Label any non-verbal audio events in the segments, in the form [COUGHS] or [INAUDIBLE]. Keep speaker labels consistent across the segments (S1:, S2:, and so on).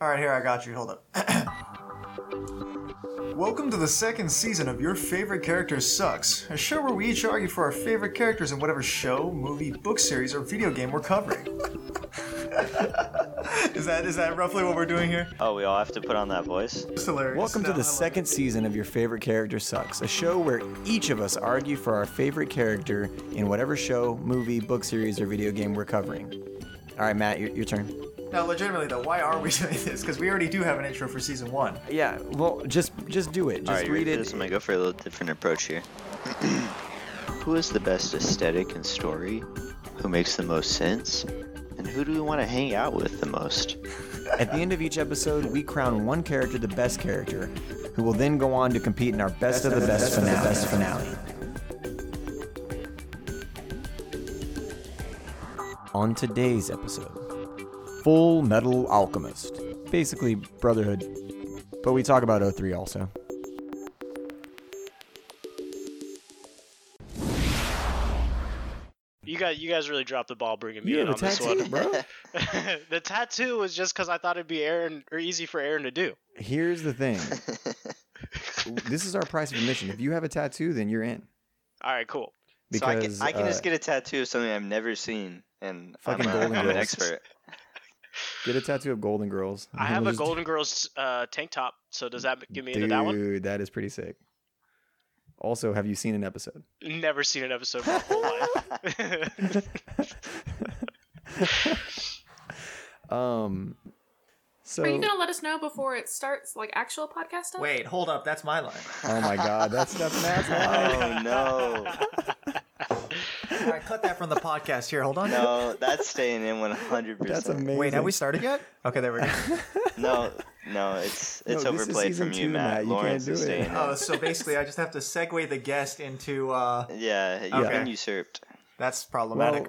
S1: All right, here I got you. Hold up. [COUGHS] Welcome to the second season of Your Favorite Character Sucks, a show where we each argue for our favorite characters in whatever show, movie, book series, or video game we're covering. [LAUGHS] is that is that roughly what we're doing here?
S2: Oh, we all have to put on that voice?
S1: It's hilarious.
S3: Welcome
S1: No,
S3: to
S1: I
S3: the
S1: love
S3: second season of Your Favorite Character Sucks, a show where each of us argue for our favorite character in whatever show, movie, book series, or video game we're covering. All right, Matt, your, your turn.
S1: it. Now, legitimately though, why are we [LAUGHS] doing this? Because we already do have an intro for season one.
S3: Yeah, well, just just do it. Just
S2: All right, you
S3: read
S2: ready for
S3: it.
S2: This? I'm gonna go for a little different approach here. [CLEARS THROAT] who has the best aesthetic and story? Who makes the most sense? And who do we want to hang out with the most?
S3: At the end of each episode, we crown one character the best character, who will then go on to compete in our best, of the best, finale. best finale. On today's episode, Full Metal Alchemist, basically Brotherhood, but we talk about O3 also.
S4: You guys, you guys really dropped the ball bringing me
S3: You
S4: in
S3: have a
S4: on this
S3: tattoo,
S4: one. [LAUGHS]
S3: bro.
S4: the tattoo was just because I thought it'd be Aaron or easy for Aaron to do.
S3: [LAUGHS] Here's the [LAUGHS] thing. this is our price of admission. If you have a tattoo, then you're in.
S4: All right, cool.
S2: so I can,
S3: Because
S2: I can
S3: uh,
S2: just get a tattoo of something I've never seen, and I'm,
S3: Fucking
S2: a-
S3: Golden
S2: I'm an
S3: Girls. [LAUGHS]
S2: expert.
S3: get a tattoo of Golden Girls.
S4: I have a
S3: Just-
S4: Golden Girls uh, tank top, so does that get me into
S3: Dude,
S4: that one?
S3: that is pretty sick. Also, have you seen an episode?
S4: Never seen an episode in my whole life. [LAUGHS]
S3: um, so
S5: Are you gonna let us know before it starts, like actual podcast stuff?
S1: Wait, hold up. That's my line.
S3: oh my god, that's
S5: [LAUGHS]
S3: that's Matt's line.
S2: Oh [LAUGHS] no,
S1: All right, cut that from the podcast here. Hold on.
S2: no, that's staying in 100.
S3: That's
S2: percent
S3: amazing.
S1: Wait, have we started yet? Okay, there we
S3: [LAUGHS]
S1: go.
S2: No, no, it's it's
S3: No, this is
S2: overplayed
S3: season
S2: from you,
S3: two, Matt.
S2: Matt.
S3: You can't
S2: Lawrence
S3: do
S2: is
S3: it.
S2: staying. in.
S1: Oh, so basically, I just have to segue the guest into uh,
S2: Yeah, you've
S1: Okay.
S2: been usurped.
S1: that's
S3: Well,
S1: problematic.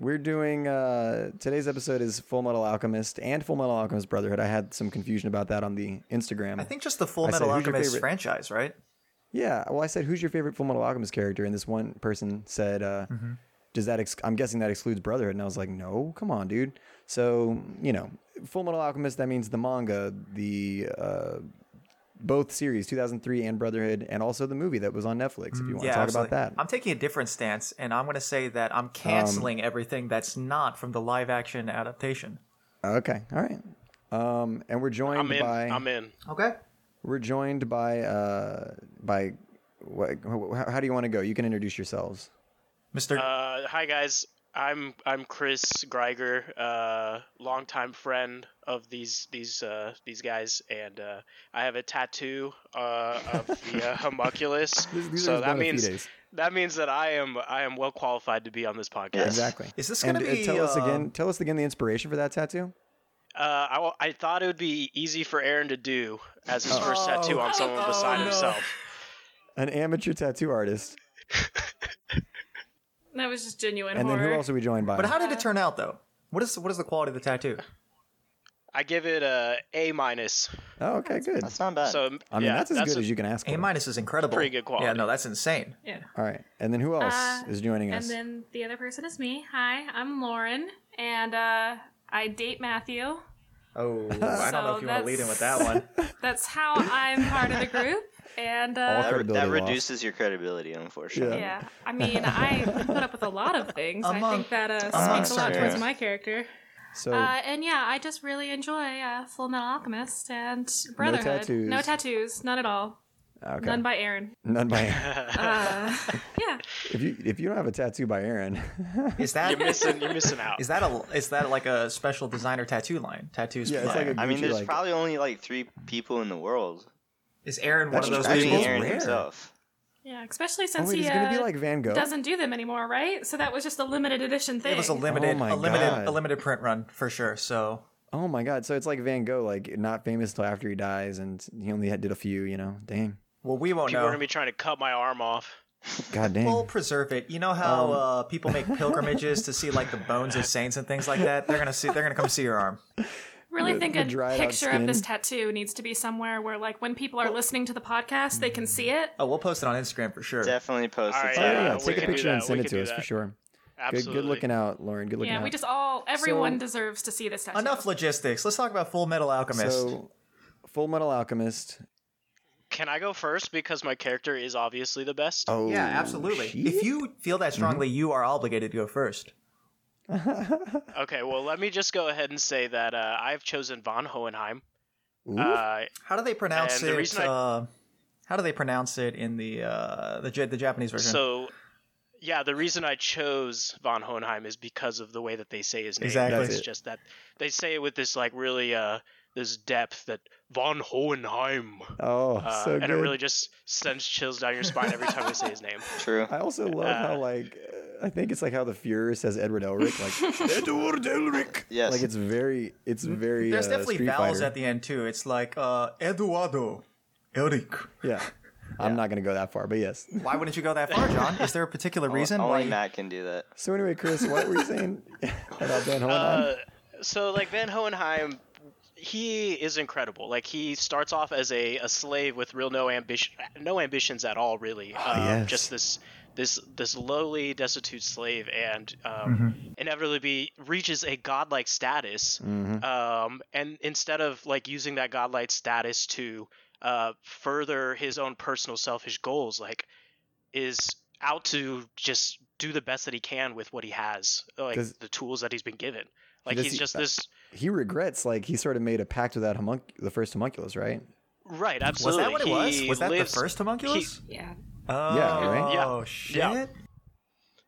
S3: we're doing uh, today's episode is Full Metal Alchemist and Full Metal Alchemist Brotherhood. I had some confusion about that on the Instagram.
S1: I think just the Full
S3: I said,
S1: Metal
S3: who's your
S1: Alchemist
S3: favorite?
S1: franchise, right?
S3: Yeah. Well, I said, "Who's your favorite Full Metal Alchemist character?" And this one person said, uh,
S1: Mm-hmm.
S3: "Does that? Ex- I'm guessing that excludes Brotherhood." And I was like, "No, come on, dude." So you know, Full Metal Alchemist. That means the manga, the uh, both series, 2003 and Brotherhood, and also the movie that was on Netflix. If you want to talk
S1: Mm, absolutely.
S3: about that, Um,
S1: I'm taking a different stance, and I'm going to say that I'm canceling everything that's not from the live action adaptation.
S3: okay, all right. Um, and we're joined
S4: I'm in.
S3: by
S4: I'm in.
S1: Okay.
S3: we're joined by uh, by what, how, how do you want to go? You can introduce yourselves.
S1: Mr.
S4: Uh, hi guys, I'm I'm Chris Greiger, uh, longtime friend of these these uh, these guys, and uh, I have a tattoo uh, of
S3: [LAUGHS]
S4: the uh, homunculus.
S3: These- these are
S4: so
S3: his
S4: that
S3: bona
S4: means
S3: fides.
S4: that means that I am I am well qualified to be on this podcast.
S3: Exactly.
S1: Is this
S3: And,
S1: gonna
S3: uh,
S1: be,
S3: Tell us
S1: uh,
S3: again. Tell us again the inspiration for that tattoo.
S4: Uh, I, wa- I thought it would be easy for Aaron to do as his first tattoo on someone
S1: Oh,
S4: beside
S1: no.
S4: himself.
S3: An amateur tattoo artist.
S5: That was just genuine
S3: And then
S5: horror.
S3: who else are we joined by?
S1: but how did it
S5: uh,
S1: turn out, though? What is what is the quality of the tattoo?
S4: I give it a A minus.
S3: oh, okay, good.
S2: That's not bad.
S4: So
S3: I mean,
S4: yeah,
S3: that's as good
S4: a-
S3: as you can ask.
S1: A
S3: for.
S1: minus is incredible.
S4: Pretty good quality.
S1: Yeah, no, that's insane.
S5: Yeah.
S3: All right. And then who else
S5: Uh,
S3: is joining us?
S5: And then the other person is me. Hi, I'm Lauren, and uh, I date Matthew.
S1: Oh, I don't know if
S5: So
S1: you want to lead in
S5: that's-
S1: with that one.
S5: That's how I'm part of the group.
S3: [LAUGHS]
S5: And
S3: All
S5: uh,
S2: that,
S3: credibility
S2: that
S3: loss.
S2: reduces your credibility, unfortunately.
S5: yeah, I mean, I put up with a lot of things. I
S1: Among-
S5: think that uh,
S1: among
S5: speaks a lot towards
S2: others.
S5: my character.
S3: so
S5: Uh, and yeah, I just really enjoy uh, Full Metal Alchemist and Brotherhood.
S3: tattoos.
S5: No tattoos, none at all.
S3: okay,
S5: None by Aaron.
S3: [LAUGHS] none
S5: [LAUGHS]
S3: by. [LAUGHS]
S5: Uh, yeah.
S3: if you if you don't have a tattoo by Aaron, [LAUGHS]
S1: Is that
S4: you're missing you're missing
S1: [LAUGHS]
S4: out.
S1: is that a is that like a special designer tattoo line? Tattoos.
S3: Yeah,
S1: for
S3: it's
S1: Life.
S3: [LAUGHS] like a-
S2: I mean,
S3: Gucci,
S2: there's
S3: like-
S2: probably only like three people in the world.
S1: is Aaron one of
S3: That's
S1: those
S3: actually
S2: Including
S1: people?
S2: Aaron
S3: Aaron. rare.
S2: himself.
S5: Yeah, especially
S3: oh
S5: since
S3: wait,
S5: he
S3: he's gonna be
S5: uh,
S3: like Van Gogh.
S5: doesn't do them anymore, right? So that was just a limited edition thing.
S1: It was a limited,
S3: Oh my
S1: a limited,
S3: God.
S1: a limited print run for sure. So
S3: Oh my God! So it's like Van Gogh, like not famous till after he dies, and he only had, did a few. You know, dang,
S1: Well, we won't
S4: People are
S1: know.
S4: gonna be trying to cut my arm off.
S3: god dang.
S1: We'll preserve it. You know how uh, people make pilgrimages to see like the bones of saints and things like that. They're gonna see. They're gonna come see your arm.
S5: really
S3: the-
S5: think
S3: the
S5: a
S3: dried out
S5: picture of this
S3: skin.
S5: tattoo needs to be somewhere where, like, when people are listening to the podcast, they can
S1: Mm-hmm.
S5: see it.
S1: Oh, we'll post it on Instagram for sure.
S2: Definitely post
S4: All
S2: it.
S4: right,
S2: to
S3: oh, yeah,
S4: yeah,
S2: that.
S4: we
S3: take a
S4: can do
S3: picture and
S4: that,
S3: send
S4: we
S3: it
S4: can
S3: to
S4: do
S3: us for
S4: that.
S3: sure. Good,
S4: Absolutely.
S3: good looking out, Lauren. Good looking
S5: yeah,
S3: out.
S5: we just all everyone
S3: So-
S5: deserves to see this tattoo.
S1: Enough logistics. Let's talk about Full Metal Alchemist.
S3: so, Full Metal Alchemist.
S4: Can I go first because my character is obviously the best?
S3: Oh,
S1: yeah, absolutely.
S3: shit.
S1: If you feel that strongly, you are obligated to go first.
S4: Okay, well let me just go ahead and say that uh, I've chosen von Hohenheim.
S3: Ooh.
S4: Uh,
S1: How do they pronounce
S4: And the
S1: it?
S4: reason I-
S1: uh, how do they pronounce it in the uh, the, J- the Japanese version?
S4: so yeah, the reason I chose von Hohenheim is because of the way that they say his name.
S1: Exactly.
S3: That's
S4: It's
S3: it.
S4: just that they say it with this like really uh this depth that von Hohenheim.
S3: oh,
S4: Uh,
S3: so
S4: and
S3: good.
S4: it really just sends chills down your spine every time we say
S3: [LAUGHS]
S4: his name.
S2: True.
S3: I also love how like uh, I think it's like how the Fuhrer says Edward Elric, like Edward Elric.
S2: Yes.
S3: Like it's very, it's very.
S1: There's
S3: uh,
S1: definitely
S3: Street
S1: vowels
S3: Fighter.
S1: at the end too. It's like uh, Eduardo, Eric.
S3: Yeah. I'm not gonna go that far, but yes.
S1: Why wouldn't you go that far, John? Is there a
S4: [LAUGHS]
S1: particular
S4: Oh,
S1: reason
S2: Only
S1: why?
S2: Matt can do that.
S3: So anyway, Chris, what were you saying about Van Hohenheim?
S4: Uh, so like Van Hohenheim, he is incredible. Like he starts off as a, a slave with real no ambition, no ambitions at all, really. um,
S3: Ah, yes.
S4: Just this this this lowly, destitute slave, and um, inevitably reaches a godlike status.
S3: Mm-hmm.
S4: Um, and instead of like using that godlike status to uh, further his own personal selfish goals, like is out to just do the best that he can with what he has, like
S3: Does-
S4: the tools that he's been given. Like
S3: Does
S4: he's
S1: e
S3: he-
S4: just
S3: uh,
S4: this
S3: he regrets like he sort of made a pact with that homunc the first homunculus, right?
S4: right,
S1: was
S4: absolutely.
S1: that what it was?
S4: He
S1: Was that
S4: lives-
S1: the first homunculus?
S5: Yeah.
S1: Oh
S3: right?
S4: Yeah.
S1: shit!
S4: Yeah.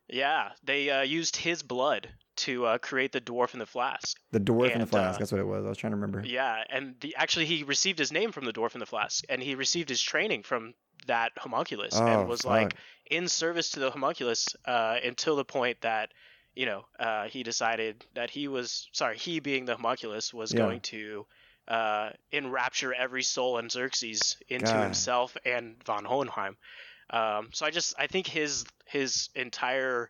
S4: Yeah, they uh, used his blood to uh, create the dwarf in the flask.
S3: The dwarf in the
S4: And,
S3: flask.
S4: uh,
S3: that's what it was. I was trying to remember.
S4: Yeah, and the, actually he received his name from the dwarf in the flask, and he received his training from that homunculus,
S3: Oh,
S4: and was like
S3: fuck.
S4: in service to the homunculus uh, until the point that you know uh, he decided that he was sorry, he being the homunculus was
S3: Yeah.
S4: going to uh, enrapture every soul in Xerxes into
S3: God.
S4: himself and von Hohenheim. Um, so I just I think his his entire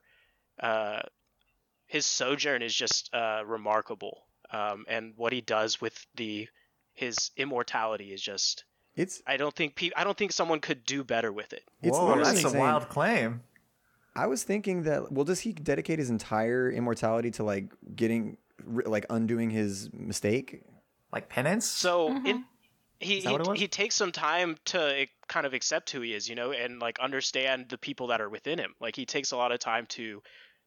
S4: uh, his sojourn is just uh, remarkable, um, and what he does with the his immortality is just
S3: It's
S4: I don't think pe- I don't think someone could do better with it.
S3: it's
S1: Whoa,
S3: literally
S1: that's a
S3: insane.
S1: wild claim.
S3: I was thinking that well, does he dedicate his entire immortality to like getting re- like undoing his mistake?
S1: Like penance.
S4: So in, he
S1: Mm-hmm. that
S4: he,
S1: what it was?
S4: he takes some time to eh, kind of accept who he is, you know, and like understand the people that are within him. Like he takes a lot of time to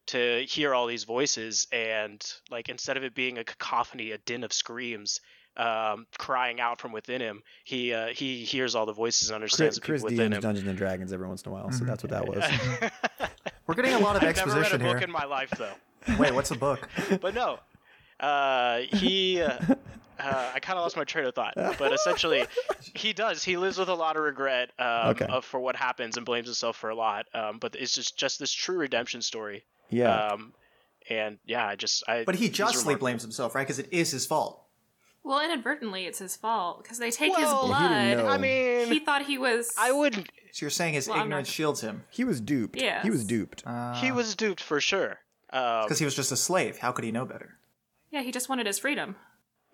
S4: to hear all these voices and like instead of it being a cacophony, a din of screams, um, crying out from within him, he uh, he hears all the voices and understands
S3: Chris,
S4: the people
S3: Chris
S4: within
S3: DMs
S4: him.
S3: Dungeons and Dragons every once in a while, so that's what that was.
S4: [LAUGHS]
S1: We're getting a lot of
S4: I've never read a
S1: exposition
S4: book
S1: here.
S4: in my life though.
S1: Wait, what's a
S4: [LAUGHS]
S1: book?
S4: but no, uh, he. Uh, uh, I kind of lost my train of thought, but essentially, he does. He lives with a lot of regret um,
S3: Okay.
S4: of, for what happens and blames himself for a lot. Um, but it's just just this true redemption story.
S3: yeah.
S4: Um, and yeah, I just I.
S1: [LAUGHS] But he
S4: he's
S1: justly
S4: remarkable.
S1: blames himself, right? Because it is his fault.
S5: Well, inadvertently, it's his fault because they take
S4: Well,
S5: his
S4: he
S3: didn't
S5: blood.
S3: know.
S4: I mean,
S5: He thought he was.
S4: I wouldn't.
S1: So you're saying his
S5: Well, I'm
S1: ignorance
S5: not-
S1: shields him
S3: he was duped. He was
S5: Yes.
S3: duped.
S4: he was duped for sure. Um,
S1: because Uh. he was just a slave. How could he know better?
S5: Yeah, he just wanted his freedom.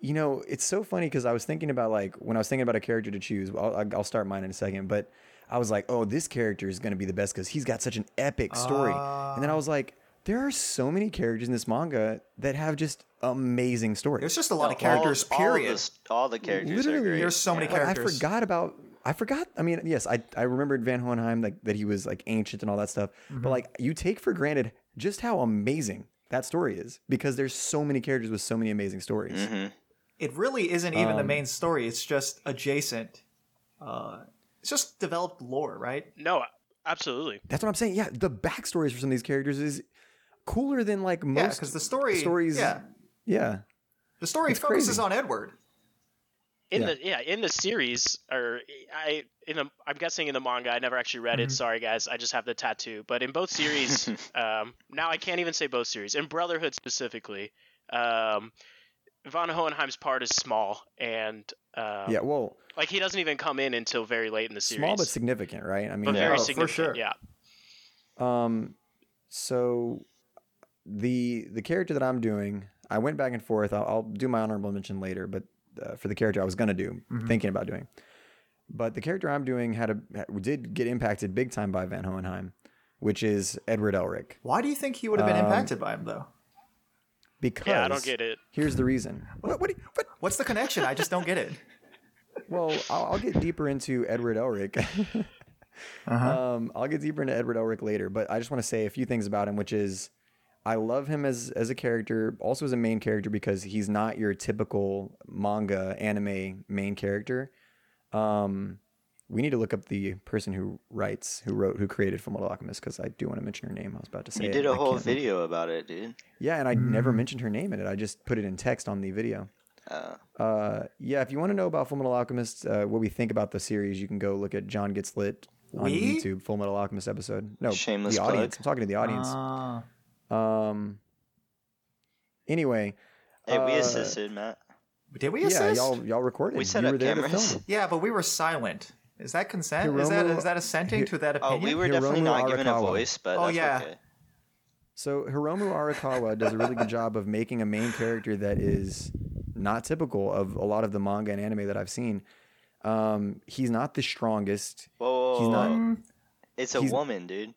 S3: You know, it's so funny because I was thinking about like when I was thinking about a character to choose. I'll, I'll- I'll start mine in a second, but I was like, oh, this character is going to be the best because he's got such an epic story. and then I was like, there are so many characters in this manga that have just amazing stories.
S1: There's just a lot of
S2: All-
S1: characters.
S2: all
S1: period.
S2: the, s- all the characters. are
S3: Literally,
S2: great.
S1: There's so many
S3: Like,
S1: characters.
S3: I forgot about. I forgot. I mean, yes, I, I remembered Van Hohenheim like that he was like ancient and all that stuff.
S1: Mm-hmm.
S3: But like you take for granted just how amazing that story is because there's so many characters with so many amazing stories.
S1: Mm-hmm. It really isn't even
S3: Um,
S1: the main story. It's just adjacent. Uh, it's just developed lore, right?
S4: no, absolutely.
S3: That's what I'm saying. Yeah, the backstories for some of these characters is cooler than like most.
S1: Yeah, because the story
S3: stories.
S1: Yeah,
S3: yeah.
S1: the story
S3: It's
S1: focuses
S3: crazy.
S1: on Edward.
S4: in
S3: Yeah.
S4: the yeah in the series or i in the i'm guessing in the manga i never actually read it
S3: Mm-hmm.
S4: sorry guys i just have the tattoo but in both
S3: [LAUGHS]
S4: series um now i can't even say both series in brotherhood specifically um von hohenheim's part is small and
S1: Oh.
S4: um,
S3: yeah. Well,
S4: like he doesn't even come in until very late in the series
S3: small but significant, right? I mean,
S4: but
S2: Yeah.
S4: very
S1: Oh, for sure.
S4: significant yeah
S3: Um, so the the character that I'm doing, I went back and forth. I'll, I'll do my honorable mention later, but uh, for the character I was gonna do, thinking about doing, but the character I'm doing had a had- did get impacted big time by Van Hohenheim, which is Edward Elric.
S1: Why do you think he would have been
S3: Um,
S1: impacted by him though?
S3: Because
S4: Yeah, I don't get it.
S3: Here's the reason.
S1: What, what, what, what's the connection? I just don't get it.
S3: [LAUGHS] Well, I'll, I'll get deeper into Edward Elric. [LAUGHS] um, I'll get deeper into Edward Elric later, but I just want to say a few things about him, which is I love him as as a character, also as a main character because he's not your typical manga anime main character. Um, we need to look up the person who writes, who wrote, who created Full Metal Alchemist because I do want to mention her name. I was about to say
S2: You
S3: it,
S2: did
S3: I
S2: a whole
S3: can't.
S2: video about it, dude.
S3: Yeah, and I never mentioned her name in it. I just put it in text on the video.
S2: Uh,
S3: Uh, yeah, if you want to know about Full Metal Alchemist, uh, what we think about the series, you can go look at John Gets Lit on
S1: We?
S3: YouTube, Full Metal Alchemist episode. No,
S2: Shameless
S3: the
S2: plug. Uh.
S3: audience. I'm talking to the audience.
S1: Ah.
S3: um. Anyway,
S2: hey, we
S3: Uh,
S2: assisted, Matt.
S1: did we
S3: yeah,
S1: assist?
S3: y'all y'all recorded.
S2: We set
S3: you
S2: up
S3: were there to
S2: cameras.
S3: film.
S1: Yeah, but we were silent. Is that consent? is that
S3: Hiromu-
S1: is that assenting to that
S2: Oh,
S1: opinion?
S2: we were definitely
S3: Hiromu
S2: not given a
S3: Arakawa.
S2: voice, but
S1: Oh,
S2: that's
S1: yeah.
S2: okay.
S3: So Hiromu Arakawa does a really good job of making a main character that is not typical of a lot of the manga and anime that I've seen. Um, he's not the strongest.
S2: Whoa, whoa,
S3: He's not-
S2: whoa.
S1: Mm,
S2: It's a
S3: he's-
S2: woman, dude.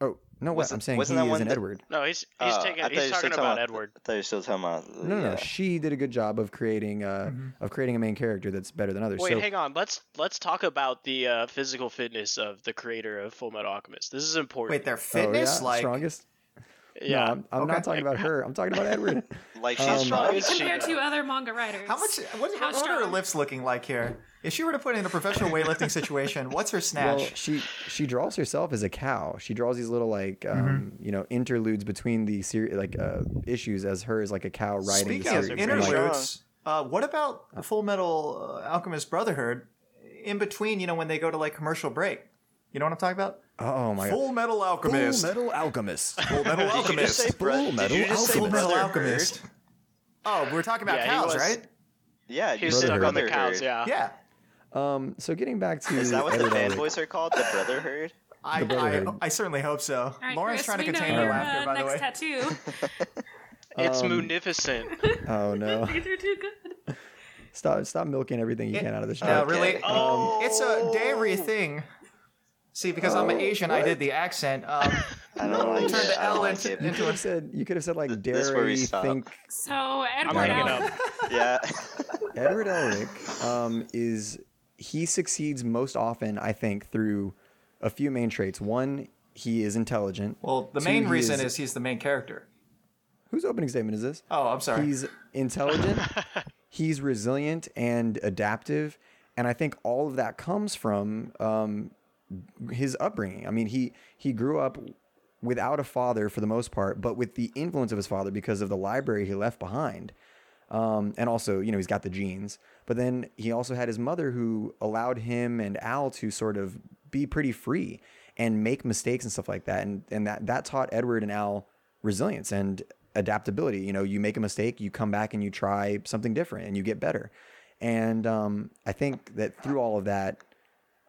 S3: Oh no, what
S2: Wasn't-
S3: I'm saying he is
S2: wasn't that one
S3: an
S2: that-
S3: Edward.
S4: No, he's he's
S3: Uh,
S2: Oh,
S4: taking
S2: I thought you were
S4: he's
S2: still
S4: talking about Edward.
S2: I thought you were still talking about.
S3: No, no, no.
S2: yeah.
S3: She did a good job of creating uh of creating a main character that's better than others.
S4: Wait,
S3: so
S4: hang on. Let's let's talk about the uh, physical fitness of the creator of Full Metal Alchemist. This is important.
S1: Wait, their
S3: Oh, yeah?
S1: fitness like
S3: strongest.
S4: yeah.
S3: no, I'm, I'm
S1: Okay.
S3: not talking about her. I'm talking
S2: [LAUGHS]
S3: about Edward. [LAUGHS]
S2: Like she's
S3: Um,
S2: strong as she.
S5: Compared to other manga writers.
S1: how much? What,
S5: How
S1: what are her
S5: strong?
S1: lifts looking like here? If she were to put in a professional
S3: [LAUGHS]
S1: weightlifting situation, what's her snatch?
S3: well, she she draws herself as a cow. She draws these little like um, you know interludes between the seri- like uh, issues as her as like a cow riding.
S1: Speaking
S3: the
S1: of
S3: series.
S2: inner
S3: And, like,
S2: strong.
S1: interludes, uh, what about the Full Metal uh, Alchemist Brotherhood? In between, you know, when they go to like commercial break, you know what I'm talking about?
S3: oh my god.
S1: Full Metal Alchemist.
S3: Full Metal
S2: [LAUGHS]
S3: Alchemist.
S1: Full Metal
S2: Did you just say
S1: Alchemist.
S2: bro-
S3: Full
S2: did
S3: Metal
S2: you just say
S1: Full Metal
S2: brotherhood?
S1: Alchemist. Oh, we're talking about
S4: Yeah, he
S1: cows,
S4: was-
S1: right?
S2: Yeah,
S4: He
S2: you
S4: was
S2: said
S4: stuck on the
S2: brotherhood.
S4: cows. Yeah.
S1: Yeah.
S3: Um, so getting back to
S2: Is that what the
S3: Edward Elric.
S2: fanboys are called? The brotherhood?
S1: I, I,
S3: Brotherhood.
S1: I certainly hope so.
S5: All right,
S1: Lauren's
S5: Chris,
S1: trying to
S5: we know
S1: contain her
S5: your,
S1: laughter,
S5: uh,
S1: by the way. [LAUGHS]
S5: Next tattoo.
S4: It's
S3: Um,
S4: munificent.
S3: [LAUGHS]
S2: [LAUGHS]
S3: Oh no!
S5: These are too good.
S3: Stop stop milking everything you can out of this.
S1: No,
S3: joke.
S1: really. Um,
S2: Okay.
S4: Oh.
S1: It's a dairy thing. See, because I'm
S3: Oh,
S1: Asian, I did the accent. Um,
S2: I don't like
S1: turn
S2: it.
S1: the
S2: I don't
S1: L
S2: like
S1: into-
S3: You
S2: it.
S3: could [LAUGHS] have said you could have said like
S2: this is where we
S3: dairy
S2: stop.
S3: think
S5: So Edward
S4: hanging
S5: Allen-
S4: up.
S2: [LAUGHS] Yeah.
S3: Edward Elric um, is he succeeds most often, I think, through a few main traits. One, he is intelligent.
S1: well, the
S3: Two,
S1: main
S3: he
S1: reason is... he's the main character.
S3: whose opening statement is this?
S1: Oh, I'm sorry.
S3: He's
S1: [LAUGHS]
S3: intelligent. he's resilient and adaptive, and I think all of that comes from um, his upbringing. I mean, he he grew up without a father for the most part, but with the influence of his father because of the library he left behind. Um, and also, you know, he's got the genes. But then he also had his mother who allowed him and Al to sort of be pretty free and make mistakes and stuff like that. And and that that taught Edward and Al resilience and adaptability. You know, you make a mistake, you come back and you try something different and you get better. And um, I think that through all of that,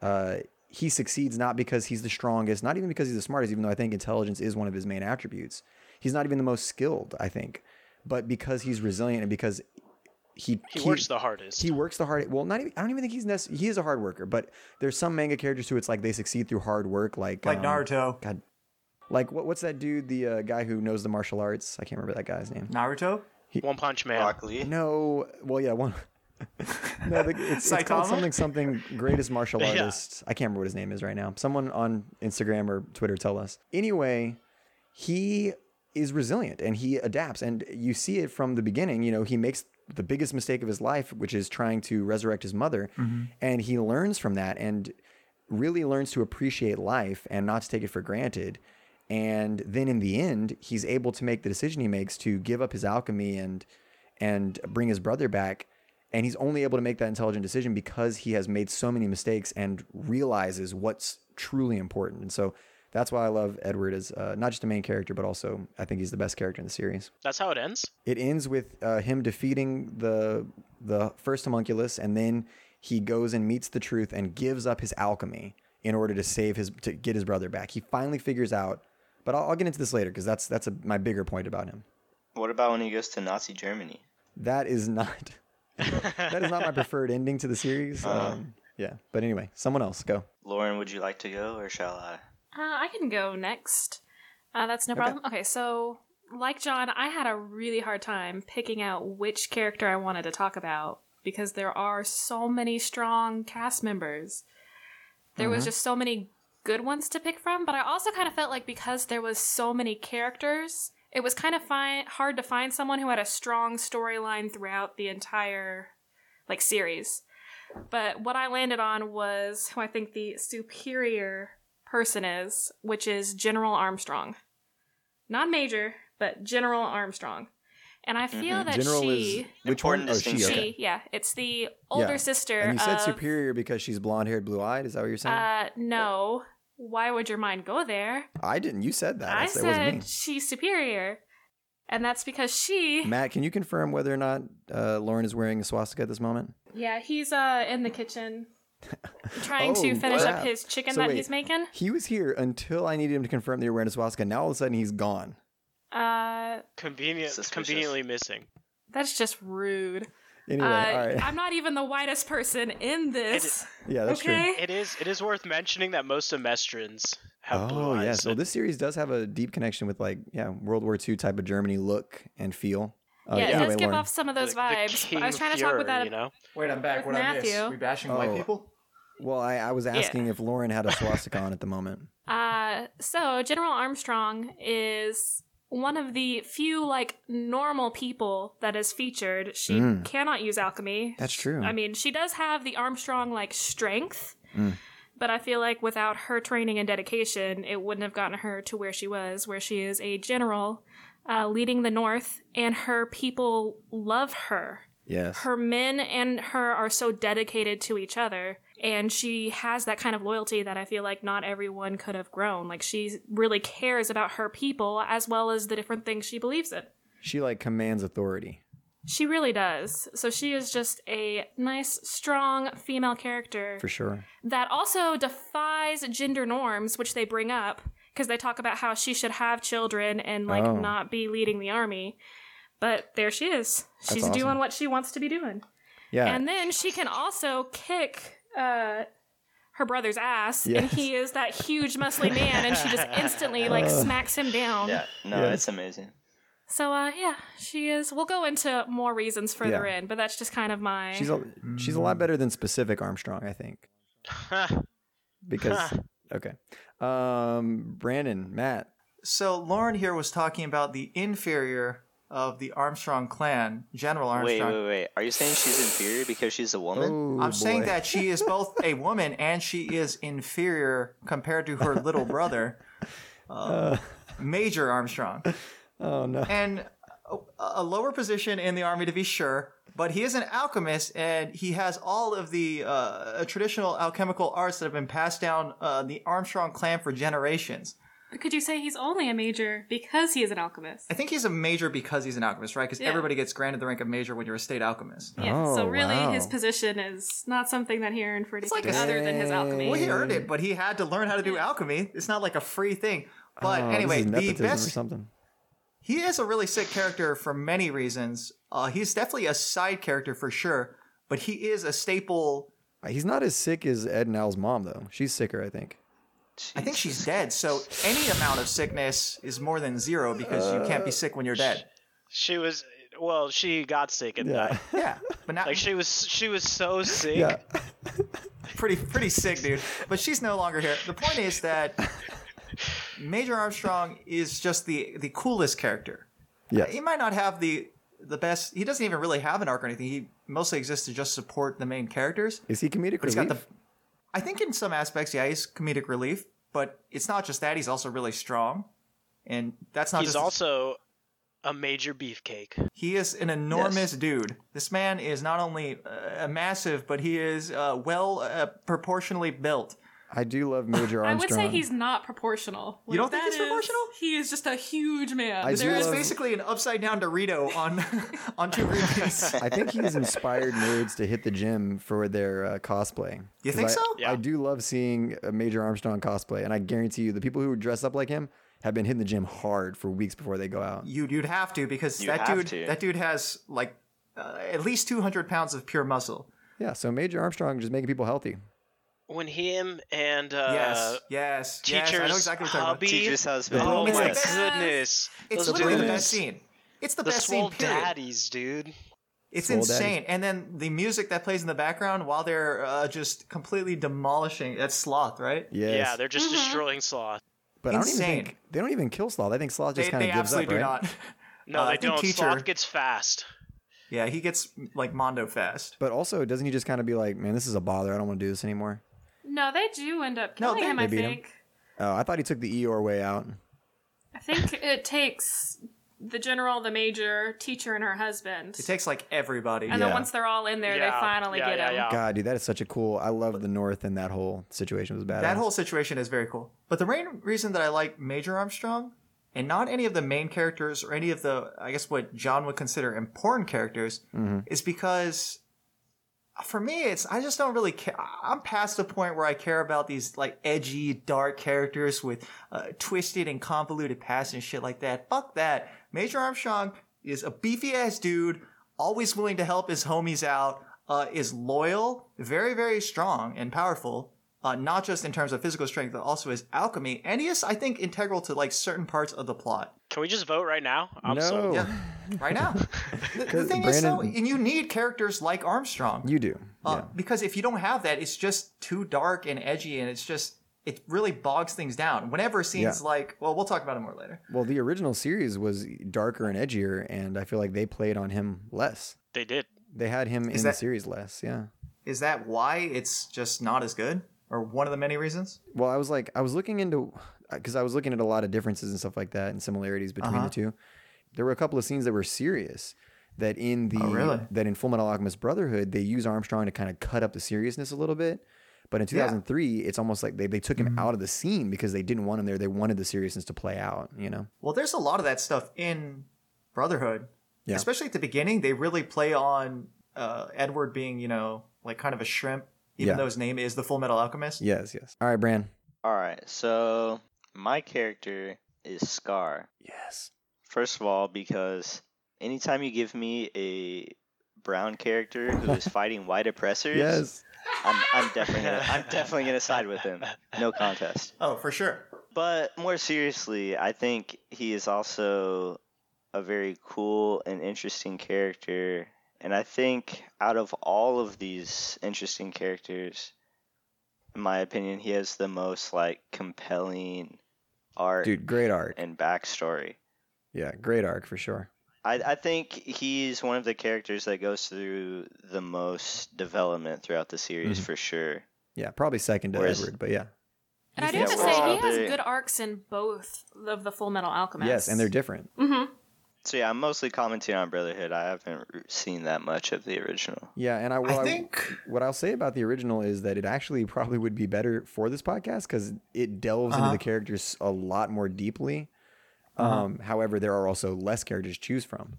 S3: uh, he succeeds not because he's the strongest, not even because he's the smartest, even though I think intelligence is one of his main attributes. He's not even the most skilled, I think, but because he's resilient and because he
S4: He works the hardest.
S3: he works the hard. Well, not even I don't even think he's necess- he is a hard worker, but there's some manga characters who it's like they succeed through hard work, like
S1: like
S3: um,
S1: Naruto.
S3: God, like what, what's that dude? The uh, guy who knows the martial arts. I can't remember that guy's name.
S1: Naruto?
S4: One Punch Man.
S2: Broccoli.
S3: No, well, yeah, one. [LAUGHS] no, the, it's, it's called
S1: Saitama?
S3: something something greatest martial
S4: Yeah.
S3: artist. I can't remember what his name is right now. Someone on Instagram or Twitter tell us. Anyway, he is resilient and he adapts, and you see it from the beginning. You know, he makes the biggest mistake of his life, which is trying to resurrect his mother, and he learns from that and really learns to appreciate life and not to take it for granted. And then in the end, he's able to make the decision he makes to give up his alchemy and and bring his brother back. And he's only able to make that intelligent decision because he has made so many mistakes and realizes what's truly important. And so that's why I love Edward as uh, not just a main character, but also I think he's the best character in the series.
S4: That's how it ends.
S3: It ends with uh, him defeating the the first homunculus, and then he goes and meets the truth and gives up his alchemy in order to save his to get his brother back. He finally figures out. But I'll, I'll get into this later because that's that's a, my bigger point about him.
S2: What about when he goes to Nazi Germany?
S3: That is not [LAUGHS] that is not
S4: [LAUGHS]
S3: my preferred ending
S4: Uh-huh.
S3: to the series. Um, yeah, but anyway, someone else go.
S2: Lauren, would you like to go or shall I?
S5: Uh, I can go next. Uh, that's no
S3: Okay.
S5: problem. Okay, so like John, I had a really hard time picking out which character I wanted to talk about because there are so many strong cast members. There
S3: Uh-huh.
S5: was just so many good ones to pick from, but I also kind of felt like because there was so many characters, it was kind of fi- hard to find someone who had a strong storyline throughout the entire like series. But what I landed on was who I think the superior person is, which is General Armstrong. Not Major, but General Armstrong. And I feel that
S3: Mm-hmm. General
S5: she,
S3: is which one?
S2: Important
S3: Oh, she.
S2: distinction.
S3: Okay.
S5: she, yeah, it's the older
S3: Yeah.
S5: sister.
S3: And you said
S5: of,
S3: superior because she's blonde haired, blue eyed. Is that what you're saying?
S5: Uh, no. Why would your mind go there?
S3: I didn't. You said that.
S5: I
S3: That's- that
S5: said
S3: wasn't
S5: she's superior, and that's because she.
S3: me. Matt, can you confirm whether or not uh, Lauren is wearing a swastika at this moment?
S5: Yeah, he's uh in the kitchen,
S3: [LAUGHS]
S5: trying to
S3: Oh,
S5: finish up
S3: crap.
S5: his chicken
S3: So
S5: that
S3: wait.
S5: he's making.
S3: He was here until I needed him to confirm that you're wearing a swastika. Now all of a sudden he's gone.
S5: Uh,
S4: Convenient,
S2: Suspicious.
S4: conveniently missing.
S5: that's just rude.
S3: Anyway,
S5: uh,
S3: all right.
S5: I'm not even the whitest person in this.
S3: [LAUGHS] yeah, that's true.
S5: okay.
S4: It is. It is worth mentioning that most Semestrians have blue
S3: Oh
S4: eyes.
S3: yeah, so this series does have a deep connection with like yeah World War II type of Germany look and feel. Uh,
S5: yeah, it
S3: anyway,
S5: does give
S3: Lauren.
S5: off some of those
S4: The- the
S5: vibes. but I was
S4: King
S5: trying to talk
S4: Fuhrer,
S5: with that.
S4: You know,
S6: Wait, I'm back.
S5: With
S6: What I miss?
S5: Matthew.
S6: We bashing white
S3: Oh.
S6: people?
S3: Well, I, I was
S5: Yeah.
S3: asking if Lauren had a swastika on at the moment.
S5: Uh, so General Armstrong is one of the few like normal people that is featured. She
S3: Mm.
S5: cannot use alchemy.
S3: That's true.
S5: I mean, she does have the Armstrong like strength,
S3: Mm.
S5: but I feel like without her training and dedication, it wouldn't have gotten her to where she was, where she is a general uh, leading the North, and her people love her
S3: yes.
S5: her men and her are so dedicated to each other and she has that kind of loyalty that i feel like not everyone could have grown like she really cares about her people as well as the different things she believes in
S3: she like commands authority.
S5: she really does so she is just a nice strong female character
S3: For sure.
S5: that also defies gender norms which they bring up because they talk about how she should have children and like
S3: Oh.
S5: not be leading the army but there she is
S3: That's
S5: she's
S3: awesome.
S5: doing what she wants to be doing
S3: Yeah.
S5: and then she can also kick uh, her brother's ass, and
S3: Yes.
S5: he is that huge muscly man, and she just instantly like smacks him
S1: Um,
S5: down.
S2: Yeah, no,
S3: Yes.
S2: it's amazing.
S5: So uh, yeah, she is. We'll go into more reasons further
S3: Yeah.
S5: in, but that's just kind of my.
S3: she's a, she's a lot better than specific Armstrong, I think. Because okay. Um Brandon, Matt.
S1: So Lauren here was talking about the inferior of the Armstrong clan, General
S2: Wait,
S1: Armstrong.
S2: wait, wait. Are you saying she's inferior because she's a woman?
S3: Oh,
S1: I'm saying
S3: boy.
S1: that she
S3: [LAUGHS]
S1: is both a woman and she is inferior compared to her little
S3: [LAUGHS]
S1: brother, uh, Major Armstrong.
S3: Oh no.
S1: and a, a lower position in the army to be sure. But he is an alchemist, and he has all of the uh, traditional alchemical arts that have been passed down uh, the Armstrong clan for generations.
S5: Could you say he's only a major because he is an alchemist?
S1: I think he's a major because he's an alchemist, right? Because
S5: Yeah.
S1: everybody gets granted the rank of major when you're a state alchemist.
S5: Yeah. so
S3: Oh,
S5: really, his
S3: wow.
S5: position is not something that he earned for anything
S1: like a-
S5: other than his alchemy.
S1: Well, he earned it, but he had to learn how to do alchemy. It's not like a free thing. But
S3: Oh,
S1: anyway,
S3: this
S1: the
S3: is nepotism or
S1: best
S3: something.
S1: He is a really sick character for many reasons. Uh, he's definitely a side character for sure, but he is a staple.
S3: He's not as sick as Ed and Al's mom though. She's sicker, I think.
S1: I think she's dead, so any amount of sickness is more than zero because you can't
S3: Uh.
S1: be sick when you're dead.
S4: she was. Well, she got sick and
S3: Yeah. [LAUGHS]
S4: died.
S1: Yeah, but not
S4: [LAUGHS] Like she was. She was so sick.
S3: Yeah.
S1: pretty pretty sick, dude. But she's no longer here. The point is that
S3: [LAUGHS]
S1: Major Armstrong is just the the coolest character.
S3: Yes.
S1: He might not have the the best. He doesn't even really have an arc or anything. He mostly exists to just support the main characters.
S3: Is he comedic
S1: But he's got the.
S3: relief?
S1: I think in some aspects, yeah, he's comedic relief, but it's not just that. He's also really strong, and that's not
S4: He's
S1: just.
S4: also a major beefcake.
S1: he is an enormous dude. This man is not only uh, massive, but he is uh, well uh, proportionally built.
S3: I do love Major
S5: I
S3: Armstrong.
S5: would say he's not proportional.
S1: You don't
S5: Like,
S1: think he's
S5: that is-
S1: proportional?
S5: He is just a huge man.
S3: I
S1: This
S3: do
S1: man is
S3: love-
S1: basically an upside down Dorito on [LAUGHS] on two green
S3: [LAUGHS]
S1: beans.
S3: I think he's inspired nerds to hit the gym for their uh, cosplay.
S1: You
S3: 'Cause
S1: think
S3: I,
S1: so?
S4: Yeah.
S3: I do love seeing a Major Armstrong cosplay, and I guarantee you, the people who dress up like him have been hitting the gym hard for weeks before they go out.
S1: You'd you'd have to because
S2: You
S1: that
S2: have
S1: dude
S2: to.
S1: that dude has like uh, at least two hundred pounds of pure muscle.
S3: Yeah, so Major Armstrong just making people healthy.
S4: when him and uh,
S1: yes, yes, yes. I know
S4: teacher's
S1: exactly what you're talking about.
S4: hubby-
S2: Teacher's husband.
S1: Oh
S4: Oh
S1: It's
S4: my
S1: the best.
S4: goodness!
S1: It's
S4: Those
S1: literally the
S4: dudes.
S1: best scene. It's the,
S4: The
S1: best scene.
S4: swole
S1: Period.
S4: daddies, dude.
S1: It's
S3: Swole daddies.
S1: insane. And then the music that plays in the background while they're uh, just completely demolishing. That's sloth, right?
S3: Yes.
S4: Yeah, they're just
S5: Mm-hmm.
S4: destroying Sloth.
S3: but I don't
S1: insane.
S3: even think they don't even kill Sloth. I think Sloth
S1: They,
S3: just kind
S1: they
S3: of gives up,
S1: absolutely
S3: right?
S1: do not. [LAUGHS]
S4: No,
S1: Uh, I
S4: they
S1: think
S4: don't.
S1: teacher-
S4: Sloth gets fast.
S1: Yeah, he gets like Mondo fast.
S3: But also, doesn't he just kind of be like, "Man, this is a bother. I don't want to do this anymore."
S5: No, they do end up
S1: No,
S5: killing
S1: they-
S5: him.
S3: They
S5: I
S3: beat him.
S5: think.
S3: Oh, I thought he took the Eeyore way out.
S5: I think it takes the general, the major, teacher, and her husband.
S1: It takes like everybody.
S5: and
S3: Yeah.
S5: then once they're all in there, they
S4: Yeah,
S5: finally
S4: yeah,
S5: get
S4: yeah,
S5: him.
S4: yeah.
S3: God, dude, that is such a cool. I love the North and that whole situation was badass.
S1: That whole situation is very cool. But the main reason that I like Major Armstrong and not any of the main characters or any of the, I guess, what John would consider important characters is because for me, it's, I just don't really care. I'm past the point where I care about these like edgy, dark characters with uh, twisted and convoluted past and shit like that. Fuck that. Major Armstrong is a beefy ass dude, always willing to help his homies out, uh, is loyal, very, very strong and powerful uh, not just in terms of physical strength, but also his alchemy. And he is, I think, integral to like certain parts of the plot.
S4: Can we just vote right now? I'm
S3: no,
S4: sold.
S1: Right now, the, the thing is, though,
S3: Brandon-
S1: and you need characters like Armstrong
S3: you do.
S1: uh, because if you don't have that, it's just too dark and edgy, and it's just it really bogs things down. Whenever scenes
S3: Yeah.
S1: like, well, we'll talk about it more later.
S3: yeah. Well, the original series was darker and edgier, and I feel like they played on him less.
S4: They did.
S3: They had him in the
S1: that-
S3: series less. Yeah.
S1: Is that why it's just not as good, or one of the many reasons?
S3: Well, I was like, I was looking into, because I was looking at a lot of differences and stuff like that and similarities between
S1: Uh-huh.
S3: the two. There were a couple of scenes that were serious. That in the
S1: Oh, really?
S3: that in Full Metal Alchemist Brotherhood, they use Armstrong to kind of cut up the seriousness a little bit. But in 2003, it's almost like they, they took him
S1: Mm-hmm.
S3: out of the scene because they didn't want him there. They wanted the seriousness to play out, you know?
S1: Well, there's a lot of that stuff in Brotherhood.
S3: Yeah.
S1: Especially at the beginning, they really play on uh, Edward being, you know, like kind of a shrimp, even
S3: Yeah.
S1: though his name is the Full Metal Alchemist.
S3: Yes, yes. All right, Bran.
S2: All right, so my character is Scar.
S3: Yes.
S2: First of all, because anytime you give me a brown character who [LAUGHS] is fighting white oppressors,
S3: Yes.
S2: I'm, I'm definitely gonna, I'm definitely gonna side with him. No contest.
S1: Oh, for sure.
S2: But more seriously, I think he is also a very cool and interesting character. And I think out of all of these interesting characters, in my opinion, he has the most like compelling art
S3: Dude, great arc.
S2: and backstory.
S3: Yeah, great arc for sure.
S2: I, I think he's one of the characters that goes through the most development throughout the series for sure.
S3: Yeah, probably second to
S2: Whereas-
S3: Edward, but yeah.
S5: And I do
S2: Yeah,
S5: have to
S2: well,
S5: say, he has
S2: they-
S5: good arcs in both of the Full Metal Alchemist.
S3: Yes, and they're different.
S5: Mm-hmm.
S2: So yeah, I'm mostly commenting on Brotherhood. I haven't r- seen that much of the original.
S3: Yeah, and I, well,
S1: I
S3: I-
S1: think
S3: what I'll say about the original is that it actually [LAUGHS] probably would be better for this podcast because it delves into
S1: Uh-huh.
S3: the characters a lot more deeply. Um, however, there are also less characters to choose from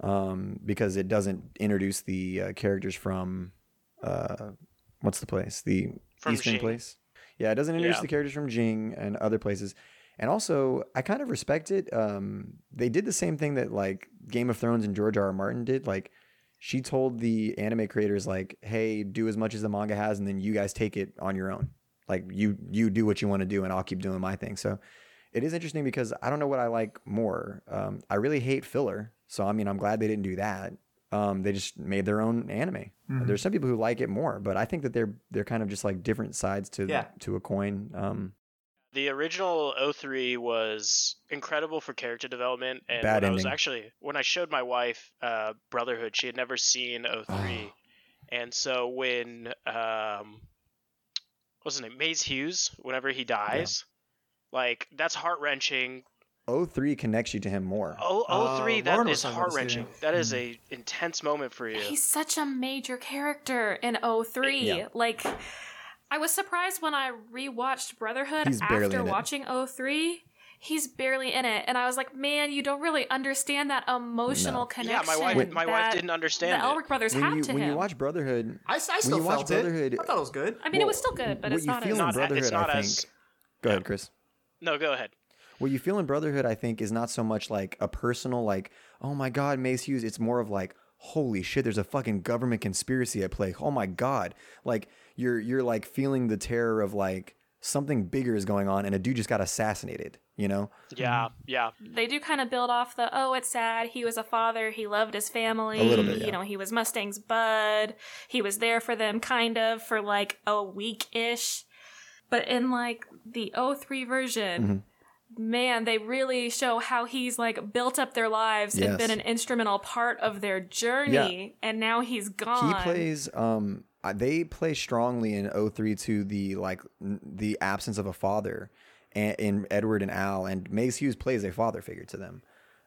S3: um, because it doesn't introduce the uh, characters from uh, what's the place? The
S4: [LAUGHS] From
S3: Eastern
S4: Jing.
S3: place. Yeah, it doesn't introduce
S4: Yeah.
S3: the characters from Jing and other places. And also, I kind of respect it. Um, they did the same thing that like Game of Thrones and George R. R. Martin did. Like, she told the anime creators like hey do as much as the manga has and then you guys take it on your own like you you do what you want to do and i'll keep doing my thing so it is interesting because i don't know what i like more um, i really hate filler so i mean i'm glad they didn't do that um, they just made their own anime there's some people who like it more but i think that they're they're kind of just like different sides to
S1: Yeah.
S3: to a coin um,
S4: The original 03 was incredible for character development, and
S3: Bad
S4: when I was
S3: ending.
S4: actually when I showed my wife uh, Brotherhood, she had never seen 03,
S3: Ah.
S4: and so when um, what's his name, Maze Hughes, whenever he dies, like that's heart wrenching.
S3: 03 connects you to him more
S4: Oh, 03,
S1: Uh, Lauren
S4: that
S1: was
S4: is
S1: talking about
S4: heart
S1: this the other
S4: wrenching.
S1: day.
S4: That is a
S3: Mm-hmm.
S4: intense moment for you.
S5: He's such a major character in 03.
S3: Yeah.
S5: Like, I was surprised when I rewatched Brotherhood
S3: He's barely
S5: after
S3: in it.
S5: watching 03. He's barely in it. And I was like, man, you don't really understand that emotional connection.
S4: yeah, my wife,
S3: When-
S4: my
S5: that
S4: wife didn't
S5: The
S4: understand it.
S5: Elric brothers
S3: when
S5: had
S3: you
S5: to
S3: when
S5: him.
S3: you watch brotherhood
S1: I, I still
S3: you watch
S1: felt it.
S3: Brotherhood-
S1: I thought it was good.
S5: I mean, it was still good, but
S3: what
S5: it's
S3: you
S5: not
S3: feel in
S5: as.
S4: Not- it's
S3: brotherhood
S4: not
S3: i think
S4: as-
S3: go ahead chris
S4: No, go ahead.
S3: What you feel in Brotherhood, I think, is not so much like a personal, like, oh my God, Mace Hughes. It's more of like, holy shit, there's a fucking government conspiracy at play. Oh my god. Like you're you're like feeling the terror of like something bigger is going on and a dude just got assassinated, you know?
S4: Yeah, yeah.
S5: They do kind of build off the oh, it's sad. He was a father. He loved his family.
S3: A little bit, yeah.
S5: You know, he was Mustang's bud. He was there for them, kind of, for like a week ish. But in like the 03 version,
S3: Mm-hmm.
S5: man, they really show how he's like built up their lives
S3: Yes.
S5: and been an instrumental part of their journey. And now he's gone.
S3: He plays um I- they play strongly in 03 to the like n- the absence of a father and in Edward and Al and Mace Hughes plays a father figure to them.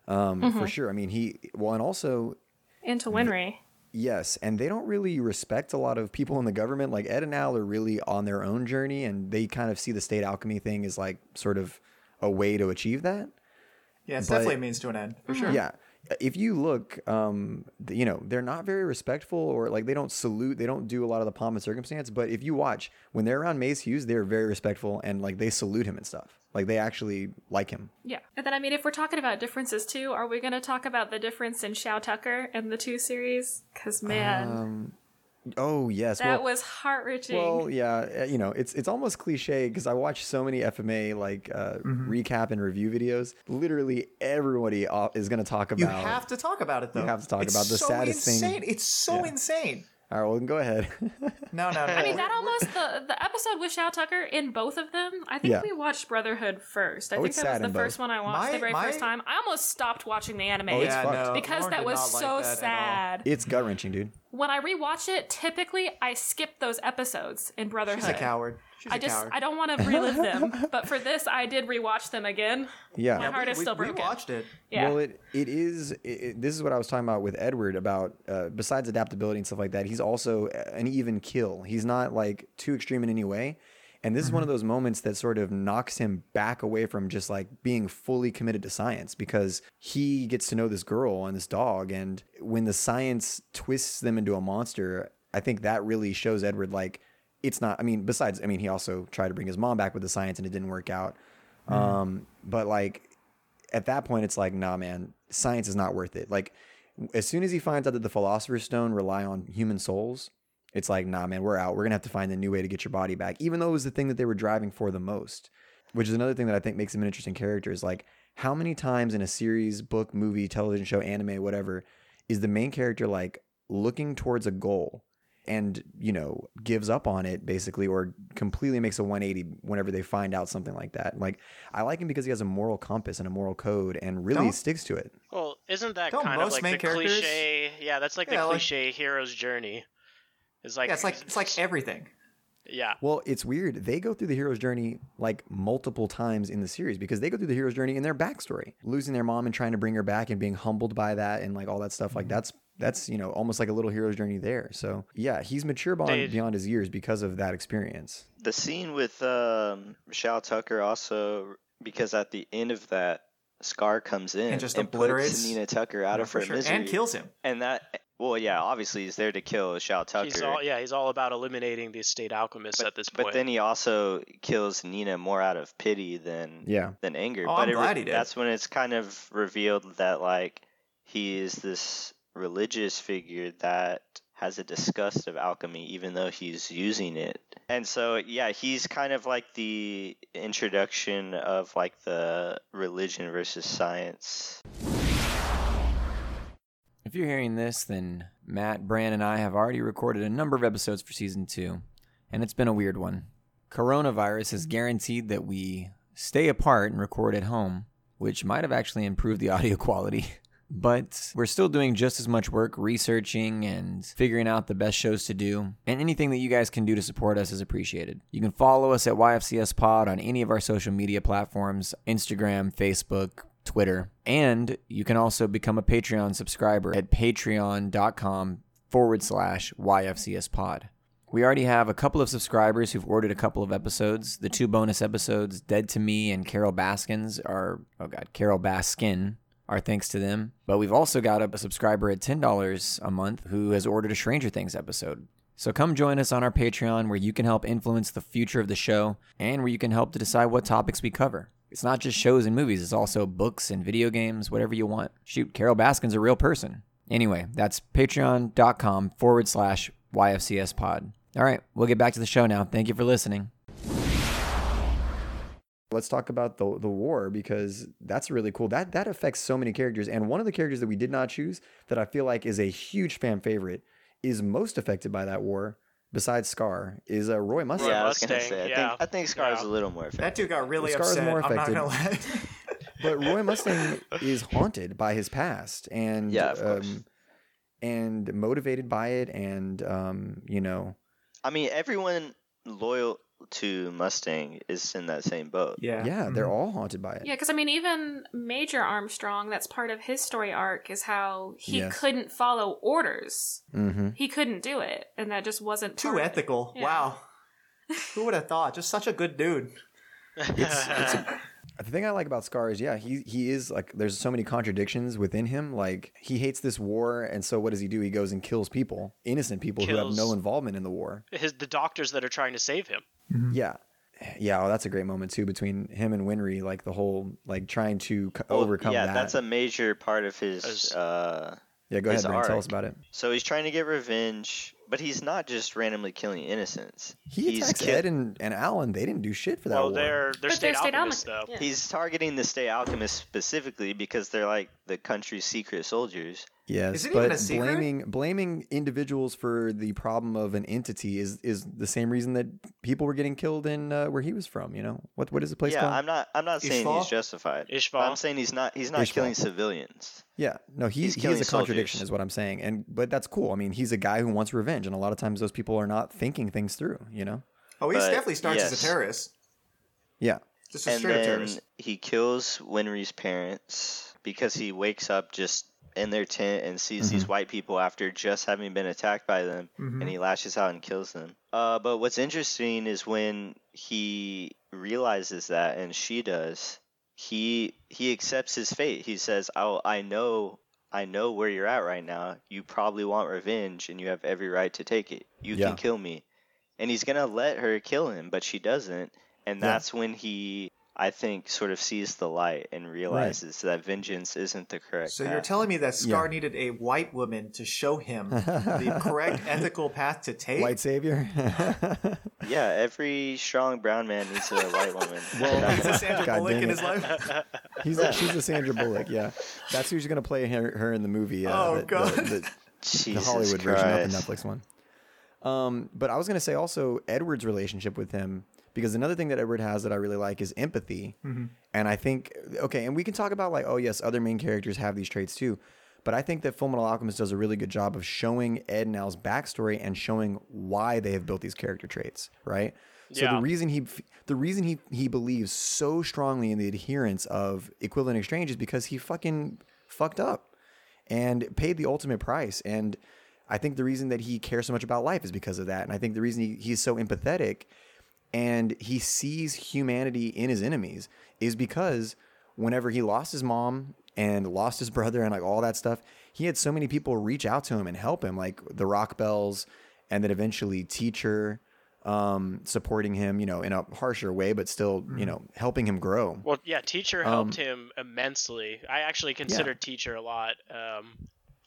S3: Um for sure. I mean he well and also
S5: into Winry.
S3: Yes, and they don't really respect a lot of people in the government. Like Ed and Al are really on their own journey, and they kind of see the state alchemy thing as like sort of a way to achieve that.
S1: Yeah, it's
S3: But-
S1: definitely a means to an end for sure.
S3: Yeah, if you look, um, th- you know they're not very respectful, or like they don't salute, they don't do a lot of the pomp and circumstance. But if you watch when they're around Mace Hughes, they're very respectful and like they salute him and stuff. Like they actually like him.
S5: Yeah. And then, I mean, if we're talking about differences too, are we going to talk about the difference in Shao Tucker and the two series? Because, man,
S3: Oh yes,
S5: that
S3: Um, well,
S5: was heart wrenching.
S3: Well, yeah, uh, you know, it's it's almost cliche because I watch so many FMA like uh,
S1: Mm-hmm.
S3: recap and review videos. Literally, everybody uh, is going to talk about.
S1: You have to talk about it though.
S3: have to talk
S1: It's
S3: about the
S1: so
S3: saddest thing.
S1: insane. It's so insane.
S3: All right, well, then go ahead. [LAUGHS]
S1: No, no, no.
S5: [LAUGHS] I mean, that almost the the episode with Shao Tucker in both of them. I think
S3: Yeah.
S5: we watched Brotherhood first. I
S3: Oh,
S5: think
S3: it's
S5: that was
S3: sad
S5: the
S3: in
S5: first
S3: both. Oh,
S5: one I watched
S1: My-
S5: the very
S1: my-
S5: first time. I almost stopped watching the anime
S3: it's fucked.
S1: no,
S5: because
S1: Lauren
S5: that
S1: did
S5: was
S1: not like
S5: so
S1: that at all.
S5: sad.
S3: it's gut wrenching, dude.
S5: When I rewatch it, typically I skip those episodes in Brotherhood.
S1: She's a coward. She's
S5: I
S1: a
S5: just
S1: coward.
S5: I don't want to relive them, but for this I did rewatch them again.
S3: Yeah.
S5: My heart is
S1: we,
S5: still
S1: we
S5: broken.
S1: watched it.
S5: Yeah.
S3: Well, it it is. It, it- this is what I was talking about with Edward about uh, besides adaptability and stuff like that. He's also an even kill. He's not like too extreme in any way. And this is one of those moments that sort of knocks him back away from just like being fully committed to science because he gets to know this girl and this dog. And when the science twists them into a monster, I think that really shows Edward like it's not. I mean, besides, I mean, he also tried to bring his mom back with the science and it didn't work out. Um, but like at that point it's like nah man science is not worth it like as soon as he finds out that the philosopher's stone rely on human souls it's like nah man we're out we're gonna have to find a new way to get your body back even though it was the thing that they were driving for the most which is another thing that i think makes him an interesting character is like how many times in a series book movie television show anime whatever is the main character like looking towards a goal and you know gives up on it basically or completely makes a 180 whenever they find out something like that like i like him because he has a moral compass and a moral code and really
S1: Don't-
S3: sticks to it
S4: Well, isn't that
S1: Don't
S4: kind of
S1: most
S4: like
S1: main
S4: the
S1: characters-
S4: cliche? Yeah, that's like
S1: Yeah,
S4: the
S1: like-
S4: cliche hero's journey. It's like
S1: Yeah, it's like it's like everything.
S4: yeah,
S3: well it's weird they go through the hero's journey like multiple times in the series because they go through the hero's journey in their backstory losing their mom and trying to bring her back and being humbled by that and like all that stuff like that's that's you know almost like a little hero's journey there so yeah he's mature beyond,
S4: They-
S3: beyond his years because of that experience
S2: The scene with um, Michelle Tucker also because at the end of that, Scar comes in
S1: And just
S2: obliterates
S1: obliterates-
S2: puts Nina Tucker out of
S1: For
S2: her
S1: sure.
S2: misery
S1: And kills him.
S2: And that, well, yeah, obviously he's there to kill Shao Tucker.
S4: he's all yeah he's all about eliminating the state alchemists at this point.
S2: But then he also kills Nina more out of pity than
S3: Yeah.
S2: than anger.
S1: Oh,
S2: but
S1: I'm
S2: it re-
S1: glad he did.
S2: that's when it's kind of revealed that like he is this religious figure that has a disgust of alchemy even though he's using it. And so yeah, he's kind of like the introduction of like the religion versus science.
S3: If you're hearing this, then Matt, Bran, and I have already recorded a number of episodes for season two, and it's been a weird one. Coronavirus has guaranteed that we stay apart and record at home, which might have actually improved the [LAUGHS] audio quality. But we're still doing just as much work researching and figuring out the best shows to do. And anything that you guys can do to support us is appreciated. You can follow us at YFCS Pod on any of our social media platforms Instagram, Facebook, Twitter. And you can also become a Patreon subscriber at patreon.com forward slash YFCS pod. We already have a couple of subscribers who've ordered a couple of episodes. The two bonus episodes, Dead to Me and Carol Baskins, are, oh God, Carol Baskin, our thanks to them. But we've also got a subscriber at $10 a month who has ordered a Stranger Things episode. So come join us on our Patreon where you can help influence the future of the show and where you can help to decide what topics we cover. It's not just shows and movies, it's also books and video games, whatever you want. Shoot, Carol Baskin's a real person.
S6: Anyway, that's patreon.com forward slash YFCS pod. All right, we'll get back to the show now. Thank you for listening.
S3: Let's talk about the the war because that's really cool. That that affects so many characters. And one of the characters that we did not choose that I feel like is a huge fan favorite is most affected by that war. Besides Scar, is uh, Roy Mustang.
S2: yeah, I was gonna
S4: Mustang,
S2: say. I
S4: yeah.
S2: think I think Scar's
S4: Yeah.
S2: a little more.
S1: That
S2: Effective.
S1: dude got really
S3: Scar's
S1: upset.
S3: more
S1: I'm not
S3: affected.
S1: gonna lie.
S5: [LAUGHS]
S3: but
S2: [LAUGHS]
S3: Roy Mustang is haunted by his past and
S2: Yeah, of course.
S3: um, and motivated by it and um, you know
S2: I mean, everyone loyal to Mustang is in that same boat.
S3: yeah,
S1: Mm-hmm.
S3: they're all haunted by it.
S5: Yeah, because I mean, even Major Armstrong, that's part of his story arc, is how he
S3: Yes.
S5: couldn't follow orders.
S3: Mm-hmm.
S5: He couldn't do it, and that just wasn't
S1: Too
S5: part of it.
S1: ethical.
S5: Yeah.
S1: Wow. Who would have thought? Just such a good dude.
S2: [LAUGHS]
S3: The thing I like about Scar is, yeah, he he is like there's so many contradictions within him. Like he hates this war, and so what does he do? He goes and kills people, innocent people who have
S4: Kills.
S3: no involvement in the war.
S4: His the doctors that are trying to save him.
S3: Yeah. Yeah, oh, that's a great moment too between him and Winry, like the whole like trying to c-
S2: Well,
S3: overcome
S2: yeah,
S3: that.
S2: that's a major part of his.
S4: As-
S2: Uh,
S3: yeah, go ahead,
S2: his
S3: Brandon, tell
S2: arc.
S3: us about it.
S2: so he's trying to get revenge, but he's not just randomly killing innocents.
S3: He
S2: he's
S3: attacks
S2: kill-
S3: Ed and, and Alan. They didn't do shit for that
S4: Well,
S3: war.
S4: they're they're
S5: But
S4: state
S5: they're
S4: alchemists
S5: state alchemists,
S4: though.
S5: yeah.
S2: He's targeting the Stay Alchemist specifically because they're like the country's secret soldiers.
S3: yes,
S1: Is it
S3: but
S1: even a secret?
S3: blaming blaming individuals for the problem of an entity is is the same reason that people were getting killed in uh, where he was from. You know what what is the place
S2: yeah,
S3: called?
S2: I'm not. I'm not saying
S1: Ishval?
S2: he's justified.
S4: Ishval.
S2: I'm saying he's not. He's not
S3: Ishval.
S2: killing civilians.
S3: yeah, no, he,
S2: He's
S3: he
S2: killing
S3: is a contradiction,
S2: soldiers.
S3: is what I'm saying. And but that's cool. I mean, he's a guy who wants revenge, and a lot of times those people are not thinking things through. You know?
S1: Oh, he
S2: But,
S1: definitely starts as
S2: yes.
S1: a terrorist.
S3: Yeah,
S1: Just a
S2: and
S1: straight up
S2: then
S1: terrorist.
S2: he kills Winry's parents because he wakes up just in their tent and sees these white people after just having been attacked by them,
S1: Mm-hmm.
S2: and
S3: Mm-hmm.
S2: he lashes out and kills them. Uh, but what's interesting is when he realizes that, and she does, he he accepts his fate. He says, "Oh, I know." I know where you're at right now. You probably want revenge and you have every right to take it. You
S3: Yeah.
S2: can kill me and he's gonna let her kill him, but she doesn't, and
S3: Yeah.
S2: that's when he, I think, sort of sees the light and realizes that vengeance isn't the correct.
S1: So you're
S2: path.
S1: telling me that Scar needed a white woman to show
S3: [LAUGHS]
S1: him the correct ethical path to take? [LAUGHS]
S3: white savior. [LAUGHS]
S2: yeah, every strong brown man needs a white woman.
S3: Well,
S2: That's-
S1: Is this Sandra
S3: [LAUGHS] God
S1: Bullock
S3: dang
S1: in
S3: it.
S1: his life?
S3: He's a, she's a Sandra Bullock. Yeah, that's who's gonna play her, her in the movie. Uh,
S1: Oh,
S3: that- the-
S1: God.
S3: the- the
S2: Jesus
S3: Hollywood version, not
S2: Christ.
S3: the Netflix one. Um, but I was gonna say also Edward's relationship with him because another thing that Edward has that I really like is empathy, and I think okay, and we can talk about like oh yes, other main characters have these traits too, but I think that Fullmetal Alchemist does a really good job of showing Ed and Al's backstory and showing why they have built these character traits, right? So the
S4: Yeah.
S3: reason he the reason he he believes so strongly in the adherence of equivalent exchange is because he fucking fucked up and paid the ultimate price. And I think the reason that he cares so much about life is because of that. And I think the reason he, he's so empathetic and he sees humanity in his enemies is because whenever he lost his mom and lost his brother and like all that stuff, he had so many people reach out to him and help him, like the Rock Bells and then eventually teacher um supporting him you know in a harsher way but still you know helping him grow
S4: Well, yeah, teacher helped him immensely. I actually considered teacher a lot um,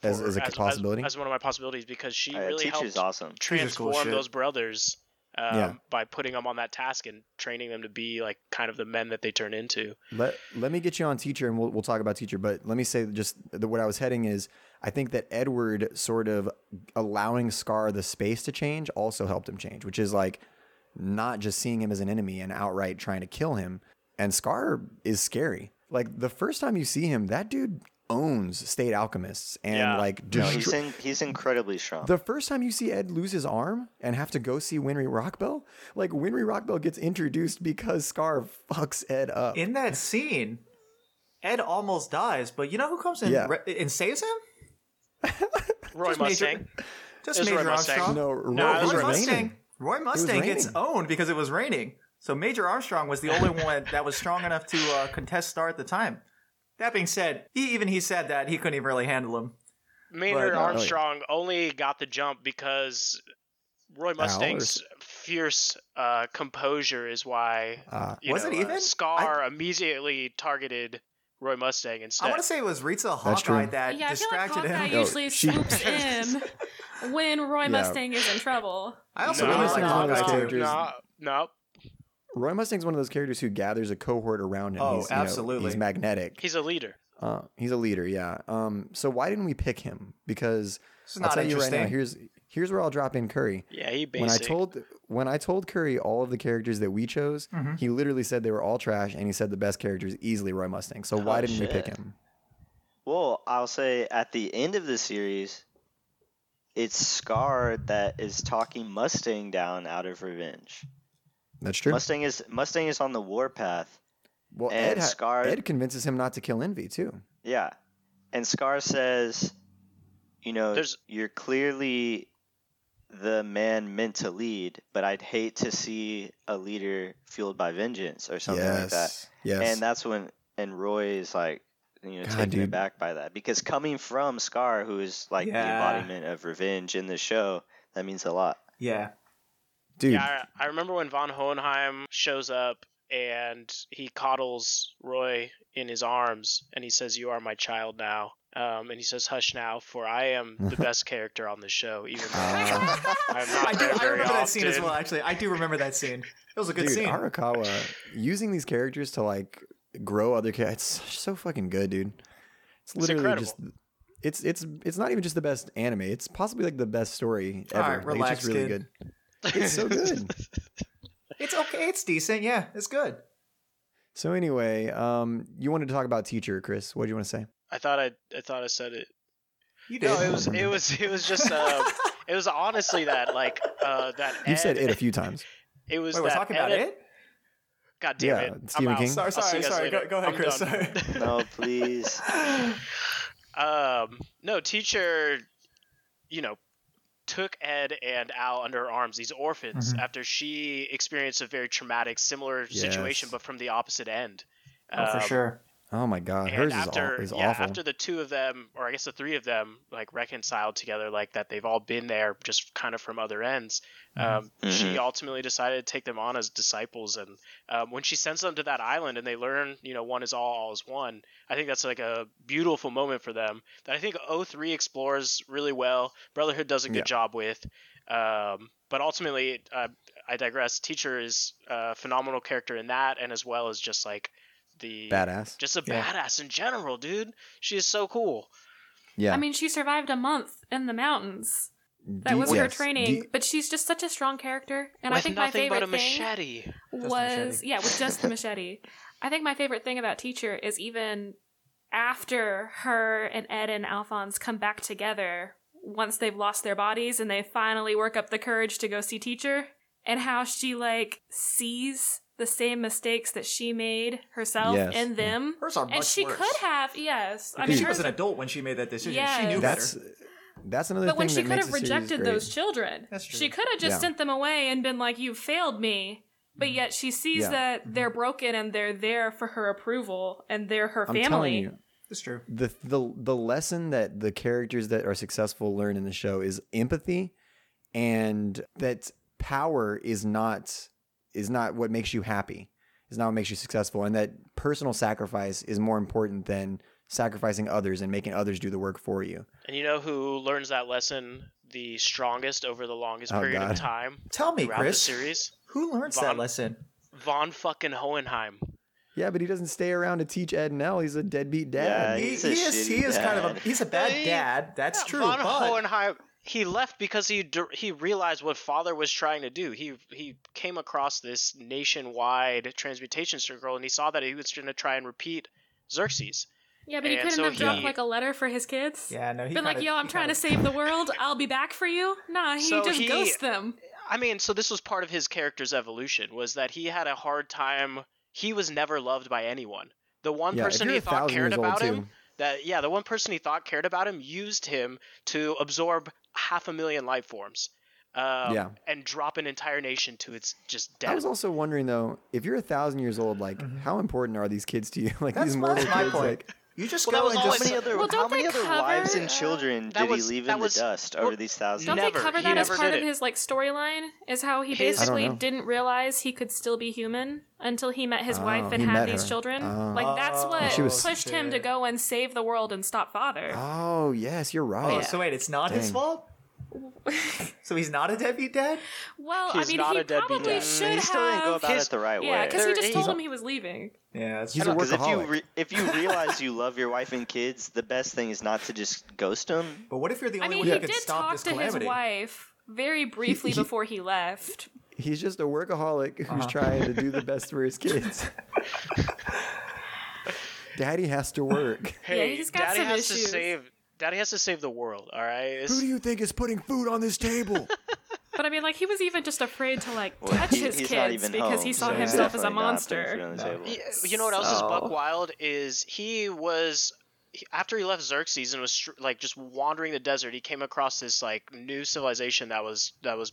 S3: as,
S4: for-
S3: as a possibility
S4: as one of my possibilities because she
S2: Uh,
S4: really
S2: teacher's
S4: helped
S2: awesome.
S1: Teacher's cool
S4: transform
S1: shit.
S4: those brothers um,
S3: Yeah.
S4: by putting them on that task and training them to be like kind of the men that they turn into.
S3: Let let me get you on teacher, and we'll we'll talk about teacher. But let me say just the, what I was heading is I think that Edward sort of allowing Scar the space to change also helped him change, which is like not just seeing him as an enemy and outright trying to kill him. And Scar is scary. Like the first time you see him, that dude owns state alchemists and
S4: Yeah.
S3: like
S2: No,
S3: destro-
S2: he's in, he's incredibly strong.
S3: the first time you see Ed lose his arm and have to go see Winry Rockbell, like Winry Rockbell gets introduced because Scar fucks Ed up.
S1: In that scene, Ed almost dies, but you know who comes in
S3: Yeah.
S1: re- and saves him?
S4: Roy
S1: Just Major-
S4: Mustang.
S1: Just
S4: It was
S1: Major
S4: Roy Mustang.
S1: Armstrong.
S3: no,
S4: it was
S1: Roy
S3: Roy
S1: Mustang. Roy Mustang gets
S3: raining.
S1: owned because it was raining. So Major Armstrong was the only one that was strong enough to uh, contest Star at the time. That being said, he, even he said that he couldn't even really handle him.
S4: Maynard
S1: But, uh,
S4: Armstrong only got the jump because Roy Mustang's fierce uh, composure is why
S3: Ah.
S4: you
S1: Was it
S4: know, uh,
S1: even?
S4: Scar immediately targeted Roy Mustang instead.
S1: I want to say it was Rita
S6: true.
S1: Hawkeye that
S5: yeah, I feel like
S1: distracted
S5: Hawkeye
S1: him.
S3: No,
S5: usually
S3: Oh, she- [LAUGHS]
S5: swoops in when Roy Mustang is in trouble.
S1: I also
S3: No,
S1: really
S3: it's
S1: like
S3: not one of those
S1: Hawkeye too.
S3: characters.
S4: No, no,
S3: Roy Mustang's one of those characters who gathers a cohort around him.
S1: Oh,
S3: he's, you know,
S1: absolutely.
S3: he's magnetic.
S4: he's a leader.
S3: Uh, he's a leader, yeah. Um, so why didn't we pick him? Because
S1: This is
S3: I'll
S1: not
S3: tell you right now.
S1: interesting.
S3: Here's here's where I'll drop in Curry.
S4: Yeah, he basic.
S3: When I told when I told Curry all of the characters that we chose, he literally said they were all trash, and he said the best character is easily Roy Mustang. So why
S2: Oh,
S3: didn't we pick
S2: shit.
S3: him?
S2: Well, I'll say at the end of the series, it's Scar that is talking Mustang down out of revenge.
S3: That's true.
S2: Mustang is Mustang is on the warpath.
S3: well,
S2: and
S3: Ed, ha-
S2: Scar-
S3: Ed convinces him not to kill Envy too.
S2: Yeah. And Scar says, you know,
S4: There's-
S2: you're clearly the man meant to lead, but I'd hate to see a leader fueled by vengeance or something like that.
S3: Yes.
S2: And that's when and Roy is like you know
S3: God,
S2: taken
S3: dude.
S2: aback by that because coming from Scar, who is like the
S1: Yeah.
S2: embodiment of revenge in the show, that means a lot.
S1: Yeah.
S3: Dude,
S4: Yeah, I, I remember when von Hohenheim shows up and he coddles Roy in his arms and he says, "You are my child now." Um, and he says, "Hush now, for I am
S3: [LAUGHS]
S4: the best character on the show." Even though
S3: Uh.
S4: I'm
S1: [LAUGHS]
S4: not
S1: I do.
S4: there
S1: I
S4: very
S1: remember
S4: often.
S1: that scene as well. Actually, I do remember that scene. It was a good
S3: dude,
S1: scene.
S3: Arakawa using these characters to like grow other characters. It's so fucking good, dude. It's literally
S4: incredible.
S3: just. It's it's it's not even just the best anime. It's possibly like the best story
S1: All
S3: ever.
S1: right,
S3: Like,
S1: relax,
S3: it's just really
S1: kid.
S3: good. It's so good.
S1: It's okay. It's decent. Yeah, it's good.
S3: so anyway, um, you wanted to talk about teacher, Chris. What do you want to say?
S4: I thought I, I thought I said it.
S1: You did.
S4: No, it was it was it was
S1: [LAUGHS]
S4: just um, it was honestly that like uh, that.
S3: You have said
S4: Ed-
S3: it a few times.
S4: It was
S1: Wait, we're
S4: that
S1: talking about
S4: Ed-
S1: it.
S4: God damn
S3: Yeah,
S4: it! I'm
S3: Stephen
S4: out.
S3: King.
S1: Sorry,
S4: I'll see
S1: sorry,
S4: you guys
S1: sorry.
S4: later.
S1: Go, go ahead,
S4: I'm
S1: Chris. [LAUGHS] Sorry.
S4: done.
S3: [LAUGHS]
S2: No, please.
S4: um no teacher you know took ed and al under her arms these orphans
S1: Mm-hmm.
S4: after she experienced a very traumatic similar situation
S3: Yes.
S4: but from the opposite end
S1: Oh, for
S4: Um,
S1: sure.
S3: Oh my god,
S4: and
S3: hers is aw-
S4: after
S3: is,
S4: yeah
S3: awful.
S4: after the two of them or i guess the three of them like reconciled together like that they've all been there just kind of from other ends
S3: Mm-hmm.
S4: um, she ultimately decided to take them on as disciples and um, when she sends them to that island and they learn you know one is all all is one i think that's like a beautiful moment for them that i think 03 explores really well brotherhood does a good
S3: Yeah.
S4: job with um, but ultimately uh, i digress teacher is a phenomenal character in that and as well as just like the
S3: Badass.
S4: just a
S1: Yeah.
S4: badass in general, dude. She is so cool.
S3: yeah.
S5: I mean, she survived a month in the mountains. That was her
S3: Yes.
S5: training,
S3: Do-
S5: but she's just such a strong character. And I
S4: With
S5: think my
S4: nothing
S5: favorite
S4: but a
S5: thing
S4: machete.
S1: the
S5: was
S1: machete.
S5: yeah, with just the machete. I think my favorite thing about Teacher is even after her and Ed and Alphonse come back together once they've lost their bodies and they finally work up the courage to go see Teacher and how she like sees the same mistakes that she made herself
S3: Yes.
S5: and them.
S1: Hers are
S5: and
S1: much
S5: she
S1: worse.
S5: could have, yes. I
S1: I mean,
S5: mean,
S1: she
S5: hers
S1: was an adult when she made that decision. She
S5: Yes.
S1: knew
S3: that's
S1: better.
S3: that's another
S5: But
S3: thing
S5: when she
S3: that
S5: could
S3: makes the
S5: have
S3: series
S5: rejected
S3: great.
S5: those children,
S1: That's true.
S5: she could have just
S3: Yeah.
S5: sent them away and been like, "You failed me." But yet she sees
S3: Yeah. Mm-hmm.
S5: that they're broken and they're there for her approval and they're her
S3: I'm telling
S5: family.
S3: you,
S1: That's true.
S3: the the the lesson that the characters that are successful learn in the show is empathy and that power is not is not what makes you happy is not what makes you successful and that personal sacrifice is more important than sacrificing others and making others do the work for you
S4: And you know who learns that lesson the strongest over the longest
S3: Oh,
S4: period
S3: God.
S4: of time
S1: Tell me,
S4: throughout
S1: Chris.
S4: the series?
S1: Who learns
S4: Von-
S1: that lesson?
S4: Von fucking Hohenheim.
S3: yeah but he doesn't stay around to teach ed and L. he's a deadbeat
S2: Yeah,
S3: dad
S1: He,
S2: He's a
S1: he is. He
S2: shitty
S1: is kind of a.
S2: dad.
S1: He's a bad
S4: Hey,
S1: dad. That's true.
S4: Von
S1: But
S4: Hohenheim. He left because he dir- he realized what father was trying to do. He he came across this nationwide transmutation circle and he saw that he was going to try and repeat Xerxes.
S5: Yeah, but he
S4: And
S5: couldn't
S4: so
S5: have dropped
S4: he-
S5: like a letter for his kids.
S1: yeah, no. He
S5: Been like,
S1: kinda-
S5: "Yo, I'm
S1: he
S5: trying to
S1: kinda-
S5: save the world. I'll be back for you." Nah, he
S4: So
S5: just
S4: he-
S5: ghosts them.
S4: I mean, so this was part of his character's evolution was that he had a hard time. He was never loved by anyone. The one
S3: Yeah, if
S4: person
S3: you're
S4: he
S3: a
S4: thought
S3: thousand
S4: cared
S3: years old,
S4: about him,
S3: too.
S4: that yeah, the one person he thought cared about him used him to absorb half a million life forms, um,
S3: Yeah.
S4: and drop an entire nation to its just
S3: I
S4: death.
S3: was also wondering though, if you're a thousand years old, like how important are these kids to you? [LAUGHS] Like
S1: Mm-hmm. That's
S3: these
S1: my-
S3: mortal
S1: that's my
S3: kids,
S1: point.
S3: like
S1: You just
S4: Well, that
S1: go
S4: was
S1: and
S2: How
S1: just.
S4: always-
S2: many other,
S5: Well, don't
S2: how many
S5: they
S2: other
S5: cover-
S2: wives
S5: uh,
S2: and children
S4: that
S2: did
S4: was-
S2: he leave
S4: that
S2: in
S4: was-
S2: the dust
S4: well,
S2: over these 1000s
S5: Don't
S4: Never.
S5: they cover
S4: He
S5: that as
S4: never
S5: part
S4: did
S5: of
S4: it.
S5: his like storyline? Is how he
S4: His- I
S3: don't
S5: basically
S3: know.
S5: didn't realize he could still be human until he met his wife
S3: Oh,
S5: and
S3: he
S5: had
S3: met
S5: these
S3: her.
S5: children.
S3: Oh.
S5: Like that's
S1: Oh,
S5: what
S3: She was-
S5: pushed him to
S1: shit.
S5: go and save the world and stop father.
S3: Oh yes, you're
S1: Oh,
S3: right.
S1: so wait, it's not his
S3: Dang.
S5: [LAUGHS]
S1: fault? so he's not a deadbeat dad?
S5: well, I
S4: He's
S5: mean,
S4: not
S5: he
S4: a deadbeat
S5: probably
S4: dad.
S5: should
S2: he
S5: have.
S2: still didn't go about
S4: His-
S2: it the right
S5: yeah,
S2: way.
S5: because he just
S4: He's
S5: told
S3: a-
S5: him he was leaving.
S1: Yeah, that's
S3: He's
S1: true.
S3: a
S2: Because if you
S3: workaholic.
S2: re- if you realize you love your wife and kids, the best thing is not to just ghost them.
S1: But what if you're the
S5: I
S1: only
S5: mean,
S1: one
S5: he
S1: who can
S5: did
S1: stop
S5: talk
S1: this
S5: to his
S1: calamity?
S5: wife very briefly
S3: he-
S5: before he left.
S3: He's just a workaholic
S4: Uh-huh.
S3: who's trying to do the best for his
S4: [LAUGHS]
S3: kids. Daddy has to work.
S4: Hey,
S5: he's got
S4: Daddy
S5: some
S4: has to
S5: issues.
S4: save. Daddy has to save the world. All right.
S3: Who
S4: It's-
S3: do you think is putting food on this
S4: [LAUGHS]
S3: table?
S5: But I mean, like he was even just afraid to like
S2: Well,
S5: touch
S2: he-
S5: his
S2: he's not
S5: kids
S2: even
S5: because
S2: home,
S5: he saw
S2: so he's
S5: himself as a
S2: definitely not putting food
S5: monster.
S2: on the table.
S4: Y- You know what else is
S2: So-
S4: buck wild is he was he- after he left Xerxes and was str- like just wandering the desert. He came across this like new civilization that was that was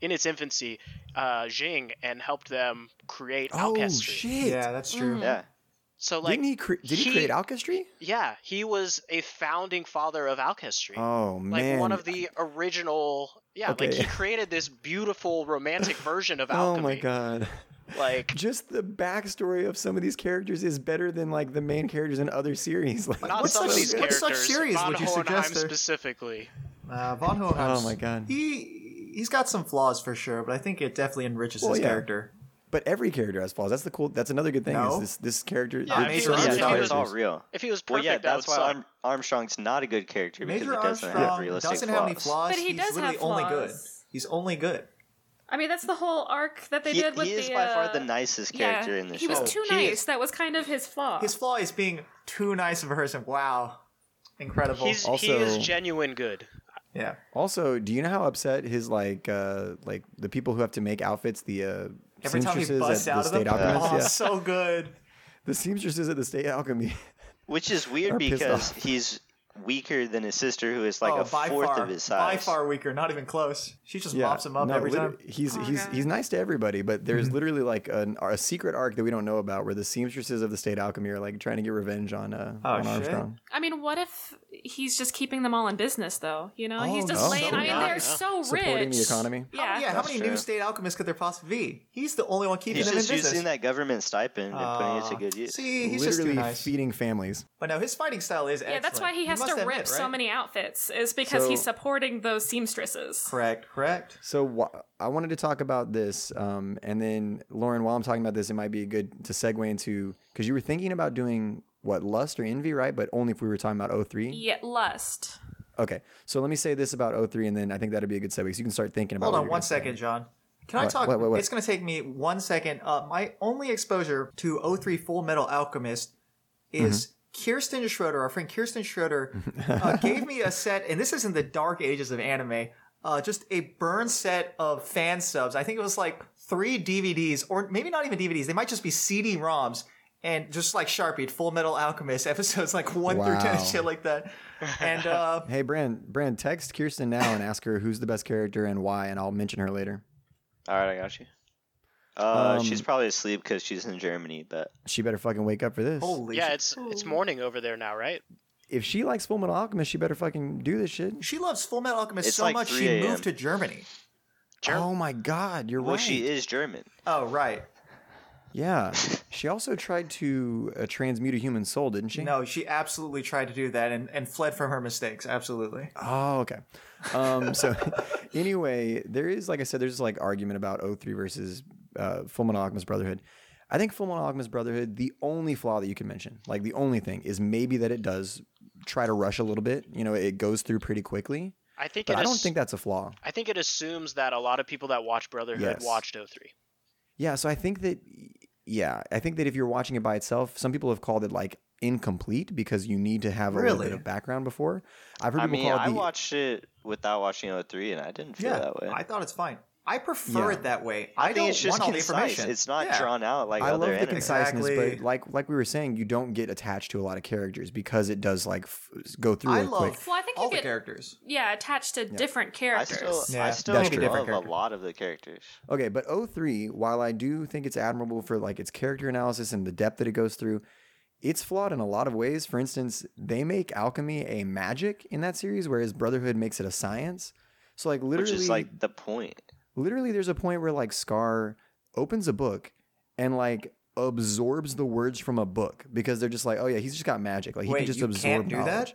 S4: in its infancy, uh, Jing, and helped them create
S3: oh
S4: alchemy.
S3: shit!
S1: Yeah, that's true.
S5: Mm.
S2: Yeah.
S4: So like
S3: Didn't he? Cre- did he,
S4: he-
S3: create alchemy?
S4: yeah, he was a founding father of alchemy.
S3: Oh
S4: like
S3: man!
S4: one of the original. Yeah, like
S3: Okay. [LAUGHS]
S4: he created this beautiful romantic version of
S3: oh
S4: alchemy.
S3: my god!
S4: Like
S3: Just the backstory of some of these characters is better than like the main characters in other series. [LAUGHS] Like,
S4: not
S1: What
S4: some
S1: such-
S4: of these
S1: what
S4: characters.
S1: such series
S4: Von
S1: would you
S4: Hohenheim
S1: suggest there?
S4: specifically?
S1: Uh, Von Hohenheim.
S3: Oh my God.
S1: He he's got some flaws for sure, but I think it definitely enriches
S3: Well,
S1: his
S3: yeah.
S1: character.
S3: But every character has flaws. That's the cool. That's another good thing.
S1: No.
S3: Is this this character?
S4: Yeah,
S3: the
S4: I mean,
S3: nature of
S1: yeah,
S3: these
S1: if he was-
S2: it's all
S3: characters.
S2: real.
S4: If he was
S2: Well,
S4: perfect,
S2: yeah,
S4: that
S2: that's
S4: would
S2: why
S4: suck.
S2: Arm- Armstrong's not a good character because
S1: Major
S2: he doesn't
S1: Armstrong
S2: have realistic
S1: doesn't
S2: flaws.
S1: have any flaws.
S5: But he
S1: he's
S5: does
S1: literally
S5: have
S1: only good.
S5: flaws.
S1: He's only good.
S5: I mean, that's the whole arc that they
S2: He,
S5: did with
S2: he is
S5: the.
S2: by
S5: uh,
S2: far the nicest character
S5: yeah,
S2: in the
S5: he
S2: show.
S5: was too
S1: He
S5: nice.
S1: is.
S5: That was kind of his flaw.
S1: His flaw is being too nice of a person. Wow, incredible.
S4: He's he
S3: Also-
S4: is genuine good.
S1: yeah,
S3: Also, do you know how upset his like uh like the people who have to make outfits the uh
S1: every time he
S3: seamstresses
S1: busts
S3: at
S1: out
S3: the
S1: of them,
S3: state opera?
S1: [LAUGHS] oh,
S3: yeah.
S1: so good.
S3: The seamstresses at the state alchemy. [LAUGHS]
S2: Which is weird
S3: Or pissed
S2: because
S3: off.
S2: he's weaker than his sister, who is like
S1: oh,
S2: a
S1: by
S2: fourth
S1: far,
S2: of his
S1: by
S2: size.
S1: far weaker. Not even close. She just mops him up
S3: no,
S1: every
S3: liter-
S1: time. Mm-hmm.
S3: He's
S5: Oh,
S3: he's
S5: God.
S3: he's nice to everybody, but there's literally like an, a secret arc that we don't know about where the seamstresses of the state alchemy are like trying to get revenge on uh
S1: Oh,
S3: on
S1: shit.
S3: Armstrong.
S5: I mean, what if he's just keeping them all in business, though? You know, he's
S1: Oh,
S5: just
S3: no.
S5: laying. I mean,
S1: Yeah.
S5: they're so rich.
S3: Supporting the economy.
S5: Yeah.
S1: Oh, yeah, how
S2: That's
S1: many
S2: true.
S1: new state alchemists could there possibly be? He's the only one keeping
S2: He's
S1: them in
S2: just
S1: business.
S2: using that government stipend and putting it to good use.
S1: Uh, See, he's just too
S3: literally
S1: nice.
S3: feeding families.
S1: But no, his fighting style is
S5: Yeah, that's why he has to rip so many outfits. Is because
S3: So-
S5: he's supporting those seamstresses.
S1: Correct, correct.
S3: So wh- I wanted to talk about this, um, and then Lauren, while I'm talking about this, it might be good to segue into because you were thinking about doing what lust or envy, right? But only if we were talking about 03.
S5: Yet lust.
S3: Okay, so let me say this about 03, and then I think that'd be a good segue. So you can start thinking about.
S1: Hold
S3: what
S1: on
S3: you're
S1: one
S3: gonna say.
S1: second, John. Can I
S3: What-
S1: talk?
S3: what- what- what?
S1: It's going to take me one second. Uh, my only exposure to 03 Full Metal Alchemist is
S3: Mm-hmm.
S1: Kirsten Schroeder. Our friend Kirsten
S3: [LAUGHS]
S1: Schroeder uh, gave me a set, and this is in the dark ages of anime, uh, just a burn set of fan subs. I think it was like three DVDs, or maybe not even DVDs. They might just be CD ROMs. And just like Sharpie, Full Metal Alchemist [LAUGHS] episodes like one through ten,
S3: Wow.
S1: shit like that. And
S4: [LAUGHS]
S1: uh,
S3: Hey, Brand, Brand, text Kirsten now and ask her who's the best character and why, and I'll mention her later.
S2: All right, I got you. Uh,
S3: Um,
S2: she's probably asleep because she's in Germany, but
S3: She better fucking wake up for this.
S1: holy
S4: Yeah,
S1: shit.
S4: it's it's morning over there now, right?
S3: If she likes Full Metal Alchemist, she better fucking do this shit.
S1: She loves Full Metal Alchemist
S2: It's
S1: so
S2: like
S1: much
S2: 3
S1: she
S2: a.m..
S1: moved to Germany.
S3: Oh my God, you're
S2: well,
S3: right.
S2: she is German.
S1: Oh right. [LAUGHS]
S3: Yeah, she also tried to uh, transmute a human soul, didn't she?
S1: No, she absolutely tried to do that and, and fled from her mistakes. Absolutely.
S3: Oh, okay. Um, so [LAUGHS] anyway, there is, like I said, there's this like argument about O3 versus uh, Full Metal Alchemist Brotherhood. I think Full Metal Alchemist Brotherhood, the only flaw that you can mention, like the only thing, is maybe that it does try to rush a little bit. You know, it goes through pretty quickly,
S4: I think
S3: but
S4: it
S3: I don't
S4: ass-
S3: think that's a flaw.
S4: I think it assumes that a lot of people that watch Brotherhood
S3: Yes.
S4: watched 03.
S3: Yeah, so I think that yeah, I think that if you're watching it by itself, some people have called it like incomplete because you need to have a little
S1: Really?
S3: bit of background before. I've heard
S2: I
S3: people
S2: mean,
S3: call it
S2: I
S3: the
S2: watched it without watching 03, and I didn't feel that way.
S1: I thought it's fine. I prefer
S3: Yeah.
S1: it that way.
S2: I
S1: I,
S2: think
S1: don't
S2: it's just
S1: want all the
S2: concise.
S1: information.
S2: It's not
S1: Yeah.
S2: drawn out like
S3: I
S2: other
S3: love the
S2: anime.
S3: conciseness,
S1: Exactly.
S3: but like like we were saying, you don't get attached to a lot of characters because it does like f- go through.
S1: I
S3: it
S1: love
S3: quick.
S5: Well, I think you
S1: all the
S5: get-
S1: characters.
S5: Yeah, attached to different
S2: I
S5: characters.
S2: still,
S1: Yeah,
S2: I still
S3: that's
S2: love
S3: true.
S1: Different
S2: a
S1: character.
S2: lot of the characters.
S3: Okay, but 03, while I do think it's admirable for like its character analysis and the depth that it goes through, it's flawed in a lot of ways. For instance, they make alchemy a magic in that series, whereas Brotherhood makes it a science. So like literally,
S2: which is like the point.
S3: literally, there's a point where like Scar opens a book and like absorbs the words from a book because they're just like, oh yeah, he's just got magic. Like he
S1: Wait,
S3: can just
S1: you
S3: absorb
S1: can't do
S3: knowledge.
S1: that?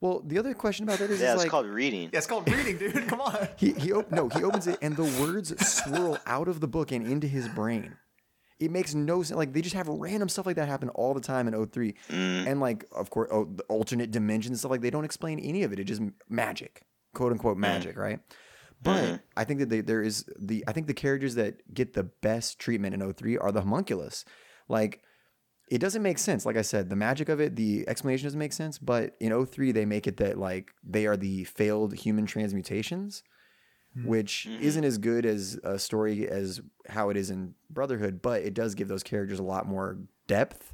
S3: Well, the other question about that is,
S2: Yeah,
S3: is,
S2: it's
S3: like,
S2: called reading.
S1: Yeah, it's called reading, dude. [LAUGHS] Come on.
S3: He he op- no, he opens it and the words swirl out of the book and into his brain. It makes no sense. Like they just have random stuff like that happen all the time in O3. And like of course oh, the alternate dimensions and stuff like they don't explain any of it. It just m- magic. Quote unquote magic, right? But I think that they, there is the I think the characters that get the best treatment in O3 are the homunculus. Like it doesn't make sense. Like I said, the magic of it, the explanation doesn't make sense. But in O3, they make it that like they are the failed human transmutations, which
S5: Mm-hmm.
S3: isn't as good as a story as how it is in Brotherhood, but it does give those characters a lot more depth.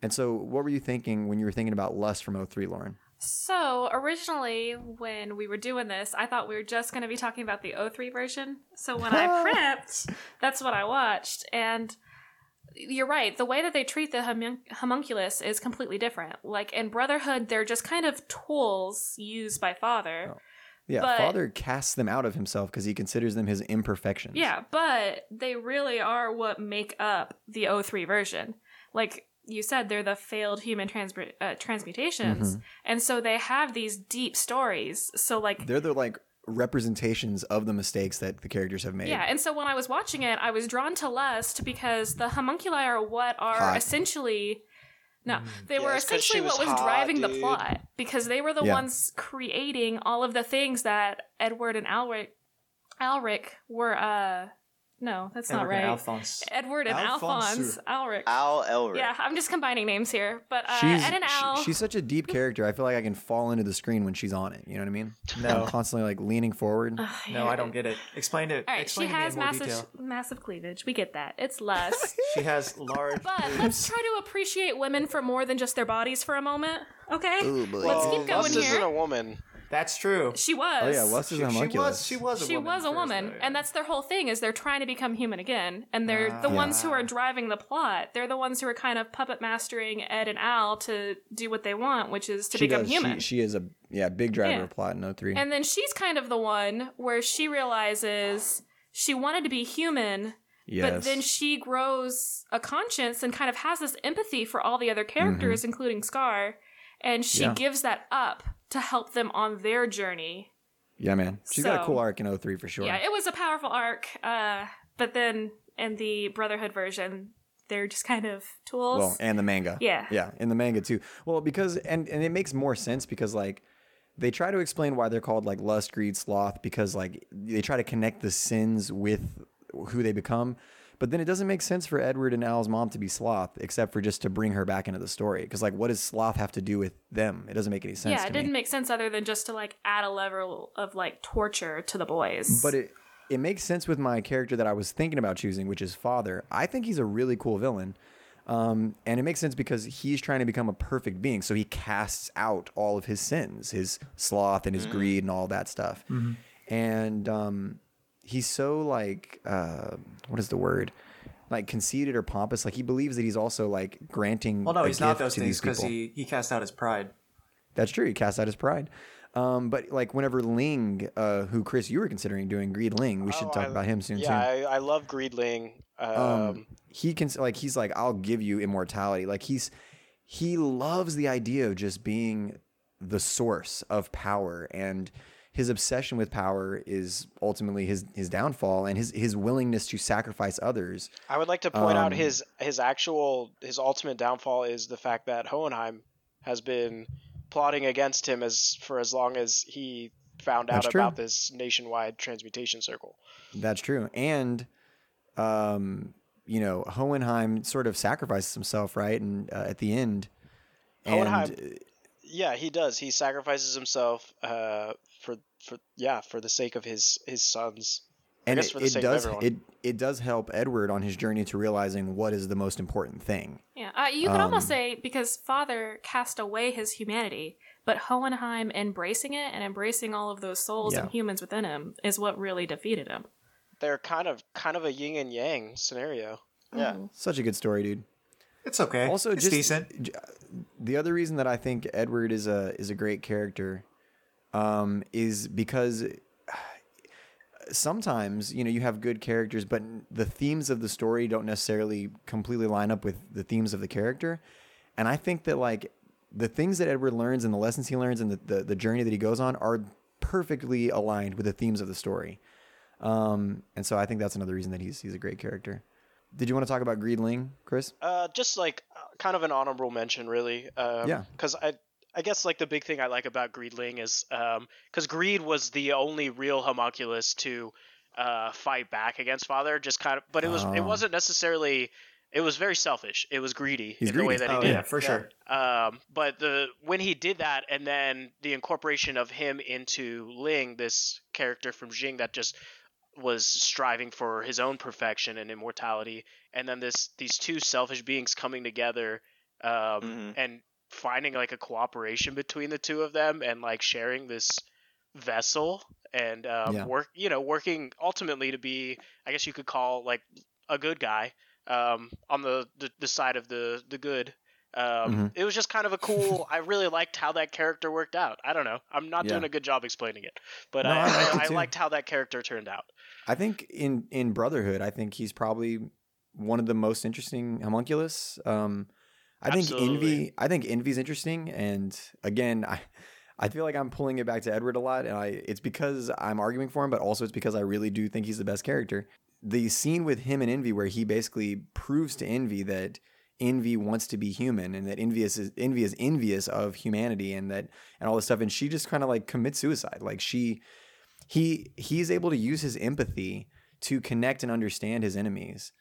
S3: And so, what were you thinking when you were thinking about Lust from O3, Lauren?
S5: So originally, when we were doing this, I thought we were just going to be talking about the O3 version. So when I prepped, that's what I watched. And you're right. The way that they treat the homun- homunculus is completely different. Like in Brotherhood, they're just kind of tools used by Father.
S3: Yeah,
S5: But-
S3: Father casts them out of himself because he considers them his imperfections.
S5: Yeah, but they really are what make up the O3 version. Like you said, they're the failed human transmu- uh,
S3: Mm-hmm.
S5: transmutations. And so they have these deep stories. So, like,
S3: They're the like representations of the mistakes that the characters have made.
S5: yeah. And so when I was watching it, I was drawn to Lust because the homunculi are what are
S3: Hot. Mm.
S5: essentially. No, they
S4: Yeah,
S5: were
S4: it's 'cause she
S5: essentially
S4: was
S5: what was
S4: hot,
S5: driving the
S4: dude.
S5: plot because they were the
S3: Yeah.
S5: ones creating all of the things that Edward and Alric, Alric were. uh No, that's not right.
S1: Alphonse.
S5: Edward and Alphonse,
S1: Alphonse.
S5: Alric.
S2: Al Elric.
S5: Yeah, I'm just combining names here, but uh,
S3: she's
S5: Ed and
S3: she-
S5: Al. [SIGHS]
S3: she's such a
S5: [LAUGHS]
S3: deep character. I feel like I can fall into the screen when she's on it. You know what I mean?
S1: No.
S3: I'm constantly like leaning forward.
S1: [SIGHS]
S5: Uh,
S1: No, I don't get it. Explain it.
S5: All right, she
S1: Explain it to me
S5: has
S1: in more
S5: massive
S1: detail.
S5: massive cleavage. We get that.
S1: [LAUGHS]
S5: It's lust.
S1: She
S5: [LAUGHS]
S1: has large.
S5: but let's try to appreciate women for more than just their bodies for a moment, okay? let's keep
S4: Oh, Lust
S5: going
S4: isn't
S5: here.
S4: a woman.
S1: That's true.
S5: she was.
S3: oh yeah, lust
S1: She,
S3: is
S1: she
S3: a
S1: was.
S3: homunculus.
S1: She was a
S5: She
S1: woman.
S5: was a
S1: first,
S5: woman,
S1: though, yeah.
S5: and that's their whole thing is they're trying to become human again, and they're
S1: Ah.
S5: the ones who are driving the plot. They're the ones who are kind of puppet mastering Ed and Al to do what they want, which is to
S3: She
S5: become
S3: does.
S5: human.
S3: She, she is a yeah big driver
S5: Yeah.
S3: of plot in 03.
S5: And then she's kind of the one where she realizes she wanted to be human, but then she grows a conscience and kind of has this empathy for all the other characters, including Scar, and she
S3: Mm-hmm. Yeah.
S5: gives that up to help them on their journey.
S3: yeah, man, she's got a
S5: So-
S3: cool arc in 03 for sure.
S5: Yeah, it was a powerful arc. Uh, but then in the Brotherhood version, they're just kind of tools.
S3: well, and the manga.
S5: Yeah.
S3: yeah, in the manga too. Well, because and and it makes more sense because like they try to explain why they're called like lust, greed, sloth because like they try to connect the sins with who they become. But then it doesn't make sense for Edward and Al's mom to be sloth, except for just to bring her back into the story. Because like, what does sloth have to do with them? It doesn't make any sense.
S5: yeah,
S3: to
S5: it
S3: me.
S5: didn't make sense other than just to like add a level of like torture to the boys.
S3: But it it makes sense with my character that I was thinking about choosing, which is Father. I think he's a really cool villain. Um, and it makes sense because he's trying to become a perfect being, so he casts out all of his sins, his sloth
S1: Mm.
S3: and his greed and all that stuff.
S1: Mm-hmm.
S3: And um, he's so like, uh, what is the word? Like conceited or pompous. Like he believes that he's also like granting.
S1: Well, no,
S3: a
S1: he's not
S3: gift
S1: those
S3: to
S1: things
S3: these
S1: because
S3: people.
S1: he he cast out his pride.
S3: That's true. He cast out his pride. Um, but like whenever Ling, uh, who Chris, you were considering doing Greed Ling, we should talk about him soon.
S4: Oh, Yeah,
S3: too.
S4: I, I love Greedling. Um,
S3: he can like he's like I'll give you immortality. Like he's he loves the idea of just being the source of power and his obsession with power is ultimately his his downfall and his his willingness to sacrifice others.
S4: I would like to point out
S3: um,
S4: his his actual his ultimate downfall is the fact that Hohenheim has been plotting against him as for as long as he found out
S3: That's true.
S4: about this nationwide transmutation circle.
S3: That's true. And um you know, Hohenheim sort of sacrifices himself, right? And uh, at the end and uh,
S4: Hohenheim- Yeah, he does. He sacrifices himself uh, for for yeah for the sake of his his sons.
S3: and
S4: guess
S3: it,
S4: for the
S3: it
S4: sake of
S3: does
S4: everyone.
S3: it it does help Edward on his journey to realizing what is the most important thing.
S5: Yeah, uh, you could
S3: Um,
S5: almost say because Father cast away his humanity, but Hohenheim embracing it and embracing all of those souls and
S3: Yeah.
S5: humans within him is what really defeated him.
S4: They're kind of kind of a yin and yang scenario.
S2: Yeah.
S3: Such a good story, dude.
S1: It's okay.
S3: Also,
S1: it's
S3: just-
S1: decent.
S3: the other reason that I think Edward is a is a great character um, is because [SIGHS] sometimes you know you have good characters, but the themes of the story don't necessarily completely line up with the themes of the character. And I think that like the things that Edward learns and the lessons he learns and the the, the journey that he goes on are perfectly aligned with the themes of the story. Um, and so I think that's another reason that he's he's a great character. Did you want to talk about Greedling, Chris?
S4: Uh, just like uh, kind of an honorable mention, really. Um,
S3: Yeah.
S4: Because I, I guess like the big thing I like about Greedling is um, because Greed was the only real homunculus to uh fight back against Father. Just kind of, but it was it
S3: Oh.
S4: wasn't necessarily. It was very selfish. It was greedy
S3: He's
S4: in the way
S3: greedy.
S4: that he
S1: Oh
S4: did. it.
S1: yeah, for sure.
S4: Um, but the when he did that, and then the incorporation of him into Ling, this character from Jing that just was striving for his own perfection and immortality, and then this these two selfish beings coming together um,
S3: Mm-hmm.
S2: Mhm.
S4: and finding like a cooperation between the two of them and like sharing this vessel and um,
S3: Yeah.
S4: work you know working ultimately to be I guess you could call like a good guy um, on the, the the side of the the good. Um,
S3: Mm-hmm.
S4: It was just kind of a cool. I really liked how that character worked out. I don't know. I'm not
S3: Yeah.
S4: doing a good job explaining it, but
S3: No, I
S4: I,
S3: liked
S4: I,
S3: it
S4: [LAUGHS] I
S3: too.
S4: liked how that character turned out.
S3: I think in in Brotherhood, I think he's probably one of the most interesting homunculus. Um, I think envy.
S4: Absolutely.
S3: I think envy's interesting, and again, I I feel like I'm pulling it back to Edward a lot, and I it's because I'm arguing for him, but also it's because I really do think he's the best character. The scene with him and Envy, where he basically proves to Envy that Envy wants to be human, and that envious is envy is envious of humanity, and that and all this stuff, and she just kind of like commits suicide. Like she he he's able to use his empathy to connect and understand his enemies.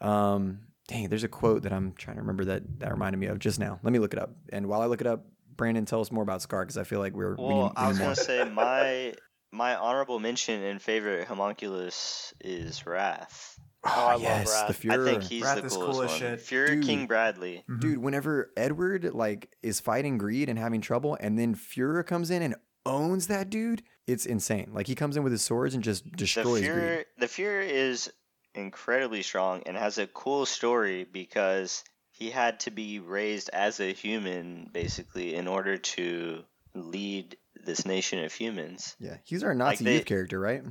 S3: Um, dang, there's a quote that I'm trying to remember that that reminded me of just now. Let me look it up. And while I look it up, Brandon, tell us more about Scar because I feel like we're we
S2: Well,
S3: need-
S2: I
S3: we
S2: was
S3: need more.
S2: gonna say my my honorable mention and favorite homunculus is Wrath.
S4: I love
S3: Ah, yes,
S4: Wrath. I
S3: the Fuhrer.
S2: I think Mm-hmm. he's
S1: Wrath
S2: the
S1: is
S2: coolest
S1: cool as
S2: one.
S1: shit.
S2: Fuhrer
S3: Dude.
S2: King Bradley.
S1: Mhm.
S3: Dude, whenever Edward like is fighting greed and having trouble, and then Fuhrer comes in and owns that dude, it's insane. Like he comes in with his swords and just
S2: The
S3: destroys greed.
S2: Fuhrer, the Fuhrer is incredibly strong and has a cool story because he had to be raised as a human basically in order to lead this nation of humans.
S3: Yeah, he's our Nazi
S2: they-
S3: youth character, right?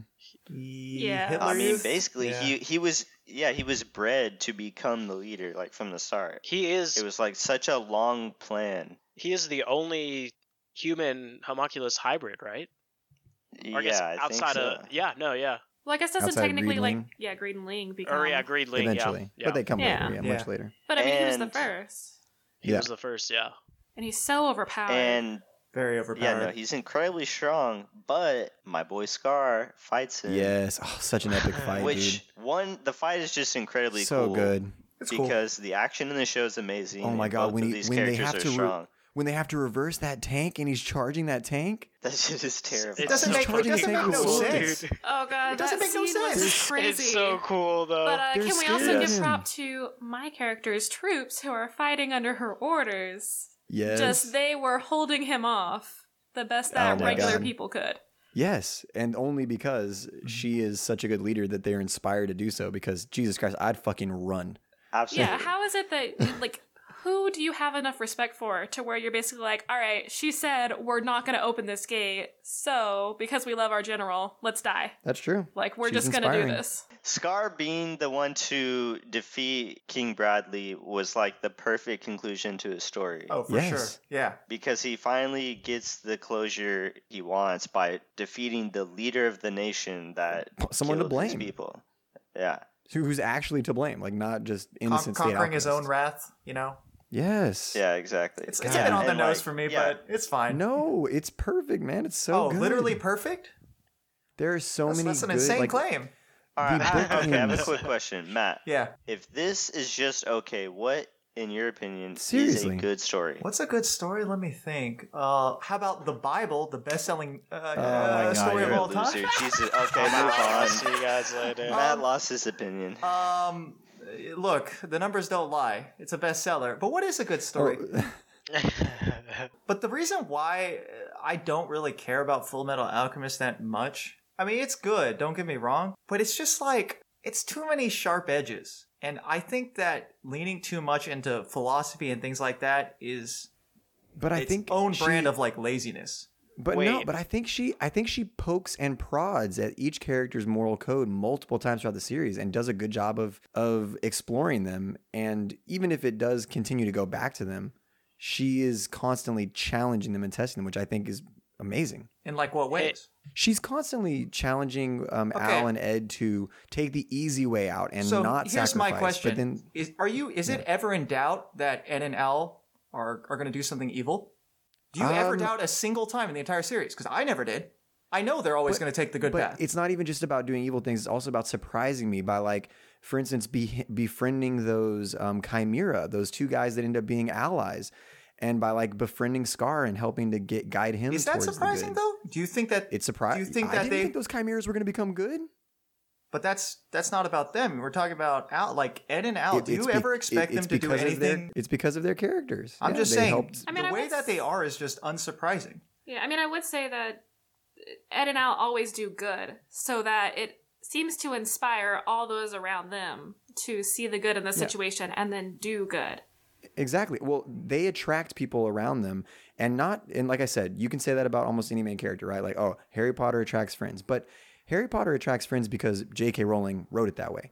S5: Yeah.
S2: I mean,
S5: Hitler's-
S2: basically,
S1: yeah.
S2: he he was yeah he was bred to become the leader like from the start.
S4: He is
S2: It was like such a long plan.
S4: he is the only human homunculus hybrid, right?
S2: Yeah,
S4: Or I guess
S2: I
S4: outside
S2: think so.
S4: of yeah, no, yeah,
S5: Well, I guess doesn't
S3: Outside
S5: technically like
S3: Greedling.
S5: yeah, Greed and Ling become.
S4: or Oh, yeah, Greedling,
S3: Eventually,
S4: yeah, yeah.
S3: but they come
S5: Yeah.
S3: later, yeah,
S1: Yeah.
S3: much later.
S5: But I mean, he was the
S2: And-
S5: first,
S4: he
S3: Yeah.
S4: was the first, yeah.
S5: and he's so overpowered.
S2: And
S1: Very overpowered.
S2: yeah, no, he's incredibly strong, but my boy Scar fights him.
S3: Yes, oh, such
S2: [SIGHS]
S3: an epic fight,
S2: which one the fight is just incredibly
S3: dude. So
S2: cool
S3: good.
S1: it's cool.
S2: because the action in the show is amazing.
S3: Oh my
S2: and
S3: God,
S2: both
S3: when
S2: of
S3: he-
S2: these
S3: when they
S2: characters
S3: have
S2: are
S3: to re-
S2: strong. [LAUGHS]
S3: When they have to reverse that tank and he's charging that tank,
S2: That shit is terrifying.
S4: It's
S1: doesn't
S4: so
S1: make-
S4: fucking
S1: doesn't
S3: make no
S4: cool,
S1: sense.
S4: dude.
S5: oh god,
S1: It doesn't
S5: that
S1: make no
S5: scene was
S1: sense.
S5: crazy.
S4: It's so cool though.
S5: But uh,
S3: They're
S5: can we also
S2: scared.
S5: give prop to my character's troops who are fighting under her orders?
S3: yes,
S5: Just they were holding him off the best
S3: Oh
S5: that
S3: my
S5: regular
S3: God.
S5: people could.
S3: yes, and only because she is such a good leader that they're inspired to do so. Because Jesus Christ, I'd fucking run.
S2: Absolutely.
S5: Yeah, how is it that like who do you have enough respect for to where you're basically like, all right, she said we're not going to open this gate, so because we love our general, let's die.
S3: That's true.
S5: Like we're
S3: She's
S5: just going to do
S3: inspiring.
S5: this.
S2: Scar being the one to defeat King Bradley was like the perfect conclusion to his story
S1: Oh, for
S3: Yes.
S1: sure. Yeah.
S2: because he finally gets the closure he wants by defeating the leader of the nation that
S3: Someone to
S2: killed his
S3: blame.
S2: people. Yeah.
S3: Who- Who's actually to blame? Like not just
S1: Con-
S3: innocent. state
S1: conquering his own
S3: alchemists.
S1: wrath, you know?
S3: Yes.
S2: Yeah, exactly.
S1: It's, it's a bit on the
S2: And,
S1: nose
S2: like,
S1: for me,
S2: yeah.
S1: but it's fine.
S3: No, it's perfect, man. It's so
S1: oh,
S3: good.
S1: literally perfect?
S3: There are so
S1: That's,
S3: many.
S1: that's an
S3: good,
S1: insane
S3: like,
S1: claim.
S2: All
S3: the
S2: right, [LAUGHS] I-
S3: book
S2: okay, I have a
S3: ends.
S2: quick question, Matt.
S1: Yeah.
S2: If this is just okay, what in your opinion
S3: Seriously.
S2: is a good story?
S1: What's a good story? Let me think. Uh, how about the Bible, the best-selling uh,
S3: Oh my
S1: uh,
S3: God,
S1: story of
S2: You're a
S1: all time?
S2: loser.
S1: [LAUGHS]
S2: Jesus. Okay,
S4: All right, I'll
S2: move
S4: see
S2: on.
S4: you guys later.
S2: Matt lost his opinion.
S1: Um, look, the numbers don't lie. It's a bestseller. But what is a good story?
S3: Oh, [LAUGHS]
S5: uh,
S1: But the reason why uh, I don't really care about Full Metal Alchemist that much, I mean, it's good, don't get me wrong, but it's just like, it's too many sharp edges. And I think that leaning too much into philosophy and things like that is
S3: But I
S1: its
S3: think
S1: own
S3: she-
S1: brand of like laziness.
S3: But no,
S4: Wait.
S3: but I think she I think she pokes and prods at each character's moral code multiple times throughout the series and does a good job of of exploring them and even if it does continue to go back to them, she is constantly challenging them and testing them, which I think is amazing.
S1: In like what ways?
S3: She's constantly challenging um,
S1: Okay.
S3: Al and Ed to take the easy way out and
S1: so
S3: not
S1: here's
S3: sacrifice.
S1: my question:
S3: But then
S1: Is are you? Is it ever in doubt that Ed and Al are are going to do something evil? Do you ever
S3: Um,
S1: doubt a single time in the entire series? Because I never did. I know they're always going to take the good
S3: but
S1: path.
S3: it's not even just about doing evil things. It's also about surprising me by like, for instance, be, befriending those um, Chimera, those two guys that end up being allies, and by like befriending Scar and helping to get guide him.
S1: Is that
S3: towards the
S1: surprising
S3: good.
S1: though? Do you think that?
S3: It's surprising.
S1: Do you think
S3: I
S1: that
S3: didn't
S1: they?
S3: think those Chimeras were going to become good?
S1: but that's that's not about them. We're talking about Al, like Ed and Al.
S3: It-
S1: Oh, do you
S3: it's be-
S1: ever expect
S3: it-
S1: them
S3: it's
S1: to do
S3: because of
S1: anything?
S3: their- it's because of their characters.
S1: I'm
S3: Yeah,
S1: just
S3: they
S1: saying
S3: helped-
S1: the
S5: I mean, I
S1: way
S5: would
S1: that
S5: s-
S1: they are is just unsurprising.
S5: Yeah, I mean, I would say that Ed and Al always do good, so that it seems to inspire all those around them to see the good in the situation and then do good.
S3: Exactly. Well, they attract people around them and not and like I said, you can say that about almost any main character, right? Like, oh, Harry Potter attracts friends. But Harry Potter attracts friends because J.K. Rowling wrote it that way.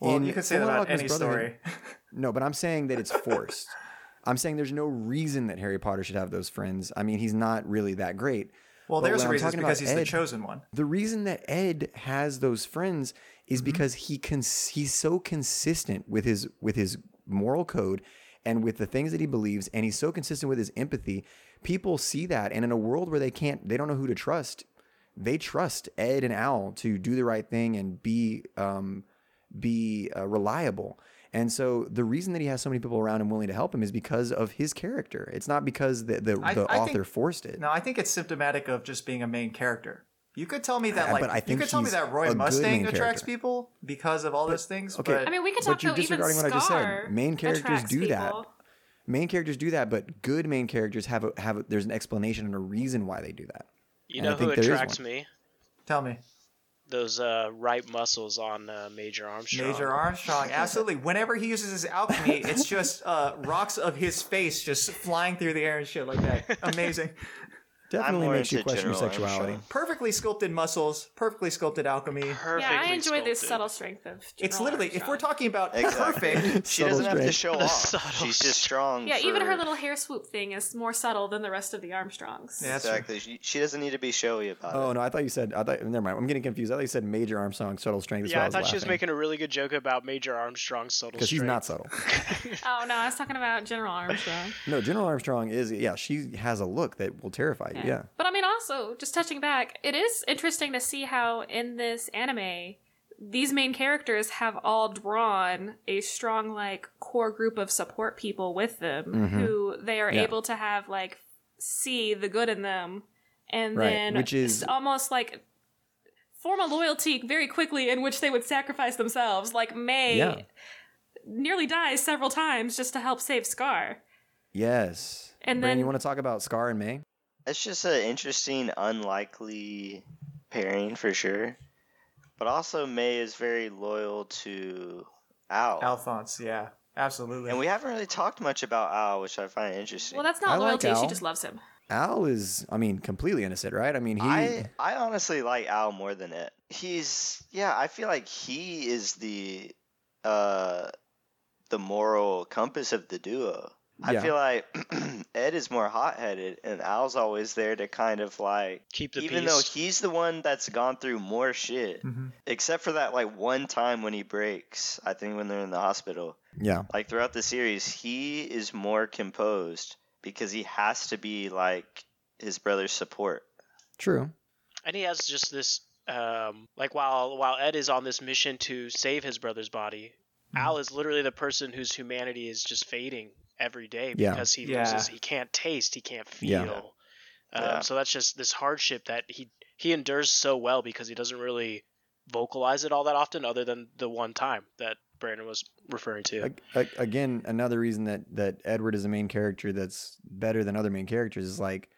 S1: Well,
S3: In
S1: you could say
S3: Full
S1: that about
S3: Alchemist
S1: any
S3: Brotherhood-
S1: story.
S3: No, but I'm saying that
S1: [LAUGHS]
S3: it's forced. I'm saying there's no reason that Harry Potter should have those friends. I mean, he's not really that great.
S1: Well,
S3: But
S1: there's
S3: when
S1: a
S3: I'm
S1: reason. It's
S3: talking about
S1: because he's the
S3: Ed-
S1: chosen one.
S3: the reason that Ed has those friends is
S1: Mm-hmm.
S3: because he cons- he's so consistent with his with his moral code and with the things that he believes and he's so consistent with his empathy people see that and in a world where they can't they don't know who to trust they trust Ed and Al to do the right thing and be um, be uh, reliable. And so the reason that he has so many people around him willing to help him is because of his character. It's not because the the,
S1: I-
S3: the
S1: I
S3: author
S1: think-
S3: forced it.
S1: No, I think it's symptomatic of just being a main character. You could tell me that,
S3: Yeah,
S1: like,
S3: but I
S1: you
S3: think
S1: could tell me
S3: he's
S1: that
S3: a
S1: Roy
S3: good
S1: Mustang
S3: main
S1: attracts
S3: character.
S1: people because of all those things.
S3: okay.
S1: but
S5: I mean, we could
S3: But
S5: talk
S3: you're
S5: about even
S3: disregarding what I just said.
S5: Scar
S3: Main characters
S5: attracts
S3: do that.
S5: people.
S3: main characters do that, but good main characters have a, have a, there's an explanation and a reason why they do that.
S4: [LAUGHS] You
S3: And I
S4: know who
S3: think there is
S4: attracts
S3: one.
S4: me?
S1: tell me,
S4: Those uh, right muscles on uh, Major Armstrong.
S1: Major Armstrong, absolutely. Whenever he uses his alchemy, it's just uh, rocks of his face just flying through the air and shit like that. Amazing.
S3: Definitely
S2: more
S3: makes you
S2: into
S3: question your
S2: General
S3: sexuality.
S2: Armstrong.
S1: perfectly sculpted muscles, perfectly sculpted alchemy.
S4: Perfectly
S5: yeah, I enjoy this
S4: sculpted.
S5: subtle strength of.
S1: It's
S5: General
S1: literally, if
S5: Armstrong.
S1: we're talking about
S2: Exactly. [LAUGHS]
S1: perfect,
S2: She doesn't have to
S3: strength.
S2: show
S4: The
S2: off.
S4: subtle
S2: She's just strong.
S5: Yeah, even
S2: for-
S5: her little hair swoop thing is more subtle than the rest of the Armstrongs.
S1: Yeah. That's
S2: Exactly. She, she doesn't need to be showy about
S3: Oh no, I thought you said I thought never mind. I'm getting confused. I thought you said Major Armstrong subtle strength. That's why
S4: Yeah, I
S3: was
S4: thought she was
S3: laughing.
S4: making a really good joke about Major Armstrong's subtle
S3: because she's not
S4: strength.
S3: subtle.
S5: Oh no, I was talking about General Armstrong.
S4: [LAUGHS]
S3: No, General Armstrong is yeah. She has a look that will terrify you. Yeah,
S5: But I mean, also, just touching back, it is interesting to see how in this anime, these main characters have all drawn a strong, like, core group of support people with them who they are
S3: Mm-hmm. Yeah.
S5: able to have, like, see the good in them. And
S3: Right,
S5: then
S3: which is-
S5: it's almost like form a loyalty very quickly in which they would sacrifice themselves. Like, May
S3: yeah,
S5: nearly dies several times just to help save Scar.
S3: yes.
S5: And
S3: Brandon,
S5: then-
S3: you want to talk about Scar and May?
S2: it. It's just an interesting, unlikely pairing for sure. But also, May is very loyal to Al.
S1: Alphonse, yeah, absolutely.
S2: And we haven't really talked much about Al, which I find interesting.
S5: Well, that's
S3: I
S5: not
S3: like
S5: loyalty. she
S3: Al.
S5: just loves him.
S3: Al is, I mean, completely innocent, right? I mean, he.
S2: I I honestly like Al more than it. He's yeah, I feel like he is the uh the moral compass of the duo. I
S3: Yeah.
S2: feel like [CLEARS THROAT] Ed is more hot headed and Al's always there to kind of like
S4: Keep the
S2: even
S4: peace.
S2: though he's the one that's gone through more shit.
S1: Mm-hmm.
S2: Except for that like one time when he breaks, I think when they're in the hospital.
S3: yeah,
S2: Like throughout the series, he is more composed because he has to be like his brother's support.
S3: true.
S4: and he has just this um like while while ed is on this mission to save his brother's body
S3: Hmm.
S4: al is literally the person whose humanity is just fading every day
S3: Yeah.
S4: because he
S1: Yeah.
S4: loses he can't taste he can't feel
S3: Yeah.
S4: Um,
S2: Yeah.
S4: so that's just this hardship that he he endures so well because he doesn't really vocalize it all that often other than the one time that brandon was referring to
S3: Ag- ag- again another reason that that edward is a main character that's better than other main characters is like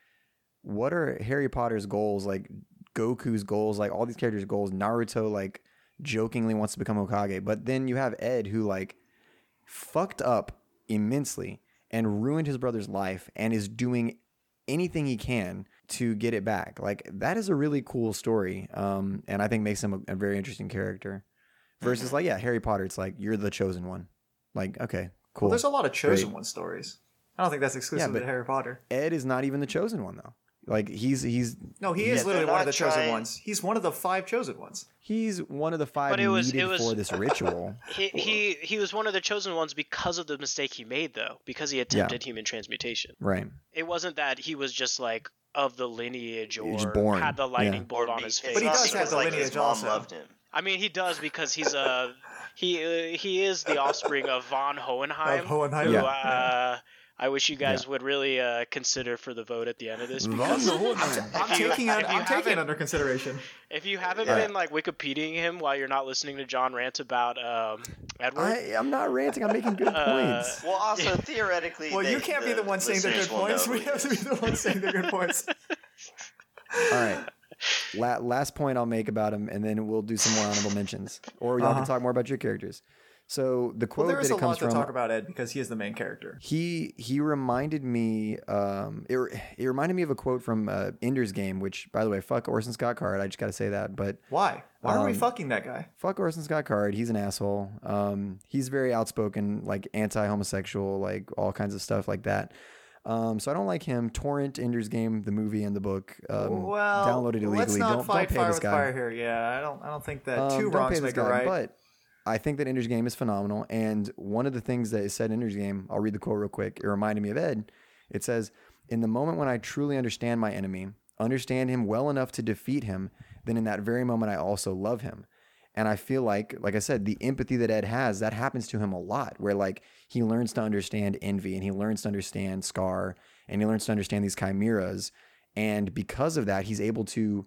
S3: what are harry potter's goals like goku's goals like all these characters goals naruto like jokingly wants to become Hokage, but then you have Ed who like fucked up immensely and ruined his brother's life and is doing anything he can to get it back. Like that is a really cool story, um, and I think makes him a, a very interesting character. Versus
S4: Mm-hmm.
S3: like yeah, Harry Potter, it's like you're the chosen one. Like okay, cool.
S7: Well, there's a lot of chosen
S3: Great.
S7: one stories. I don't think that's exclusive
S3: but-
S7: to Harry Potter.
S3: Ed is not even the chosen one though. Like he's he's
S7: No, he is
S2: Yeah,
S7: literally
S2: they're
S7: one of
S2: not
S7: the chosen
S2: trying-
S7: ones. He's one of the five chosen ones.
S3: he's one of the five
S4: But it was-
S3: needed
S4: it was-
S3: for this
S4: [LAUGHS]
S3: ritual.
S4: He, he he was one of the chosen ones because of the mistake he made, though, because he attempted human transmutation.
S3: right.
S4: It wasn't that he was just like of the lineage or
S3: was born,
S4: had the lightning
S3: yeah.
S4: bolt on his face.
S7: But he does have
S2: because,
S7: the
S2: like,
S7: lineage
S2: his mom
S7: also.
S2: loved him.
S4: I mean, he does because he's a he uh, he is the offspring of von Hohenheim.
S7: Of Hohenheim.
S4: who,
S7: Yeah.
S4: uh, I wish you guys would really uh, consider for the vote at the end of this. Because
S7: I'm
S4: you-
S7: taking,
S4: if
S7: it, I'm
S4: you
S7: taking it
S4: haven't-
S7: under consideration.
S4: if you haven't been like Wikipediaing him while you're not listening to John rant about um, Edward,
S3: I, I'm not ranting. I'm making good
S4: [LAUGHS] Uh,
S3: points.
S2: Well,
S7: [LAUGHS]
S2: also theoretically,
S7: Well,
S2: they-
S7: you can't be the one saying they're
S2: listeners
S7: good
S2: will know
S7: points.
S2: who
S7: We
S2: he
S7: have to be
S2: is.
S7: the one saying they're [LAUGHS] good points.
S3: All right. La- last point I'll make about him, and then we'll do some more honorable mentions, or y'all can talk more about your characters. So the
S7: Uh-huh. Well,
S3: quote
S7: there
S3: that
S7: is a
S3: it comes
S7: lot to
S3: from,
S7: talk about Ed because he is the main character.
S3: he he reminded me, um, it, re- it reminded me of a quote from uh, Ender's Game, which by the way, fuck Orson Scott Card. I just got to say that, but
S7: Why? Why are we
S3: Um,
S7: fucking that guy?
S3: fuck Orson Scott Card. He's an asshole. Um, he's very outspoken, like anti-homosexual, like all kinds of stuff like that. Um, so I don't like him. Torrent Ender's Game, the movie and the book. Um,
S7: well,
S3: downloaded illegally.
S7: Let's not
S3: don't,
S7: fight
S3: don't pay
S7: fire
S3: this
S7: with
S3: guy.
S7: fire here. Yeah, I don't. I don't think that
S3: Um,
S7: two
S3: don't
S7: wrongs
S3: pay this
S7: make a
S3: guy,
S7: right.
S3: But I think that Ender's Game is phenomenal. And one of the things that is said in Ender's Game, I'll read the quote real quick. It reminded me of Ed. It says, In the moment when I truly understand my enemy, understand him well enough to defeat him, then in that very moment I also love him. And I feel like, like I said, the empathy that Ed has, that happens to him a lot, where like he learns to understand envy and he learns to understand Scar and he learns to understand these chimeras. And because of that, he's able to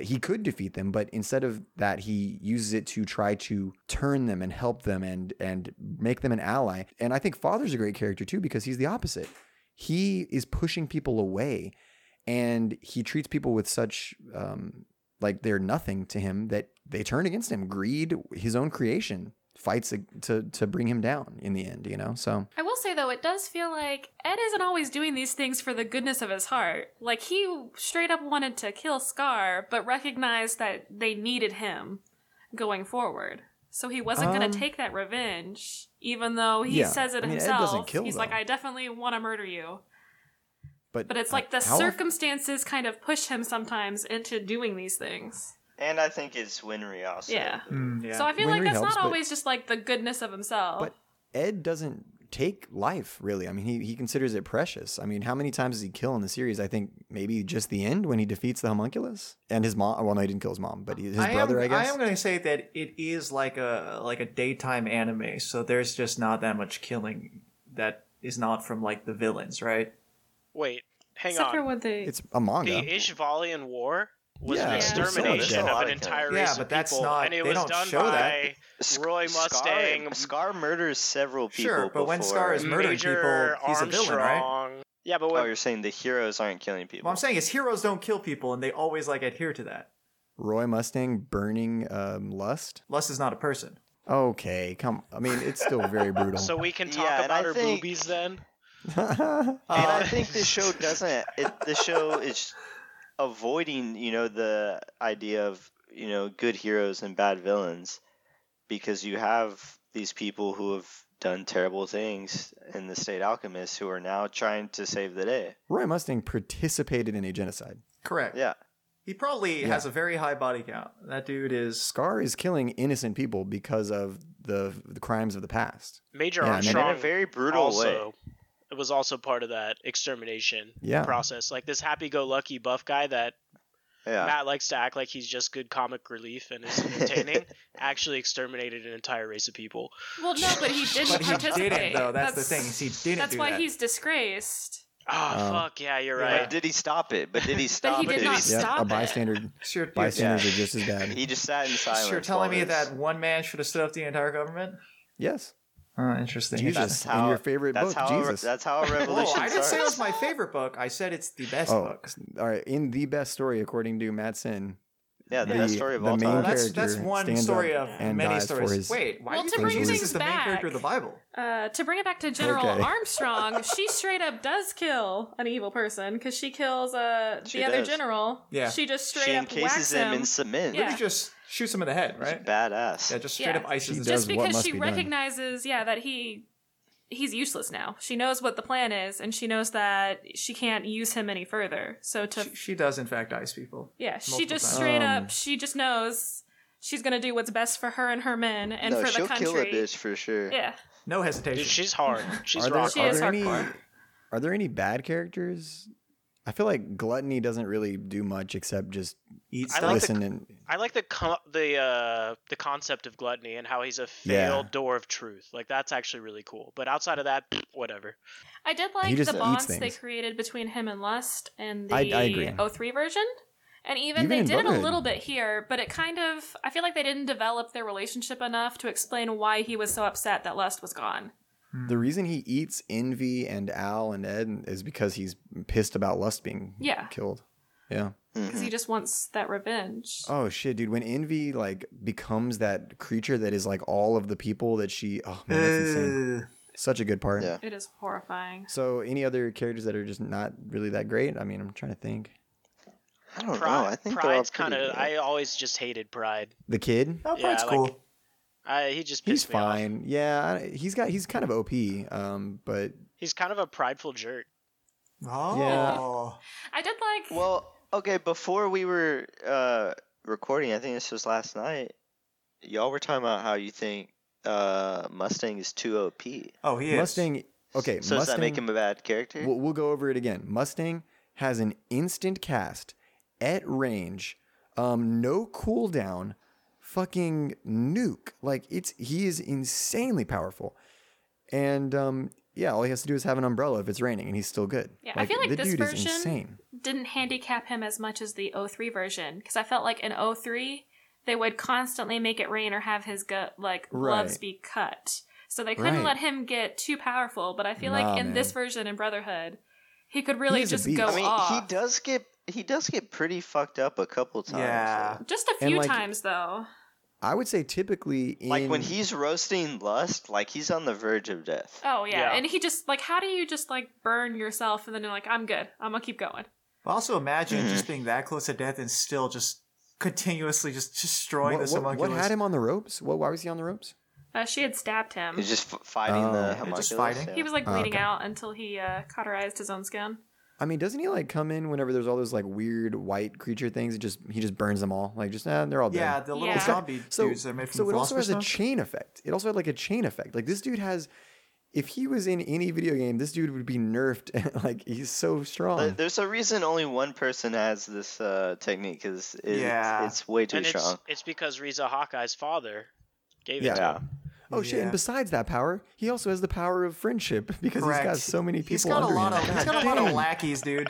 S3: he could defeat them, but instead of that, he uses it to try to turn them and help them and and make them an ally. And I think Father's a great character too because he's the opposite. He is pushing people away, and he treats people with such um, like they're nothing to him that they turn against him. Greed, his own creation, fights to to bring him down in the end. You know, so
S5: I will say though, it does feel like Ed isn't always doing these things for the goodness of his heart. Like he straight up wanted to kill Scar, but recognized that they needed him going forward. So he wasn't
S3: Um,
S5: going to take that revenge, even though he
S3: yeah.
S5: says it
S3: I mean, Ed doesn't
S5: himself.
S3: kill,
S5: He's like,
S3: though.
S5: I definitely want to murder you.
S3: but
S5: But it's like the
S3: how-
S5: circumstances kind of push him sometimes into doing these things.
S2: And I think it's Winry also.
S5: Yeah.
S7: Mm, yeah.
S5: So I feel
S3: Winry
S5: like that's
S3: helps,
S5: not
S3: but-
S5: always just like the goodness of himself.
S3: But Ed doesn't take life really. I mean, he, he considers it precious. I mean, how many times does he kill in the series? I think maybe just the end when he defeats the homunculus and his mom. Well, no, he didn't kill his mom, but he, his
S7: I
S3: brother,
S7: am,
S3: I guess.
S7: am going to say that it is like a like a daytime anime, so there's just not that much killing that is not from like the villains, right?
S4: wait, hang
S5: Except for
S4: on.
S5: when they
S3: it's a manga.
S4: The Ishvalian War was
S3: Yeah,
S4: an
S5: there's so much
S4: extermination
S2: death.
S4: of an
S2: Yeah,
S4: entire
S7: but
S4: race of
S7: that's
S4: people,
S7: not-
S4: and it
S7: they
S4: was
S7: don't
S4: done
S7: show that.
S4: by Roy Mustang,
S2: Scar, Scar murders several people.
S7: Sure, but when Scar
S2: before-
S7: is murdering
S4: Major
S7: people, he's a villain, right?
S4: Armstrong. Yeah, but
S2: Oh,
S4: when,
S2: you're saying the heroes aren't killing people.
S7: What I'm saying is heroes don't kill people, and they always like adhere to that.
S3: Roy Mustang burning um, lust.
S7: Lust is not a person.
S3: Okay, come. I mean, it's still very brutal.
S4: so we can talk
S2: Yeah, and
S4: about
S2: I
S4: her
S2: think-
S4: boobies then.
S2: and I
S7: Uh,
S2: think the show doesn't. It, the show is avoiding, you know, the idea of you know good heroes and bad villains, because you have these people who have done terrible things in the state alchemists who are now trying to save the day.
S3: [LAUGHS] Roy Mustang participated in a genocide.
S7: Correct.
S2: Yeah,
S7: He probably has a very high body count. That dude is.
S3: Scar is killing innocent people because of the, the crimes of the past.
S4: Major
S3: Yeah, and
S2: in
S3: Strong
S4: Armstrong
S2: a very brutal
S4: also
S2: way.
S4: it was also part of that extermination
S3: Yeah.
S4: process. Like this happy-go-lucky buff guy that
S2: Yeah.
S4: Matt likes to act like he's just good comic relief and is entertaining actually exterminated an entire race of people.
S5: Well, no, but he didn't
S7: But he
S5: participate.
S7: didn't, though. That's, the thing. Is he didn't
S5: That's
S7: do
S5: why
S7: that.
S5: he's disgraced.
S4: Oh,
S3: Um,
S4: fuck, yeah, you're
S7: yeah.
S2: But
S4: right.
S2: did he stop it? But
S7: [LAUGHS]
S2: did he stop
S5: he
S2: it?
S5: did not
S2: he,
S5: stop.
S3: yeah, a
S5: it.
S3: bystander.
S7: Sure, dude,
S3: Bystanders are just as bad.
S2: [LAUGHS] he just sat in silence.
S7: You're telling
S2: while
S7: me
S2: this-
S7: that one man should have stood up to the entire government?
S3: Yes.
S7: Oh, interesting. [LAUGHS]
S3: Jesus. In your favorite
S2: that's
S3: book,
S2: how a-
S3: Jesus.
S2: that's how a revolution
S7: Whoa, I didn't say it was
S2: starts.
S7: my favorite book. I said it's the best
S3: Oh,
S7: book.
S3: all right. In the best story, according to Matt Sin,
S2: Yeah, the,
S3: The-
S2: best story of
S3: the
S2: all
S3: main
S2: time.
S3: character
S7: That's that's one
S3: stands
S7: story
S3: up
S7: of
S3: and
S7: many
S3: dies for
S7: stories.
S3: his-
S7: Wait, why do
S5: Well, to
S7: you think
S5: bring
S7: Jesus
S5: things
S7: is the main
S5: back-
S7: character of the Bible?
S5: Uh, to bring it back to General
S3: Okay. [LAUGHS]
S5: Armstrong, she straight up does kill an evil person because she kills uh,
S2: She
S5: the other
S2: does.
S5: general.
S7: Yeah.
S5: She just straight
S2: she
S5: up whacks
S2: encases
S5: him.
S2: him in cement.
S5: Yeah.
S7: He just shoots him in the head, right?
S2: Badass.
S7: Yeah, just straight
S5: Yeah.
S7: up ices
S3: She
S7: his
S3: does
S5: just
S3: what
S5: because
S3: must
S5: she
S3: be done.
S5: recognizes, yeah, that he he's useless now. She knows what the plan is, and she knows that she can't use him any further. So to
S7: She, she does in fact ice people.
S5: yeah, she
S7: multiple
S5: just
S7: times.
S5: straight
S3: Um,
S5: up, she just knows she's gonna do what's best for her and her men and
S2: no,
S5: for
S2: she'll
S5: the country.
S2: kill a bitch for sure.
S5: Yeah,
S7: No
S4: Dude,
S7: hesitation.
S4: she's hard. She's
S3: are there,
S4: rock
S5: She
S3: are
S4: hard.
S5: is
S3: there any
S5: hardcore.
S3: are there any bad characters? I feel like gluttony doesn't really do much except just
S7: Eats
S4: I
S7: stuff.
S4: like the-
S3: listen and
S4: I like the co- the uh, the concept of gluttony and how he's a
S3: Yeah.
S4: failed door of truth. Like that's actually really cool. But outside of that, [SNIFFS] whatever.
S5: I did like
S3: He just
S5: the
S3: eats
S5: bonds they
S3: things.
S5: created between him and Lust and the
S3: I- I agree.
S5: O3 version. And even,
S3: Even
S5: they
S3: in
S5: did it a
S3: Brotherhood.
S5: little bit here, but it kind of I feel like they didn't develop their relationship enough to explain why he was so upset that Lust was gone.
S3: the reason he eats Envy and Al and Ed is because he's pissed about Lust being
S5: Yeah.
S3: killed. Yeah.
S2: Mm-hmm.
S5: Because he just wants that revenge.
S3: Oh shit, dude! When Envy like becomes that creature that is like all of the people that she. Oh man, that's insane.
S7: Ugh.
S3: Such a good part.
S2: Yeah.
S5: It is horrifying.
S3: So, any other characters that are just not really that great? I mean, I'm trying to think.
S2: I don't
S4: Pride,
S2: know. I think they're all
S4: Pride's kind of. I always just hated Pride.
S3: The kid,
S7: Oh,
S4: Yeah,
S7: Pride's
S4: I like-
S7: cool.
S4: I, he just
S3: he's
S4: pissed me off.
S3: fine. Yeah, I- he's got he's kind of OP. Um, but
S4: He's kind of a prideful jerk.
S7: Oh.
S5: I did like
S2: Well, okay. Before we were uh, recording, I think this was last night. Y'all were talking about how you think uh, Mustang is too OP.
S7: Oh, he is.
S3: Mustang, okay,
S2: So
S3: Mustang.
S2: does that make him a bad character?
S3: We'll, we'll go over it again. Mustang has an instant cast at range, um, no cooldown, fucking nuke. Like it's he is insanely powerful, and um, yeah, all he has to do is have an umbrella if it's raining, and he's still good.
S5: Yeah, I feel like
S3: the
S5: this
S3: dude is
S5: version-
S3: insane.
S5: didn't handicap him as much as the 03 version because I felt like in 03 they would constantly make it rain or have his gut like gloves
S3: Right.
S5: be cut. So they couldn't
S3: Right.
S5: let him get too powerful, but I feel
S3: Nah,
S5: like in this
S3: man.
S5: version in Brotherhood, he could really
S3: is a
S5: just
S3: beast.
S5: go
S2: I mean,
S5: off.
S2: he does get he does get pretty fucked up a couple times.
S7: Yeah.
S2: though.
S5: Just a
S3: And,
S5: few
S3: like-
S5: times though.
S3: I would say typically in
S2: Like when he's roasting lust, like he's on the verge of death.
S5: Oh yeah.
S4: Yeah.
S5: and he just like how do you just like burn yourself and then you're like I'm good. I'm going to keep going.
S7: But also
S2: Hmm.
S7: imagine just being that close to death and still just continuously just destroying
S3: what,
S7: this
S3: what,
S7: homunculus.
S3: what had him on the ropes? What, why was he on the ropes?
S5: Uh, she had stabbed him.
S2: He's just f- Um, fighting
S3: Oh.
S2: the
S3: They're
S2: homunculus.
S7: just fighting.
S2: yeah.
S5: He was like
S3: Oh,
S5: bleeding
S3: okay.
S5: out until he uh, cauterized his own skin.
S3: I mean, doesn't he like come in whenever there's all those like weird white creature things? It just he just burns them all. Like just ah, they're all dead.
S7: yeah, the little
S5: Yeah.
S7: zombie
S3: so,
S7: dudes that are made from
S3: so it also has a
S7: Velociraptor.
S3: chain effect. It also had like a chain effect. Like this dude has, if he was in any video game, this dude would be nerfed. [LAUGHS] like he's so
S2: But
S7: Um,
S3: strong.
S2: There's a reason only one person has this uh, technique because it's,
S7: Yeah.
S2: it's way too
S4: and
S2: strong.
S4: it's it's because Riza Hawkeye's father gave
S3: Yeah.
S4: it to him.
S2: Yeah.
S3: Oh shit!
S7: Yeah.
S3: And besides that power, he also has the power of friendship [LAUGHS] because he's got
S7: Correct.
S3: so many people
S7: He's got
S3: under
S7: a lot
S3: him.
S7: of [LAUGHS] he's got a lot of lackeys, dude.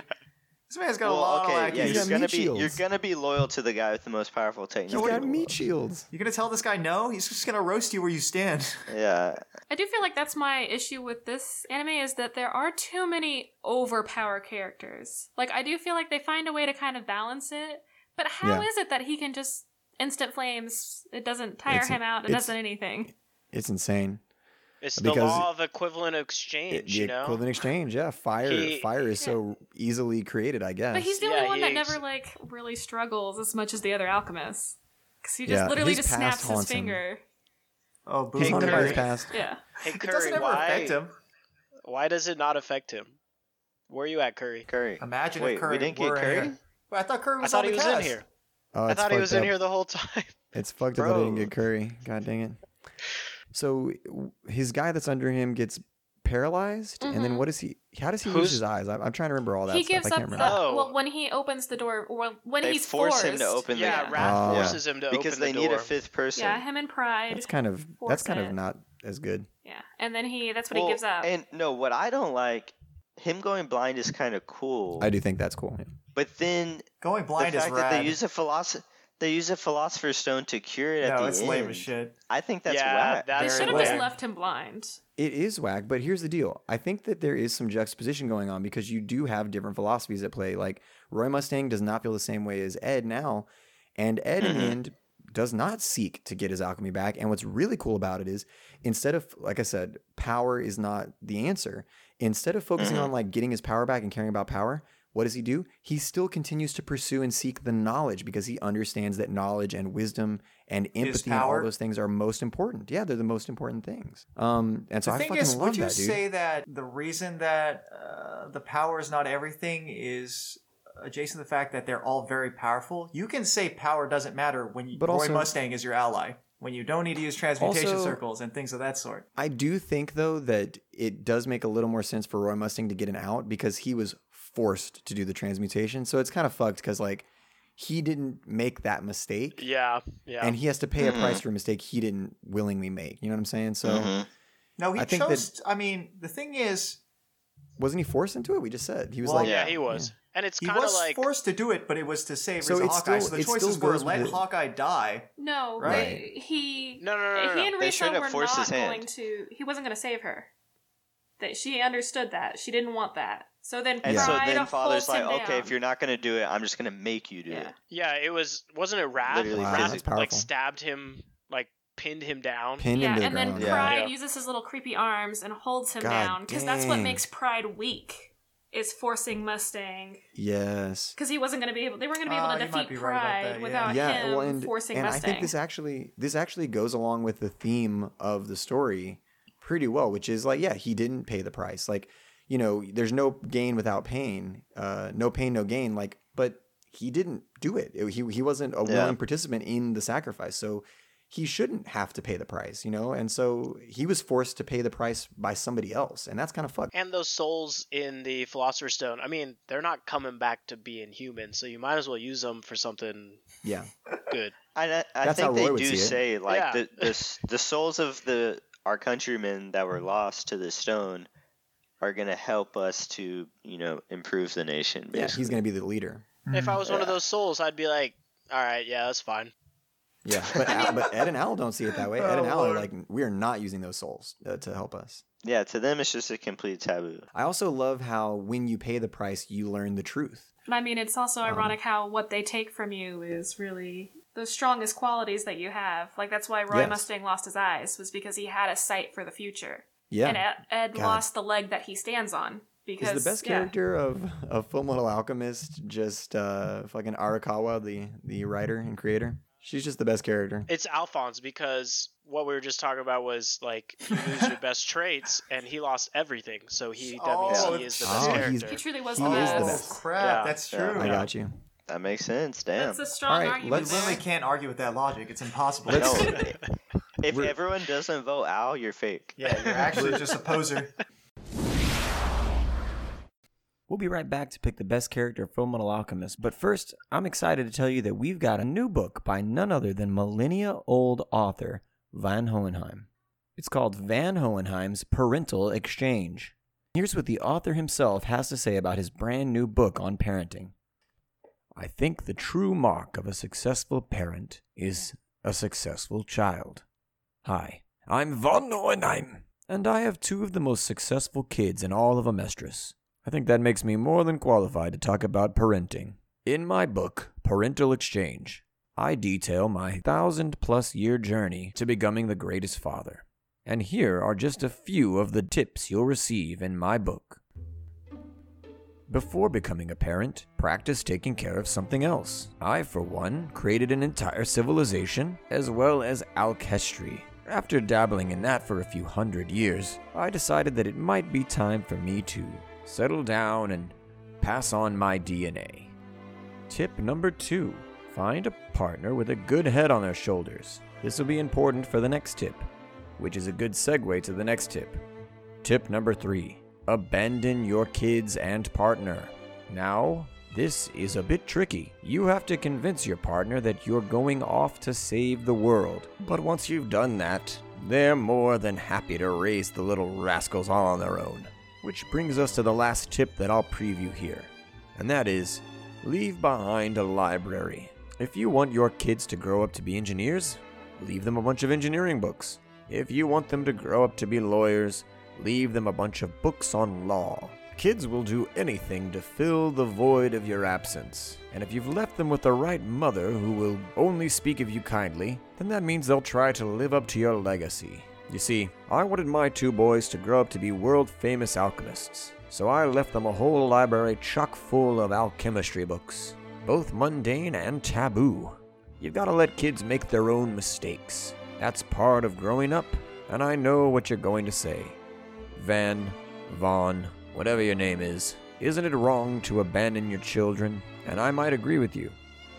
S7: This man's got a
S2: Well,
S7: lot of
S2: okay, yeah,
S7: lackeys.
S3: He's
S2: you're
S3: got
S2: gonna
S3: meat
S2: be you're
S3: shields.
S2: gonna be loyal to the guy with the most powerful technique.
S3: [LAUGHS] He's
S2: in
S3: got
S2: the world.
S3: meat shields.
S7: You're gonna tell this guy no? He's just gonna roast you where you stand. [LAUGHS]
S2: Yeah,
S5: I do feel like that's my issue with this anime is that there are too many overpower characters. Like I do feel like they find a way to kind of balance it, but how is
S3: Yeah.
S5: it that he can just instant flames? It doesn't tire
S3: It's-
S5: him out. It
S3: it's-
S5: doesn't anything.
S3: It's insane.
S4: It's the
S3: Because-
S4: law of equivalent exchange,
S3: It, the
S4: you know?
S3: equivalent exchange, yeah. Fire,
S4: He-
S3: fire is so easily created, I guess.
S5: But he's the
S4: Yeah,
S5: only one that
S4: he-
S5: never like really struggles as much as the other alchemists because he just
S3: Yeah,
S5: literally
S3: his
S5: just
S3: past
S5: snaps his
S3: haunts him.
S5: finger.
S7: Oh, boo.
S3: he's
S4: Hey,
S3: on
S4: Curry.
S3: his past.
S5: Yeah,
S4: Hey
S7: It doesn't
S4: Curry,
S7: ever
S4: why,
S7: affect him.
S4: why does it not affect him? Where you at, Curry?
S2: Curry.
S7: Imagine
S2: Wait,
S7: if Curry
S2: we didn't
S7: were
S2: get Curry.
S7: here. Wait, I thought Curry
S4: I
S7: was on
S4: thought he
S7: the
S4: was in
S7: cast.
S4: here.
S3: Oh,
S4: I
S3: it's
S4: thought he
S3: fucked
S4: was
S3: up.
S4: in here the whole time.
S3: It's fucked up that I didn't
S2: Bro.
S3: get Curry. God dang it. So w- his guy that's under him gets paralyzed, and then what is he? How does he lose
S4: Who's-
S3: his eyes? I'm, I'm trying to remember all that.
S5: Mm-hmm. he
S3: stuff.
S5: gives
S3: I
S5: up.
S3: can't
S5: The,
S3: remember.
S4: Oh.
S5: Well, when he opens the door, well, when
S2: They
S5: he's
S2: force
S5: forced,
S2: him to open
S4: yeah,
S2: the
S4: Raph
S3: Oh.
S4: forces him to
S2: because
S4: open
S2: they
S4: the
S2: need
S4: door.
S2: a fifth person.
S5: Yeah, him and Pride.
S3: That's kind of
S5: force
S3: that's kind
S5: it.
S3: of not as good.
S5: Yeah, and then he—that's what he gives up.
S2: And no, what I don't like, him going blind is kind of cool.
S3: I do think that's cool. yeah.
S2: But then
S7: Going blind
S2: the
S7: is
S2: fact that they
S7: rad.
S2: use a philosopher, they use a philosopher's stone to cure it at
S7: No,
S2: the
S7: it's
S2: end.
S7: lame as shit.
S2: I think that's
S4: yeah,
S2: whack.
S5: They
S4: that's
S5: should have
S7: Very
S5: just
S7: well.
S5: left him blind.
S3: It is whack, but here's the deal. I think that there is some juxtaposition going on because you do have different philosophies at play. Like Roy Mustang does not feel the same way as Ed now, And Ed in the end does not seek to get his alchemy back. And what's really cool about it is instead of, like I said, power is not the answer. Instead of focusing on like getting his power back and caring about power, what does he do? He still continues to pursue and seek the knowledge because he understands that knowledge and wisdom and empathy and all
S7: power?
S3: those things are most important. Yeah, they're the most important things. Um, and so
S7: the
S3: I
S7: thing
S3: fucking
S7: is,
S3: love
S7: would you
S3: that, dude.
S7: say that the reason that uh, the power is not everything is adjacent to the fact that they're all very powerful? You can say power doesn't matter when you,
S3: But
S7: Roy
S3: also-
S7: Mustang is your ally, when you don't need to use transmutation
S3: Also-
S7: circles and things of that sort.
S3: I do think though that it does make a little more sense for Roy Mustang to get an out because he was forced to do the transmutation. So it's kind of fucked because like he didn't make that mistake,
S4: Yeah, yeah.
S3: and he has to pay a
S7: Mm-hmm.
S3: price for a mistake he didn't willingly make. You know what I'm saying? So
S2: Mm-hmm.
S7: No, he
S3: I think that-
S7: chose. I mean, the thing is,
S3: wasn't he forced into it? We just said he was
S7: Well,
S3: like,
S4: yeah,
S2: Yeah.
S4: he was. And it's
S7: he
S4: kind of
S7: was
S4: like
S7: forced to do it, but it was to save
S3: So
S7: his
S3: it's
S7: Hawkeye.
S3: still-
S7: so
S3: it
S7: the
S3: still
S7: choices were
S3: goes
S7: let
S3: with-
S7: Hawkeye die.
S5: No,
S3: Right.
S5: they, he
S4: No, no, no, no,
S5: he
S4: no.
S5: and
S2: They
S5: Risa
S2: straight up
S5: were
S2: forced
S5: not
S2: his hand.
S5: going to. He wasn't going to save her. That she understood that she didn't want that. So then,
S2: And
S5: pride
S2: so then father's
S5: holds
S2: like,
S5: him
S2: okay,
S5: down.
S2: if you're not gonna do it, I'm just gonna make you do
S5: Yeah.
S2: it.
S4: yeah, it was wasn't it Wrath?
S2: Literally Wow,
S4: Wrath
S2: that's
S4: like
S3: powerful.
S4: stabbed him, like pinned him down.
S3: pinned him
S5: yeah,
S3: to the
S5: and then
S3: ground.
S5: pride
S2: Yeah.
S4: Yeah.
S5: uses his little creepy arms and holds him
S3: God
S5: down because that's what
S3: dang.
S5: makes pride weak. Is forcing Mustang
S3: yes.
S5: because he wasn't going to be able. They weren't going to be
S7: Ah,
S5: able to
S7: you might
S5: defeat
S7: be right about
S5: pride
S7: that, yeah.
S5: without
S3: yeah,
S5: Uh, him
S3: well, and,
S5: forcing
S3: and I
S5: Mustang.
S3: think this actually this actually goes along with the theme of the story pretty well, which is like, yeah, he didn't pay the price. Like, you know, there's no gain without pain, uh, no pain, no gain. Like, but he didn't do it. It- he he wasn't a
S2: Yeah.
S3: willing participant in the sacrifice, so he shouldn't have to pay the price, you know. And so he was forced to pay the price by somebody else, and that's kind of fucked.
S4: And those souls in the Philosopher's Stone, I mean, they're not coming back to being human, so you might as well use them for something
S3: Yeah,
S4: good.
S2: And I, I
S3: That's how
S2: think they
S3: Roy would see
S2: do
S3: it.
S2: say like
S4: Yeah.
S2: the, the s- the souls of the our countrymen that were lost to the stone are gonna help us to you know improve the nation.
S3: yeah,
S2: Basically.
S3: he's gonna be the leader.
S7: Mm.
S4: If I was one of
S2: Yeah.
S4: those souls, I'd be like, all right, yeah, that's fine.
S3: Yeah, but Al, but Ed and Al don't see it that way. Ed and
S7: Oh,
S3: Al are
S7: Lord.
S3: like, we are not using those souls uh, to help us.
S2: yeah, to them it's just a complete taboo.
S3: I also love how when you pay the price, you learn the truth.
S5: And I mean, it's also
S3: Um,
S5: ironic how what they take from you is really the strongest qualities that you have. Like that's why Roy
S3: Yes.
S5: Mustang lost his eyes was because he had a sight for the future,
S3: Yeah,
S5: and Ed, Ed
S3: God.
S5: lost the leg that he stands on because
S3: is the best
S5: yeah.
S3: character of of Full Metal Alchemist just uh, fucking Arakawa, the the writer and creator? She's just the best character.
S4: It's Alphonse because what we were just talking about was like you lose your best traits, and he lost everything, so he
S7: Oh,
S4: WC is the best
S3: Oh, he's-
S4: character.
S5: He truly was
S3: He
S5: the
S3: is
S5: best.
S3: the
S7: oh
S3: best.
S7: crap!
S4: Yeah.
S7: That's true.
S2: Yeah.
S3: I got you.
S2: That makes sense. Damn.
S5: That's a strong
S3: All right,
S5: argument.
S3: let's-
S7: You literally
S5: there.
S7: can't argue with that logic. It's impossible.
S3: Let's-
S2: No, if
S3: We're-
S2: everyone doesn't vote Al, you're fake.
S7: [LAUGHS] Yeah,
S3: [LAUGHS]
S7: you're actually just a poser.
S6: We'll be right back to pick the best character of Full Metal Alchemist, but first, I'm excited to tell you that we've got a new book by none other than millennia old author Van Hohenheim. It's called Van Hohenheim's Parental Exchange. Here's what the author himself has to say about his brand new book on parenting. I think the true mark of a successful parent is a successful child. Hi, I'm Von Hohenheim, and I have two of the most successful kids in all of Amestris. I think that makes me more than qualified to talk about parenting. In my book, Parental Exchange, I detail my thousand plus year journey to becoming the greatest father. And here are just a few of the tips you'll receive in my book. Before becoming a parent, practice taking care of something else. I, for one, created an entire civilization, as well as alchemy. After dabbling in that for a few hundred years, I decided that it might be time for me to settle down and pass on my DNA. Tip number two find a partner with a good head on their shoulders. This will be important for the next tip, which is a good segue to the next tip. Tip number three abandon your kids and partner. Now, this is a bit tricky. You have to convince your partner that you're going off to save the world. But once you've done that, they're more than happy to raise the little rascals all on their own. Which brings us to the last tip that I'll preview here, and that is leave behind a library. If you want your kids to grow up to be engineers, leave them a bunch of engineering books. If you want them to grow up to be lawyers, leave them a bunch of books on law. Kids will do anything to fill the void of your absence. And if you've left them with the right mother who will only speak of you kindly, then that means they'll try to live up to your legacy. You see, I wanted my two boys to grow up to be world famous alchemists, so I left them a whole library chock full of alchemistry books, both mundane and taboo. You've got to let kids make their own mistakes. That's part of growing up, and I know what you're going to say. Van, Vaughn, whatever your name is, isn't it wrong to abandon your children? And I might agree with you,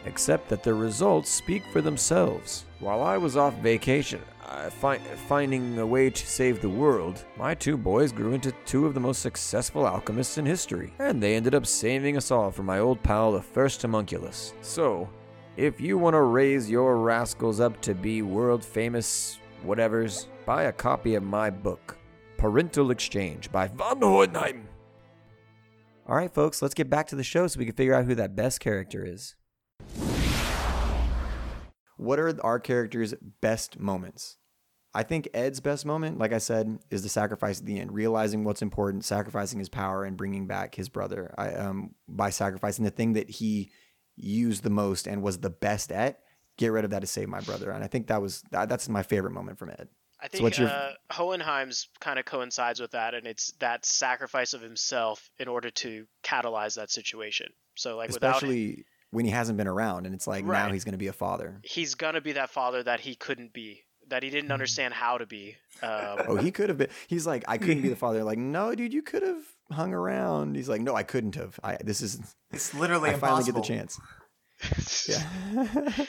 S6: except that the results speak for themselves. While I was off vacation, uh, fi- finding a way to save the world, my two boys grew into two of the most successful alchemists in history, and they ended up saving us all from my old pal, the first homunculus. So, if you want to raise your rascals up to be world famous whatevers, buy a copy of my book, Parental Exchange by Von Hohenheim.
S3: All right, folks, let's get back to the show so we can figure out who that best character is. What are our characters' best moments? I think Ed's best moment, like I said, is the sacrifice at the end, realizing what's important, sacrificing his power, and bringing back his brother I, um, by sacrificing the thing that he used the most and was the best at. Get rid of that to save my brother, and I think that was that, that's my favorite moment from Ed.
S4: I
S3: So
S4: think
S3: what's your-
S4: uh, Hohenheim's kind of coincides with that, and it's that sacrifice of himself in order to catalyze that situation. So like without him,
S3: Especially when he hasn't been around, and it's like now
S4: Right.
S3: he's going to be a father.
S4: he's gonna be that father that he couldn't be, that he
S7: Mm-hmm.
S4: didn't understand how to be. Um,
S3: Oh, he could have been. He's like, I couldn't be
S4: [LAUGHS]
S3: the father. Like, no, dude, you could have hung around. He's like, no, I couldn't have. I this is.
S1: It's literally
S3: I finally
S1: impossible.
S3: get the chance.
S1: [LAUGHS]
S3: Yeah.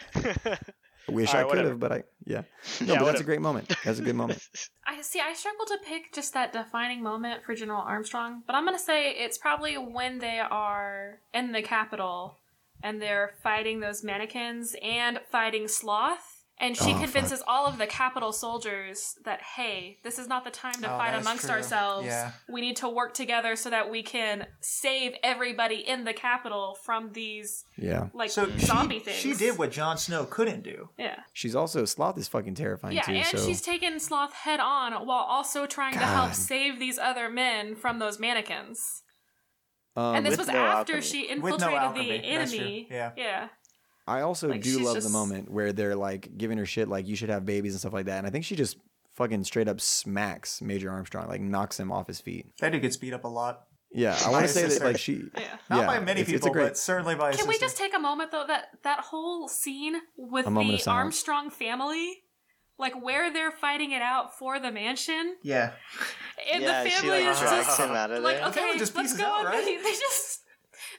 S3: Wish
S4: All right,
S3: I could
S4: whatever.
S3: have, but I
S1: [LAUGHS]
S3: yeah. No,
S4: Yeah,
S3: but that's a
S4: whatever.
S3: great moment. That's a good moment.
S5: I see. I struggle to pick just that defining moment for General Armstrong, but I'm gonna say it's probably when they are in the Capitol and they're fighting those mannequins and fighting Sloth, and she
S3: Oh,
S5: convinces all of the Capitol soldiers that hey, this is not the time to
S1: Oh,
S5: fight
S1: that is
S5: amongst
S1: true.
S5: ourselves.
S1: Yeah.
S5: We need to work together so that we can save everybody in the Capitol from these
S3: Yeah.
S5: like
S1: So
S5: zombie
S1: she,
S5: things.
S1: she did what Jon Snow couldn't do.
S5: Yeah.
S3: She's also sloth is fucking terrifying
S5: Yeah,
S3: too.
S5: and
S3: so
S5: she's taken Sloth head on while also trying to
S3: God.
S5: help save these other men from those mannequins.
S3: um,
S5: and this
S2: with
S5: was
S2: no
S5: after
S2: alchemy.
S5: she
S1: With
S5: infiltrated
S1: no
S5: the
S1: alchemy. That's
S5: enemy.
S1: true. Yeah.
S5: Yeah.
S3: I also
S5: like,
S3: do
S5: she's
S3: love
S5: just-
S3: the moment where they're like giving her shit like you should have babies and stuff like that. And I think she just fucking straight up smacks Major Armstrong, like knocks him off his feet.
S1: That dude gets beat up a lot.
S3: Yeah. I
S1: By
S3: want to
S1: his
S3: say that
S1: sister.
S3: like she
S5: Yeah.
S1: [LAUGHS] Not
S3: yeah,
S1: by many
S3: it's-
S1: people,
S3: it's a great-
S1: but certainly by his
S5: Can we
S1: sister.
S5: just take a moment though that that whole scene with
S3: A moment of
S5: the
S3: silence.
S5: Armstrong family like where they're fighting it out for the mansion
S1: Yeah.
S5: and
S2: yeah,
S5: the
S2: she
S5: family
S2: like
S5: is
S2: drags
S5: just
S2: him out of
S5: like
S2: there.
S1: The
S5: okay
S1: family just
S5: let's
S1: pieces
S5: go
S1: out,
S5: on [LAUGHS]
S1: right?
S5: they, they just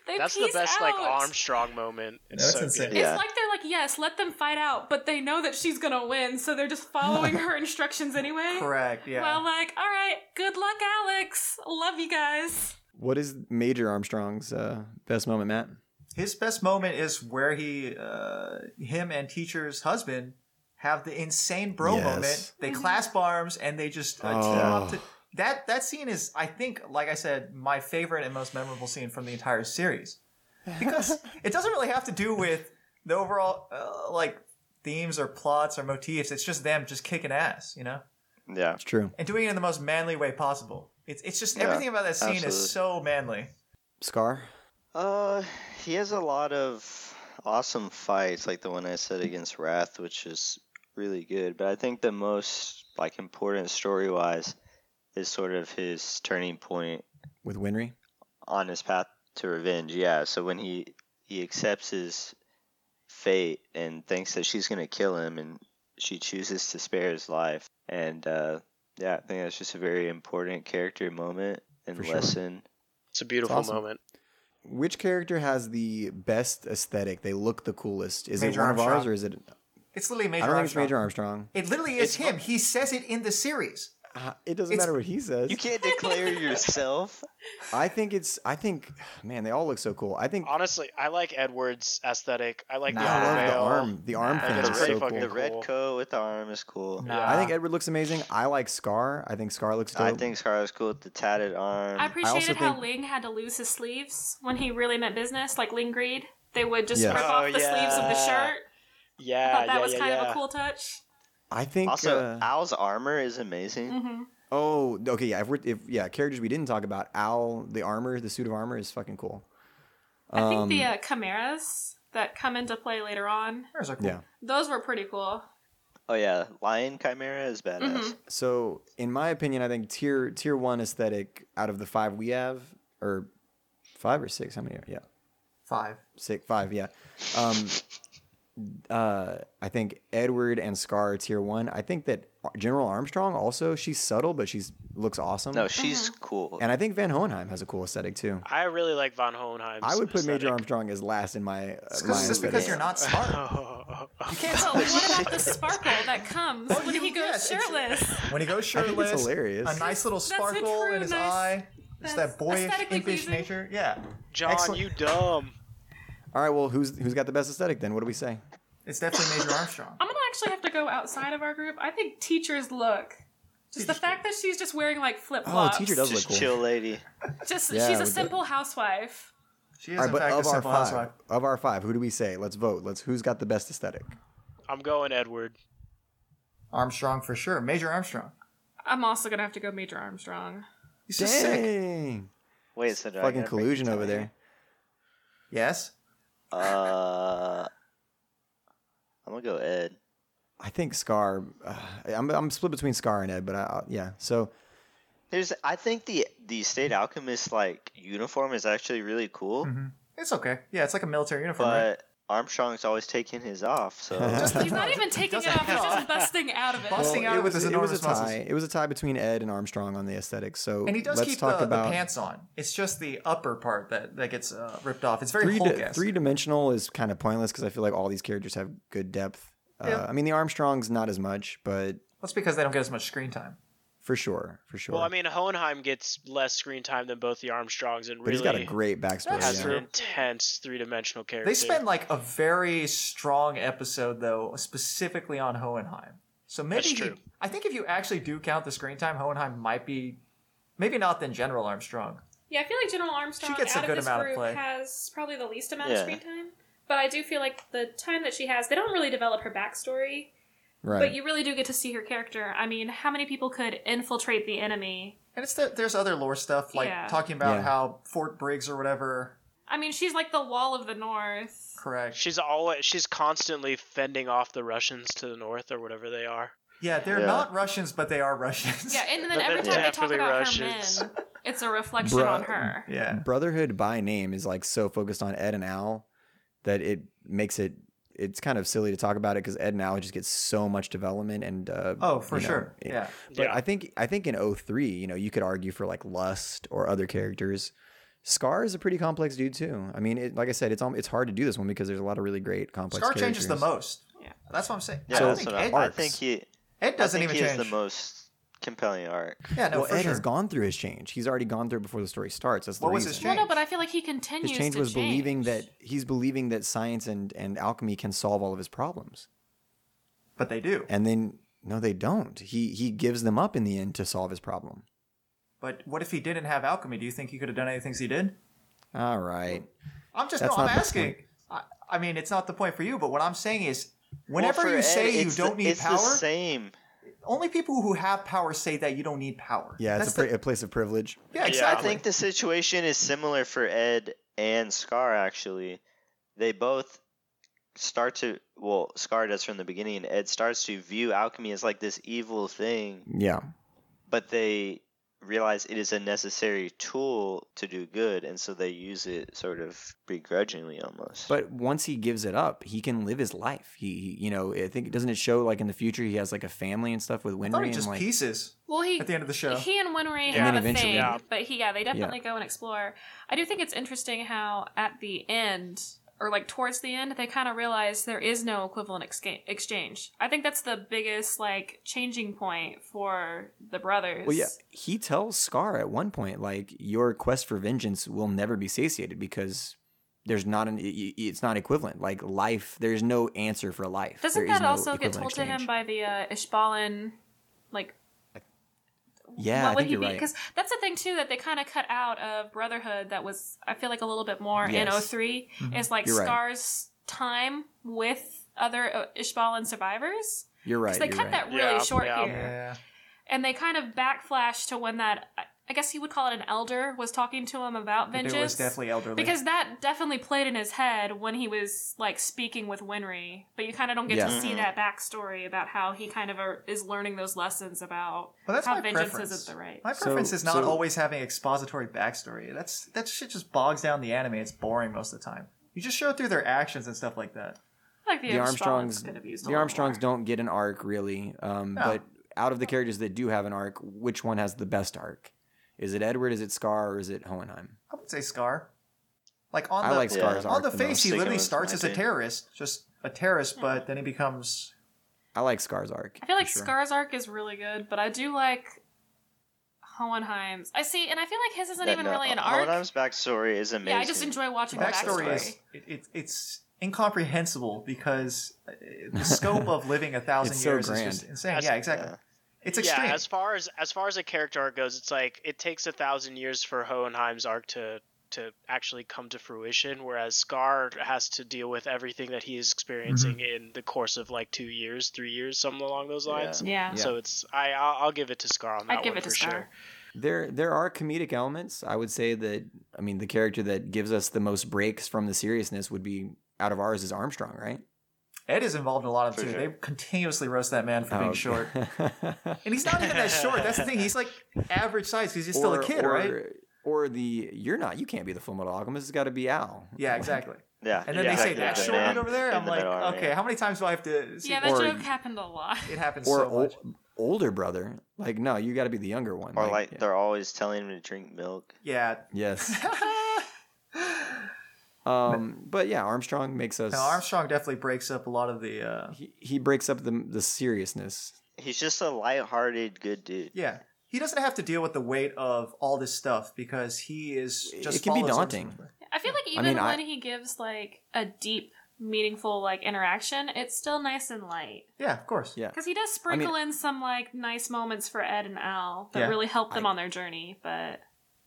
S5: they
S4: that's the
S5: piece
S4: best like
S5: out.
S4: Armstrong moment. It's
S1: That's
S4: so
S1: insane.
S4: good.
S2: Yeah.
S5: It's like they're like, yes, let them fight out, but they know that she's gonna win, so they're just following her instructions anyway.
S1: Correct. Yeah.
S5: Well, like, all right, good luck, Alex. Love you guys.
S3: What is Major Armstrong's uh, best moment, Matt?
S1: His best moment is where he, uh, him and teacher's husband have the insane bro
S3: Yes.
S1: moment. They clasp arms and they just uh, team
S3: Oh.
S1: up. To, that that scene is, I think, like I said, my favorite and most memorable scene from the entire series because it doesn't really have to do with the overall uh, like themes or plots or motifs. It's just them just kicking ass, you know,
S2: yeah.
S3: It's true.
S1: and doing it in the most manly way possible. It's it's just
S2: Yeah,
S1: everything about that scene
S2: absolutely.
S1: is so manly.
S3: Scar?
S2: Uh, he has a lot of awesome fights, like the one I said against Wrath, which is really good. But I think the most like important story wise is sort of his turning point
S3: With Winry?
S2: on his path to revenge. Yeah, so when he he accepts his fate and thinks that she's gonna kill him, and she chooses to spare his life. And uh, yeah, I think that's just a very important character moment and
S3: For sure.
S2: lesson.
S4: It's a beautiful
S3: awesome.
S4: moment.
S3: Which character has the best aesthetic? They look the coolest. Is
S1: Major
S3: it one of ours
S1: Armstrong.
S3: or is it?
S1: It's literally Major
S3: I don't
S1: Armstrong.
S3: think it's Major Armstrong.
S1: It literally is him. He says it in the series.
S3: Uh, It doesn't
S1: It's-
S3: matter what he says.
S2: You can't declare yourself.
S3: I think it's. I think, man, they all look so cool. I think
S4: Honestly, I like Edward's aesthetic. I like
S1: Nah,
S4: the,
S3: I love the
S4: veil.
S3: arm. The arm
S4: Nah.
S3: thing
S4: It's
S3: is
S4: pretty
S3: so
S4: fucking
S2: The
S3: cool.
S4: cool.
S2: red coat with the arm is cool.
S3: I think Edward looks amazing. I like Scar. I think Scar looks dope.
S2: I think Scarlet's cool with the tatted arm.
S5: I appreciated
S3: also
S5: how
S3: think-
S5: Ling had to lose his sleeves when he really meant business, like Ling Greed. They would just
S3: Yes.
S5: rip
S4: Oh,
S5: off the sleeves of the
S4: yeah.
S5: shirt. I
S4: Yeah,
S5: thought that
S4: yeah,
S5: was
S4: yeah,
S5: kind
S4: yeah.
S5: of a cool touch.
S3: I think.
S2: also,
S3: uh,
S2: Owl's armor is amazing.
S5: hmm
S3: Oh, okay, yeah. If we're if yeah, characters we didn't talk about, Owl, the armor, the suit of armor is fucking cool.
S5: I think the uh, chimeras that come into play later on,
S1: There's a cool.
S3: Yeah.
S5: those were pretty cool.
S2: Oh yeah, Lion Chimera is badass.
S3: Mm-hmm. So, in my opinion, I think tier tier one aesthetic out of the five we have, or five or six, how many? Are, yeah,
S1: Five.
S3: six, five, yeah. Um, uh, I think Edward and Scar are tier one. I think that General Armstrong also she's subtle, but she's looks awesome.
S2: No, she's cool.
S3: and I think Van Hohenheim has a cool aesthetic too.
S4: I really like von Hohenheim's.
S3: I would put Major
S4: aesthetic. Oh,
S3: Armstrong as last in my. Uh,
S1: It's, 'cause-
S3: my
S1: it's just
S3: aesthetic.
S1: because you're not
S3: [LAUGHS]
S4: [LAUGHS]
S1: smart. You can't
S5: But
S1: tell.
S5: what about the sparkle that comes
S4: Oh,
S1: Oh,
S5: when he goes
S1: yes, it's-
S5: shirtless?
S1: When he goes
S3: I think it's
S1: shirtless,
S3: hilarious.
S1: a nice little
S5: a
S1: sparkle
S5: true
S1: in his
S5: nice-
S1: eye. It's
S5: that's
S1: that boyish,
S5: aesthetically
S1: impish
S5: pleasing.
S1: nature. Yeah.
S4: John,
S1: Excellent.
S4: you dumb.
S3: All right, well, who's who's got the best aesthetic then? What do we say?
S1: It's definitely
S3: [LAUGHS]
S1: Major Armstrong.
S5: I'm gonna actually have to go outside of our group. I think teachers look. Just the fact that she's just wearing like flip
S3: Oh,
S5: flops.
S3: teacher does look
S2: Just
S3: cool.
S2: chill lady.
S5: Just
S3: Yeah,
S5: she's a
S3: we did.
S5: simple housewife.
S1: She is
S3: All right,
S1: in
S3: but
S1: fact a
S3: of our
S1: simple
S3: five,
S1: housewife.
S3: of our five, who do we say? Let's vote. Let's who's got the best aesthetic?
S4: I'm going Edward.
S1: Armstrong for sure. Major Armstrong.
S5: I'm also gonna have to go
S3: [LAUGHS]
S5: Major Armstrong.
S1: He's just sick.
S3: Dang,
S2: Wait, so do I gotta
S3: fucking
S2: make
S3: collusion
S2: the
S3: over
S2: time?
S3: there.
S1: Yes.
S2: Uh, I'm gonna go Ed.
S3: I think Scar. Uh, I'm I'm split between Scar and Ed, but I, I, yeah. So
S2: There's, I think the the state alchemist like uniform is actually really cool,
S3: Mm.
S1: It's okay. Yeah, it's like a military uniform. right?
S2: but Armstrong's always taking his off.
S3: [LAUGHS]
S2: So
S3: Just-
S5: He's not even taking it
S1: doesn't
S5: off, he's just busting out of it.
S1: Busting
S3: well,
S1: out
S3: it
S1: with
S3: was
S1: his
S3: it was a
S1: enormous muscles.
S3: tie. It was a tie between Ed and Armstrong on the aesthetic. So
S1: And he does
S3: let's
S1: keep
S3: talk
S1: the,
S3: about
S1: the pants on. It's just the upper part that, that gets uh, ripped off. It's very
S3: three
S1: Hulk
S3: di- three dimensional is kind of pointless because I feel like all these characters have good depth.
S1: Yeah.
S3: Uh, I mean, the Armstrong's not as much, but
S1: That's because they don't get as much screen time.
S3: for sure, for sure.
S4: Well, I mean, Hohenheim gets less screen time than both the Armstrongs, and
S3: but
S4: really
S3: he's got a great backstory.
S1: That's
S4: has
S3: yeah.
S4: an
S1: true.
S4: intense three-dimensional character.
S1: They spend like a very strong episode though, specifically on Hohenheim. So maybe
S4: That's
S1: he-
S4: true.
S1: I think if you actually do count the screen time, Hohenheim might be maybe not than General Armstrong.
S5: Yeah, I feel like General Armstrong
S1: gets a
S5: out
S1: good
S5: of this
S1: amount of
S5: group
S1: play.
S5: has probably the least amount of
S2: Yeah.
S5: screen time. But I do feel like the time that she has, they don't really develop her backstory.
S3: Right.
S5: But you really do get to see her character. I mean, how many people could infiltrate the enemy?
S1: And it's that there's other lore stuff like
S5: Yeah.
S1: talking about
S3: Yeah.
S1: how Fort Briggs or whatever.
S5: I mean, she's like the wall of the North.
S1: Correct.
S4: She's always she's constantly fending off the Russians to the north or whatever they are.
S1: Yeah, they're
S2: Yeah.
S1: not Russians, but they are Russians.
S5: Yeah, and then
S4: But
S5: every
S4: they're
S5: time they talk
S4: definitely
S5: about
S4: Russians.
S5: her men, it's a reflection
S3: Bruh.
S5: on her.
S1: [LAUGHS] yeah.
S3: Brotherhood by name is like so focused on Ed and Al that it makes it it's kind of silly to talk about it because Ed and Al just get so much development and uh,
S1: Oh, for
S3: you know,
S1: sure.
S3: it-
S1: yeah.
S3: But
S4: Yeah.
S3: I think I think in 03, you know, you could argue for like Lust or other characters. Scar is a pretty complex dude too. I mean, it, like I said, it's al- it's hard to do this one because there's a lot of really great complex.
S1: Scar changes the
S3: characters.
S1: most.
S5: Yeah.
S1: That's what I'm saying.
S2: yeah,
S1: I don't
S2: that's
S1: think
S2: what I,
S1: Ed,
S2: I think he
S1: Ed
S2: I
S1: doesn't
S2: think
S1: even
S2: he
S1: change.
S2: has the most compelling arc.
S1: yeah, no,
S3: well,
S1: for
S3: Ed
S1: sure.
S3: has gone through his change. He's already gone through it before the story starts. That's the
S1: What was
S3: reason.
S1: his
S5: Well,
S1: change?
S5: no, but I feel like he continues
S3: His change
S5: to
S3: was
S5: change.
S3: believing that he's believing that science and, and alchemy can solve all of his problems.
S1: But they do.
S3: And then no, they don't. He he gives them up in the end to solve his problem.
S1: But what if he didn't have alchemy? Do you think he could have done any things he did?
S3: All right.
S1: I'm just
S3: That's
S1: no, I'm
S3: not the
S1: asking. I, I mean, it's not the point for you, but what I'm saying is, whenever
S2: Well, for
S1: you say
S2: Ed,
S1: you
S2: it's
S1: don't
S2: the,
S1: need
S2: it's
S1: power,
S2: the same.
S1: only people who have power say that you don't need power.
S3: Yeah, it's
S1: That's
S3: a, pri-
S1: the-
S3: a place of privilege.
S1: yeah,
S2: I
S1: exactly.
S2: think the situation is similar for Ed and Scar. Actually, they both start to well, Scar does from the beginning, and Ed starts to view alchemy as like this evil thing,
S3: Yeah.
S2: but they realize it is a necessary tool to do good, and so they use it sort of begrudgingly almost.
S3: But once he gives it up, he can live his life. He, he you know, I think doesn't it show like in the future he has like a family and stuff with
S1: I thought
S3: Winry
S1: he
S3: and
S1: just
S3: like
S1: pieces
S5: Well, he
S1: at the end of the show.
S5: He and Winry
S4: Yeah.
S5: have
S3: And then
S5: a thing,
S3: eventually-
S4: Yeah.
S5: but he yeah, they definitely go and explore. I do think it's interesting how at the end or like towards the end they kind of realize there is no equivalent exca- exchange. I think that's the biggest like changing point for the brothers.
S3: Well, yeah, he tells Scar at one point like your quest for vengeance will never be satiated because there's not an i- i- it's not equivalent. Like life, there's no answer for life.
S5: Doesn't
S3: There is
S5: that
S3: no
S5: also get
S3: equivalent
S5: told to him
S3: exchange.
S5: by the uh, Ishbalan like
S3: Yeah,
S5: what
S3: I
S5: would
S3: think
S5: he
S3: you're
S5: be?
S3: right.
S5: Because that's the thing too that they kind of cut out of Brotherhood. That was I feel like a little bit more in
S3: Yes. Mm-hmm.
S5: 3 is like
S3: You're right.
S5: Scar's time with other uh, Ishbalan survivors.
S3: You're right.
S5: Because they
S3: you're right.
S5: cut that really
S4: Yeah,
S5: short
S4: yeah.
S5: here.
S1: yeah.
S5: and they kind of backflash to when that I- I guess you would call it an elder was talking to him about vengeance.
S1: It was definitely elderly.
S5: because that definitely played in his head when he was like speaking with Winry, but you kind of don't get to
S3: Yeah.
S4: Mm-hmm.
S5: see that backstory about how he kind of are, is learning those lessons about
S1: Well, that's
S5: how
S1: my
S5: vengeance
S1: preference.
S5: isn't the right.
S1: My
S3: So-
S1: preference is not
S3: so-
S1: always having expository backstory. That's that shit just bogs down the anime. It's boring most of the time. You just show through their actions and stuff like that.
S5: I like the,
S3: the
S5: Armstrongs.
S3: Armstrongs,
S5: could have used a
S3: the
S5: lot
S3: Armstrongs
S5: more.
S3: don't get an arc really. Um,
S1: No.
S3: But out of the characters that do have an arc, which one has the best arc? Is it Edward? Is it Scar? Or is it Hohenheim?
S1: I would say Scar. Like on
S3: I
S1: the
S3: like Scar's
S2: Yeah.
S3: arc
S1: on the
S3: the
S1: face,
S3: most.
S1: he
S2: Sticking
S1: literally
S2: with
S1: starts
S2: my
S1: as a
S2: team.
S1: terrorist, just a terrorist, but then he becomes.
S3: I like Scar's arc.
S5: I feel like
S3: for sure.
S5: Scar's arc is really good, but I do like Hohenheim's. I see, and I feel like his isn't even really an arc.
S2: Hohenheim's backstory is amazing.
S5: yeah, I just enjoy watching the
S1: Backstory,
S5: backstory.
S1: is it, it, it's incomprehensible because uh, the scope of
S3: [LAUGHS]
S1: living a thousand
S3: It's so
S1: years
S3: grand.
S1: is just insane.
S4: That's-
S1: yeah, exactly.
S2: yeah.
S1: It's
S4: yeah,
S1: extreme.
S4: as far as as far as a character arc goes, it's like it takes a thousand years for Hohenheim's arc to to actually come to fruition, whereas Scar has to deal with everything that he is experiencing
S3: Mm-hmm.
S4: in the course of like two years, three years, something along those lines.
S5: Yeah.
S4: So it's I I'll, I'll give it to Scar on that
S5: I'd give
S4: one
S5: it to
S4: for
S5: Scar.
S4: sure.
S3: There, there are comedic elements. I would say that. I mean, the character that gives us the most breaks from the seriousness would be out of ours is Armstrong, right?
S1: Ed is involved in a lot of
S2: For
S1: too.
S2: sure.
S1: They continuously roast that man for being
S3: Oh. [LAUGHS]
S1: short. And he's not even that short. That's the thing. He's like average size because he's still
S3: Or-
S1: a kid,
S3: or-
S1: right?
S3: Or the you're not. You can't be the full metal alchemist. It's got to be Al.
S1: Yeah, exactly.
S2: Yeah,
S1: And then
S4: Yeah,
S1: they say
S4: exactly.
S1: that
S4: The
S1: short
S4: man
S1: dude over there.
S2: in
S1: I'm
S2: the
S1: like,
S2: middle, yeah.
S1: okay, how many times do I have to? See
S5: Yeah, that
S3: Or-
S5: joke happened a lot.
S1: it happens
S3: Or
S1: so
S3: ol-
S1: much.
S3: older brother. Like no, you got to be the younger one.
S2: Or like
S3: yeah.
S2: they're always telling him to drink milk.
S1: Yeah.
S3: yes.
S1: now
S3: Um, but yeah, Armstrong makes us.
S1: Armstrong definitely breaks up a lot of the. Uh,
S3: he, he breaks up the the seriousness.
S2: He's just a light-hearted good dude.
S1: yeah, he doesn't have to deal with the weight of all this stuff because he is just.
S3: It can be
S1: follows
S3: daunting.
S1: him.
S5: I feel like even
S3: mean, I-
S5: when he gives like a deep, meaningful like interaction, it's still nice and light
S1: Yeah, of course.
S3: Yeah.
S5: because he does sprinkle in some like nice moments for Ed and Al that
S1: Yeah.
S5: really help them
S3: I-
S5: on their journey. But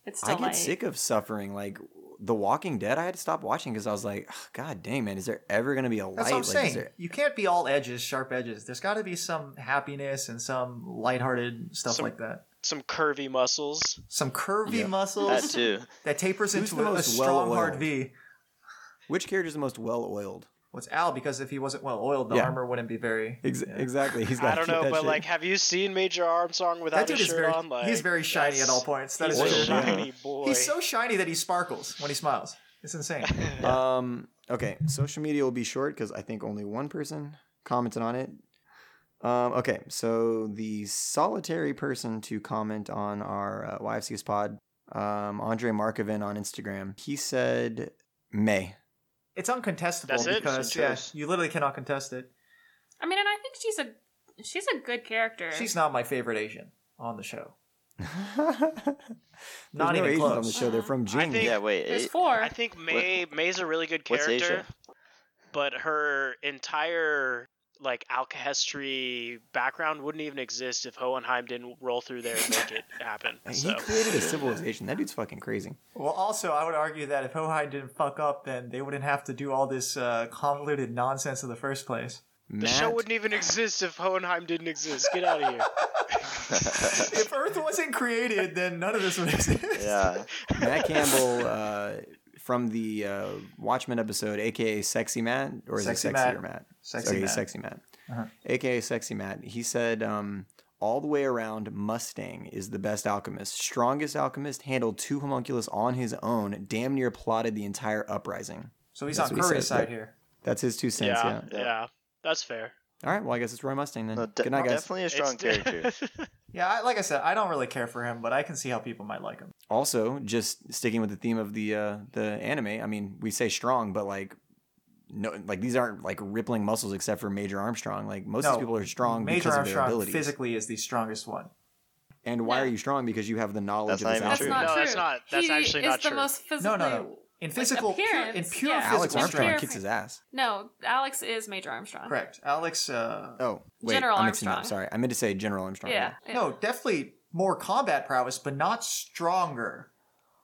S5: it's
S3: I
S5: still
S3: get
S5: light.
S3: sick of suffering. Like The Walking Dead, I had to stop watching because I was like, "Ugh, God dang, man, is there ever gonna be a light?
S1: That's what I'm
S3: like, is
S1: saying.
S3: there-
S1: You can't be all edges, sharp edges. There's got to be some happiness and some lighthearted stuff
S4: Some-
S1: like that.
S4: Some curvy muscles.
S1: Some curvy
S3: Yeah.
S1: muscles
S2: That
S1: [LAUGHS]
S2: too.
S1: that tapers
S3: Who's
S1: into
S3: the
S1: a, a
S3: most
S1: strong hard
S3: well-oiled?
S1: V.
S3: Which character is the most well oiled?
S1: What's Al? Because if he wasn't well oiled, the
S3: Yeah.
S1: armor wouldn't be very.
S3: Ex- Exactly. He's got.
S4: [LAUGHS] I don't know, but like, have you seen Major Armstrong
S1: That
S4: without a
S1: dude is
S4: shirt
S1: very.
S4: on? Like,
S1: he's very shiny at
S4: that's-
S1: all points. That is
S4: he's
S1: true.
S4: a
S3: oiled, yeah.
S4: shiny boy.
S1: He's so shiny that he sparkles when he smiles. It's insane.
S3: Um. Okay. Social media will be short because I think only one person commented on it. Um. Okay. So the solitary person to comment on our uh, YFC's pod, um, Andre Markovin on Instagram, he said May.
S1: [LAUGHS] It's uncontestable
S4: That's it?
S1: because
S2: It's a
S1: yeah,
S2: choice.
S1: you literally cannot contest it.
S5: I mean, and I think she's a she's a good character.
S1: She's not my favorite Asian on the show.
S3: There's
S1: Not
S3: no
S1: even
S3: Asians
S1: close.
S3: on the show. They're from Jing.
S4: think-
S2: Yeah, wait.
S5: There's
S2: it-
S5: four.
S4: I think May May's a really good
S2: what's
S4: character,
S2: Asia?
S4: but her entire like alkahestry background wouldn't even exist if Hohenheim didn't roll through there and
S1: [LAUGHS]
S4: make it happen.
S3: He
S4: So
S3: created a civilization. That dude's fucking crazy.
S1: Well, also, I would argue that if Hohai didn't fuck up, then they wouldn't have to do all this uh, convoluted nonsense in the first
S4: [LAUGHS]
S1: place.
S4: the show wouldn't even exist if Hohenheim didn't exist. Get out of here.
S1: if Earth wasn't created, then none of this would exist.
S2: [LAUGHS]
S3: [LAUGHS]
S2: Yeah.
S3: Matt Campbell uh, from the uh, Watchmen episode, aka Sexy Matt, or is
S1: Sexy
S3: it
S1: Matt.
S3: Sexier Matt?
S1: Sexy
S3: okay,
S1: Matt.
S3: Sexy Matt,
S1: Uh-huh.
S3: aka Sexy Matt. He said, um, "All the way around, Mustang is the best alchemist, strongest alchemist. Handled two homunculus on his own. Damn near plotted the entire uprising.
S1: So he's
S3: That's
S1: on
S3: what he
S1: Curry's
S3: said,
S1: side
S3: but-
S1: here.
S3: That's his two cents. Yeah.
S4: Yeah, yeah, that's fair.
S3: All right. Well, I guess it's Roy Mustang then.
S2: No, de-
S3: Good night, guys.
S2: Definitely a strong
S1: [LAUGHS]
S4: It's- [LAUGHS]
S2: character.
S1: Yeah, I, like I said, I don't really care for him, but I can see how people might like him.
S3: also just sticking with the theme of the uh the anime i mean we say strong but like no like these aren't like rippling muscles except for major armstrong like most of
S1: No,
S3: these people are strong
S1: Major
S3: because of their
S1: Armstrong
S3: abilities
S1: physically is the strongest one.
S3: and why
S5: No.
S3: are you strong because you have the knowledge
S2: That's
S3: of this
S2: not
S5: that's
S2: even
S3: alchemy.
S5: not
S4: No,
S5: true.
S4: that's not- that's
S5: he
S4: actually
S5: is
S4: not
S5: the
S4: true.
S5: most
S1: No,
S5: physically.
S1: no, no. In physical, pure, in
S5: appearance,
S1: pure
S5: yeah.
S3: alex
S1: physical
S3: armstrong
S1: strength.
S3: kicks his ass
S5: No, Alex is Major Armstrong.
S1: Correct. Alex, uh,
S3: oh wait
S5: General
S3: i'm mixing up
S5: Armstrong.
S3: sorry i meant to say general armstrong
S5: Yeah. yeah.
S1: no, definitely more combat prowess, but not stronger.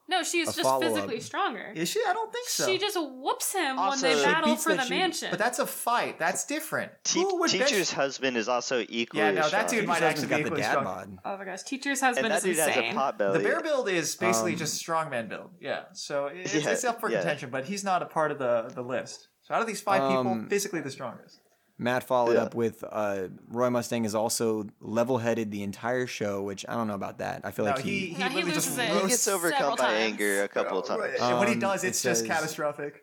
S5: No, she's
S3: A
S5: just
S3: follow-up.
S5: physically stronger.
S1: Is she? I don't think so.
S5: She just whoops him
S2: Also-
S5: when they
S2: She
S5: battle
S1: beats
S5: for
S1: the
S5: the
S1: shit-
S5: mansion.
S1: But that's a fight. That's different.
S2: Te-
S1: Who would bet-
S2: teacher's husband is also equally.
S1: Yeah, no,
S2: as
S1: that
S2: strong.
S1: dude might
S3: Jasmine's
S1: actually
S3: got
S1: be
S3: the
S1: equally
S3: dad
S1: strong.
S3: bod.
S5: oh my gosh, teacher's husband
S2: And that
S5: is
S2: dude
S5: insane.
S2: has a pot belly.
S1: The bear build is basically
S3: Um,
S1: just strongman build. Yeah. So it's,
S2: Yeah,
S1: it's up for
S2: yeah.
S1: contention, but he's not a part of the, the list. So out of these five people,
S3: Um,
S1: physically the strongest.
S3: Matt followed
S2: Yeah.
S3: up with uh, Roy Mustang is also level headed the entire show, which I don't know about that. I feel
S1: No,
S3: like
S1: he,
S3: he,
S1: he
S5: No, he
S1: literally
S5: loses
S1: just
S5: it.
S2: He
S1: roasts-
S2: gets overcome
S5: Several
S2: by
S5: times.
S2: anger a couple of times.
S1: and when he
S3: Um,
S1: does, it's
S3: it
S1: just
S3: says-
S1: catastrophic.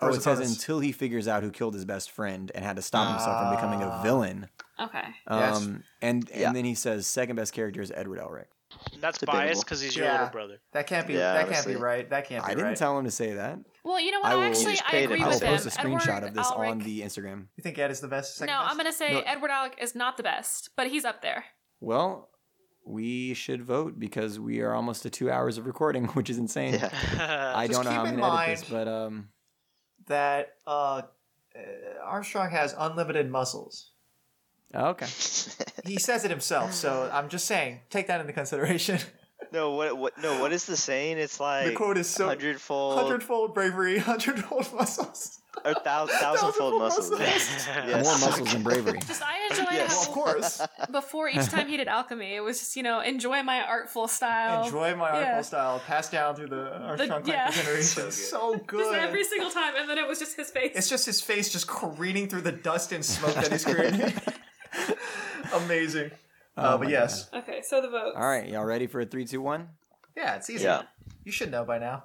S3: oh, it says
S1: Versus-
S3: until he figures out who killed his best friend and had to stop himself from becoming a
S1: Ah.
S3: villain.
S5: Okay.
S1: Yes.
S3: Um, and
S2: Yeah.
S3: and then he says second best character is Edward Elric.
S4: That's
S2: Debatable.
S4: biased because he's your
S1: Yeah.
S4: little brother.
S1: That can't be.
S2: Yeah,
S1: that can't
S2: honestly.
S1: be right. That can't
S3: I
S1: be
S3: didn't
S1: right.
S3: tell him to say that.
S5: Well, you know what?
S3: I will-
S5: I actually
S2: Just
S5: I
S2: paid
S5: agree
S3: I
S2: him.
S3: will
S5: with him.
S3: post a screenshot
S5: Edward
S3: of this
S5: Alric-
S3: on the Instagram.
S1: you think Ed is the best? Second
S5: No,
S1: best?
S5: I'm gonna say
S3: No.
S5: Edward Alec is not the best, but he's up there.
S3: Well, we should vote because we are almost to two hours of recording, [LAUGHS] which is insane.
S2: Yeah.
S3: [LAUGHS] I
S1: Just
S3: don't know how
S1: keep
S3: I'm
S1: in
S3: gonna edit this,
S1: mind-
S3: but um,
S1: that uh, uh, Armstrong has unlimited muscles.
S3: oh, okay.
S1: He says it himself, so
S5: Uh-huh.
S1: I'm just saying, take that into consideration. [LAUGHS]
S2: no, what, what? No, what is the saying? It's like
S1: the quote is so
S2: hundredfold,
S1: hundredfold bravery, [LAUGHS] hundredfold
S5: [LAUGHS]
S1: muscles.
S2: or thou, thousandfold
S1: [LAUGHS] Thousandfold [LAUGHS]
S2: muscles.
S1: muscles.
S2: Yes. [LAUGHS]
S3: More muscles and bravery.
S5: Just I enjoy
S2: Yes.
S1: Well, of
S5: how
S1: course,
S5: before each time he did alchemy, it was just you know enjoy my artful style.
S1: enjoy my artful
S5: Oh, yeah.
S1: style passed down through the Armstrong
S5: yeah.
S1: clan for
S5: [LAUGHS]
S1: generations. So good.
S5: Just every single time, and then it was just his face.
S1: It's just his face just careening through the dust and smoke that he's creating. [LAUGHS] Amazing. uh, but
S3: my
S1: yes,
S5: okay, so the vote.
S3: All right, y'all ready for a three, two, one?
S1: yeah, it's easy.
S2: Yeah.
S1: You should know by now.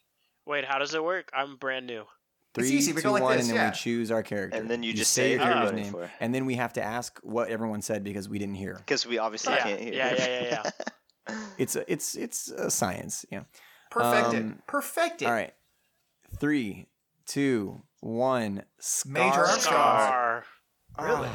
S4: [LAUGHS] Wait, how does it work? I'm brand new.
S3: Three,
S1: easy, we
S3: two,
S1: go like
S3: one,
S1: this,
S3: and then
S1: yeah.
S3: we choose our character.
S2: And then you just say
S3: your
S2: who you're
S3: character's
S2: voting
S3: name,
S2: for.
S3: and then we have to ask what everyone said because we didn't hear.
S2: Because we obviously
S4: Yeah.
S2: can't hear.
S4: Yeah, yeah, yeah, yeah.
S3: It's a, it's it's a science. Yeah.
S1: Perfected.
S3: Um,
S1: Perfected.
S3: All right. Three, two, one. Scar. Ah.
S1: Major Armstrong.
S4: Scar.
S1: Really?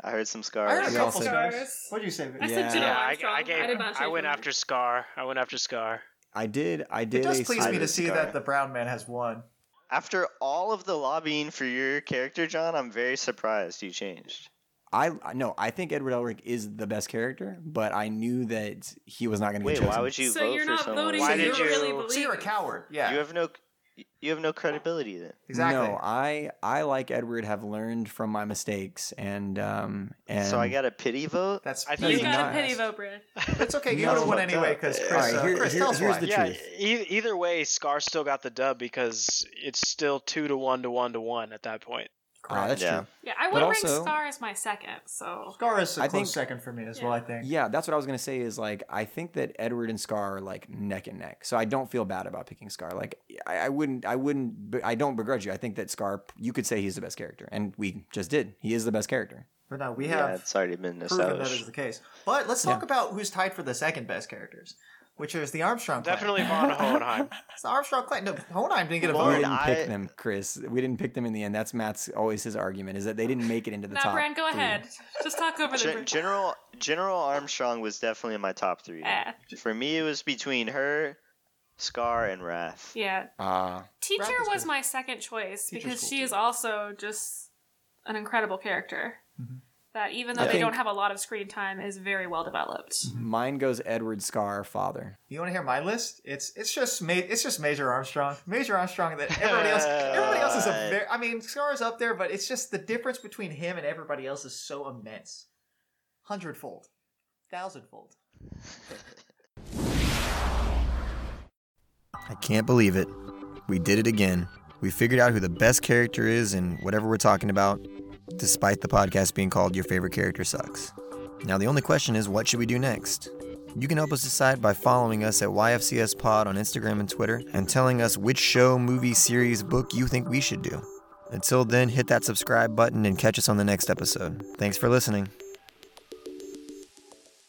S2: I heard some
S1: I heard
S2: scars.
S1: a
S3: We all
S1: couple
S3: said-
S1: stars. What do you say?
S5: I
S1: Vic?
S3: Yeah.
S5: said General
S4: Yeah, I,
S5: Armstrong.
S4: I gave.
S5: did not
S4: I,
S5: change
S4: went
S5: my
S4: after Scar. I went after Scar.
S3: I did. I did.
S1: It does
S3: a
S1: please me
S2: cider
S1: to see
S2: scar.
S1: that the brown man has won.
S2: After all of the lobbying for your character, John, I'm very surprised you changed.
S3: I no. I think Edward Elric is the best character, but I knew that he was not going to
S2: Wait,
S3: get chosen.
S2: why would you
S5: So
S2: vote
S5: you're
S2: for
S5: not
S2: someone?
S5: voting
S4: Why
S5: so you
S4: did you-
S5: really
S4: So
S5: believe
S1: So you're a coward. Yeah.
S2: You have no, you have no credibility then.
S1: exactly.
S3: No, I I like Edward have learned from my mistakes and um and
S2: so I got a pity vote.
S1: That's
S4: I think
S5: You
S3: He's
S5: got
S3: not.
S5: a pity vote, Brad.
S1: It's okay. You
S3: No.
S1: would have won anyway because Chris.
S2: All
S3: right,
S1: uh,
S3: here-
S1: Chris,
S3: here-
S1: tell us
S3: here's
S1: why.
S3: the-
S4: yeah.
S3: truth.
S4: E- either way, Scar still got the dub because it's still two to one to one to one at that point.
S3: Ah, that's
S2: Yeah.
S3: true.
S5: Yeah, I would rank
S3: also-
S5: Scar as my second. So
S1: Scar is a
S3: I
S1: close
S3: think-
S1: second for me as
S5: Yeah.
S1: well. I think.
S3: Yeah, that's what I was gonna say. Is like I think that Edward and Scar are like neck and neck, so I don't feel bad about picking Scar. Like I, I wouldn't, I wouldn't, but I don't begrudge you. I think that Scar, you could say he's the best character, and we just did. He is the best character.
S1: But no, we
S2: yeah,
S1: have
S2: it's already been
S1: proven that
S2: established.
S1: is the case. But let's talk about who's tied for the second best characters, which is the Armstrong. clan.
S4: Definitely Von Hohenheim.
S1: It's the Armstrong clan. No, Hohenheim didn't get a
S2: Well,
S3: we
S1: vote.
S3: didn't
S2: I-
S3: pick them, Chris. We didn't pick them in the end. That's Matt's always his argument is that they didn't make it into the
S5: now,
S3: top.
S5: Brad, go
S3: three.
S5: ahead. Just talk over the.
S2: Gen- General General Armstrong was definitely in my top three.
S5: Eh,
S2: For me, it was between her, Scar, and Wrath.
S5: yeah,
S3: Ah,
S5: teacher
S1: Rap is
S5: was
S1: cool.
S5: my second choice
S1: Teacher's
S5: because
S1: cool
S5: she
S1: too.
S5: is also just an incredible character
S1: Mm-hmm.
S5: that even though
S3: I
S5: they don't
S3: think-
S5: have a lot of screen time is very well developed
S3: mine goes Edward, Scar, father.
S1: You want to hear my list? It's it's just ma- it's just Major Armstrong, Major Armstrong. That everybody else, everybody else is a
S2: Alright.
S1: very. I mean, Scar is up there, but it's just the difference between him and everybody else is so immense, hundredfold, thousandfold.
S3: I can't believe it. We did it again. We figured out who the best character is in whatever we're talking about, despite the podcast being called Your Favorite Character Sucks. Now, the only question is what should we do next? You can help us decide by following us at YFCS Pod on Instagram and Twitter and telling us which show, movie, series, book you think we should do. Until then, hit that subscribe button and catch us on the next episode. Thanks for listening.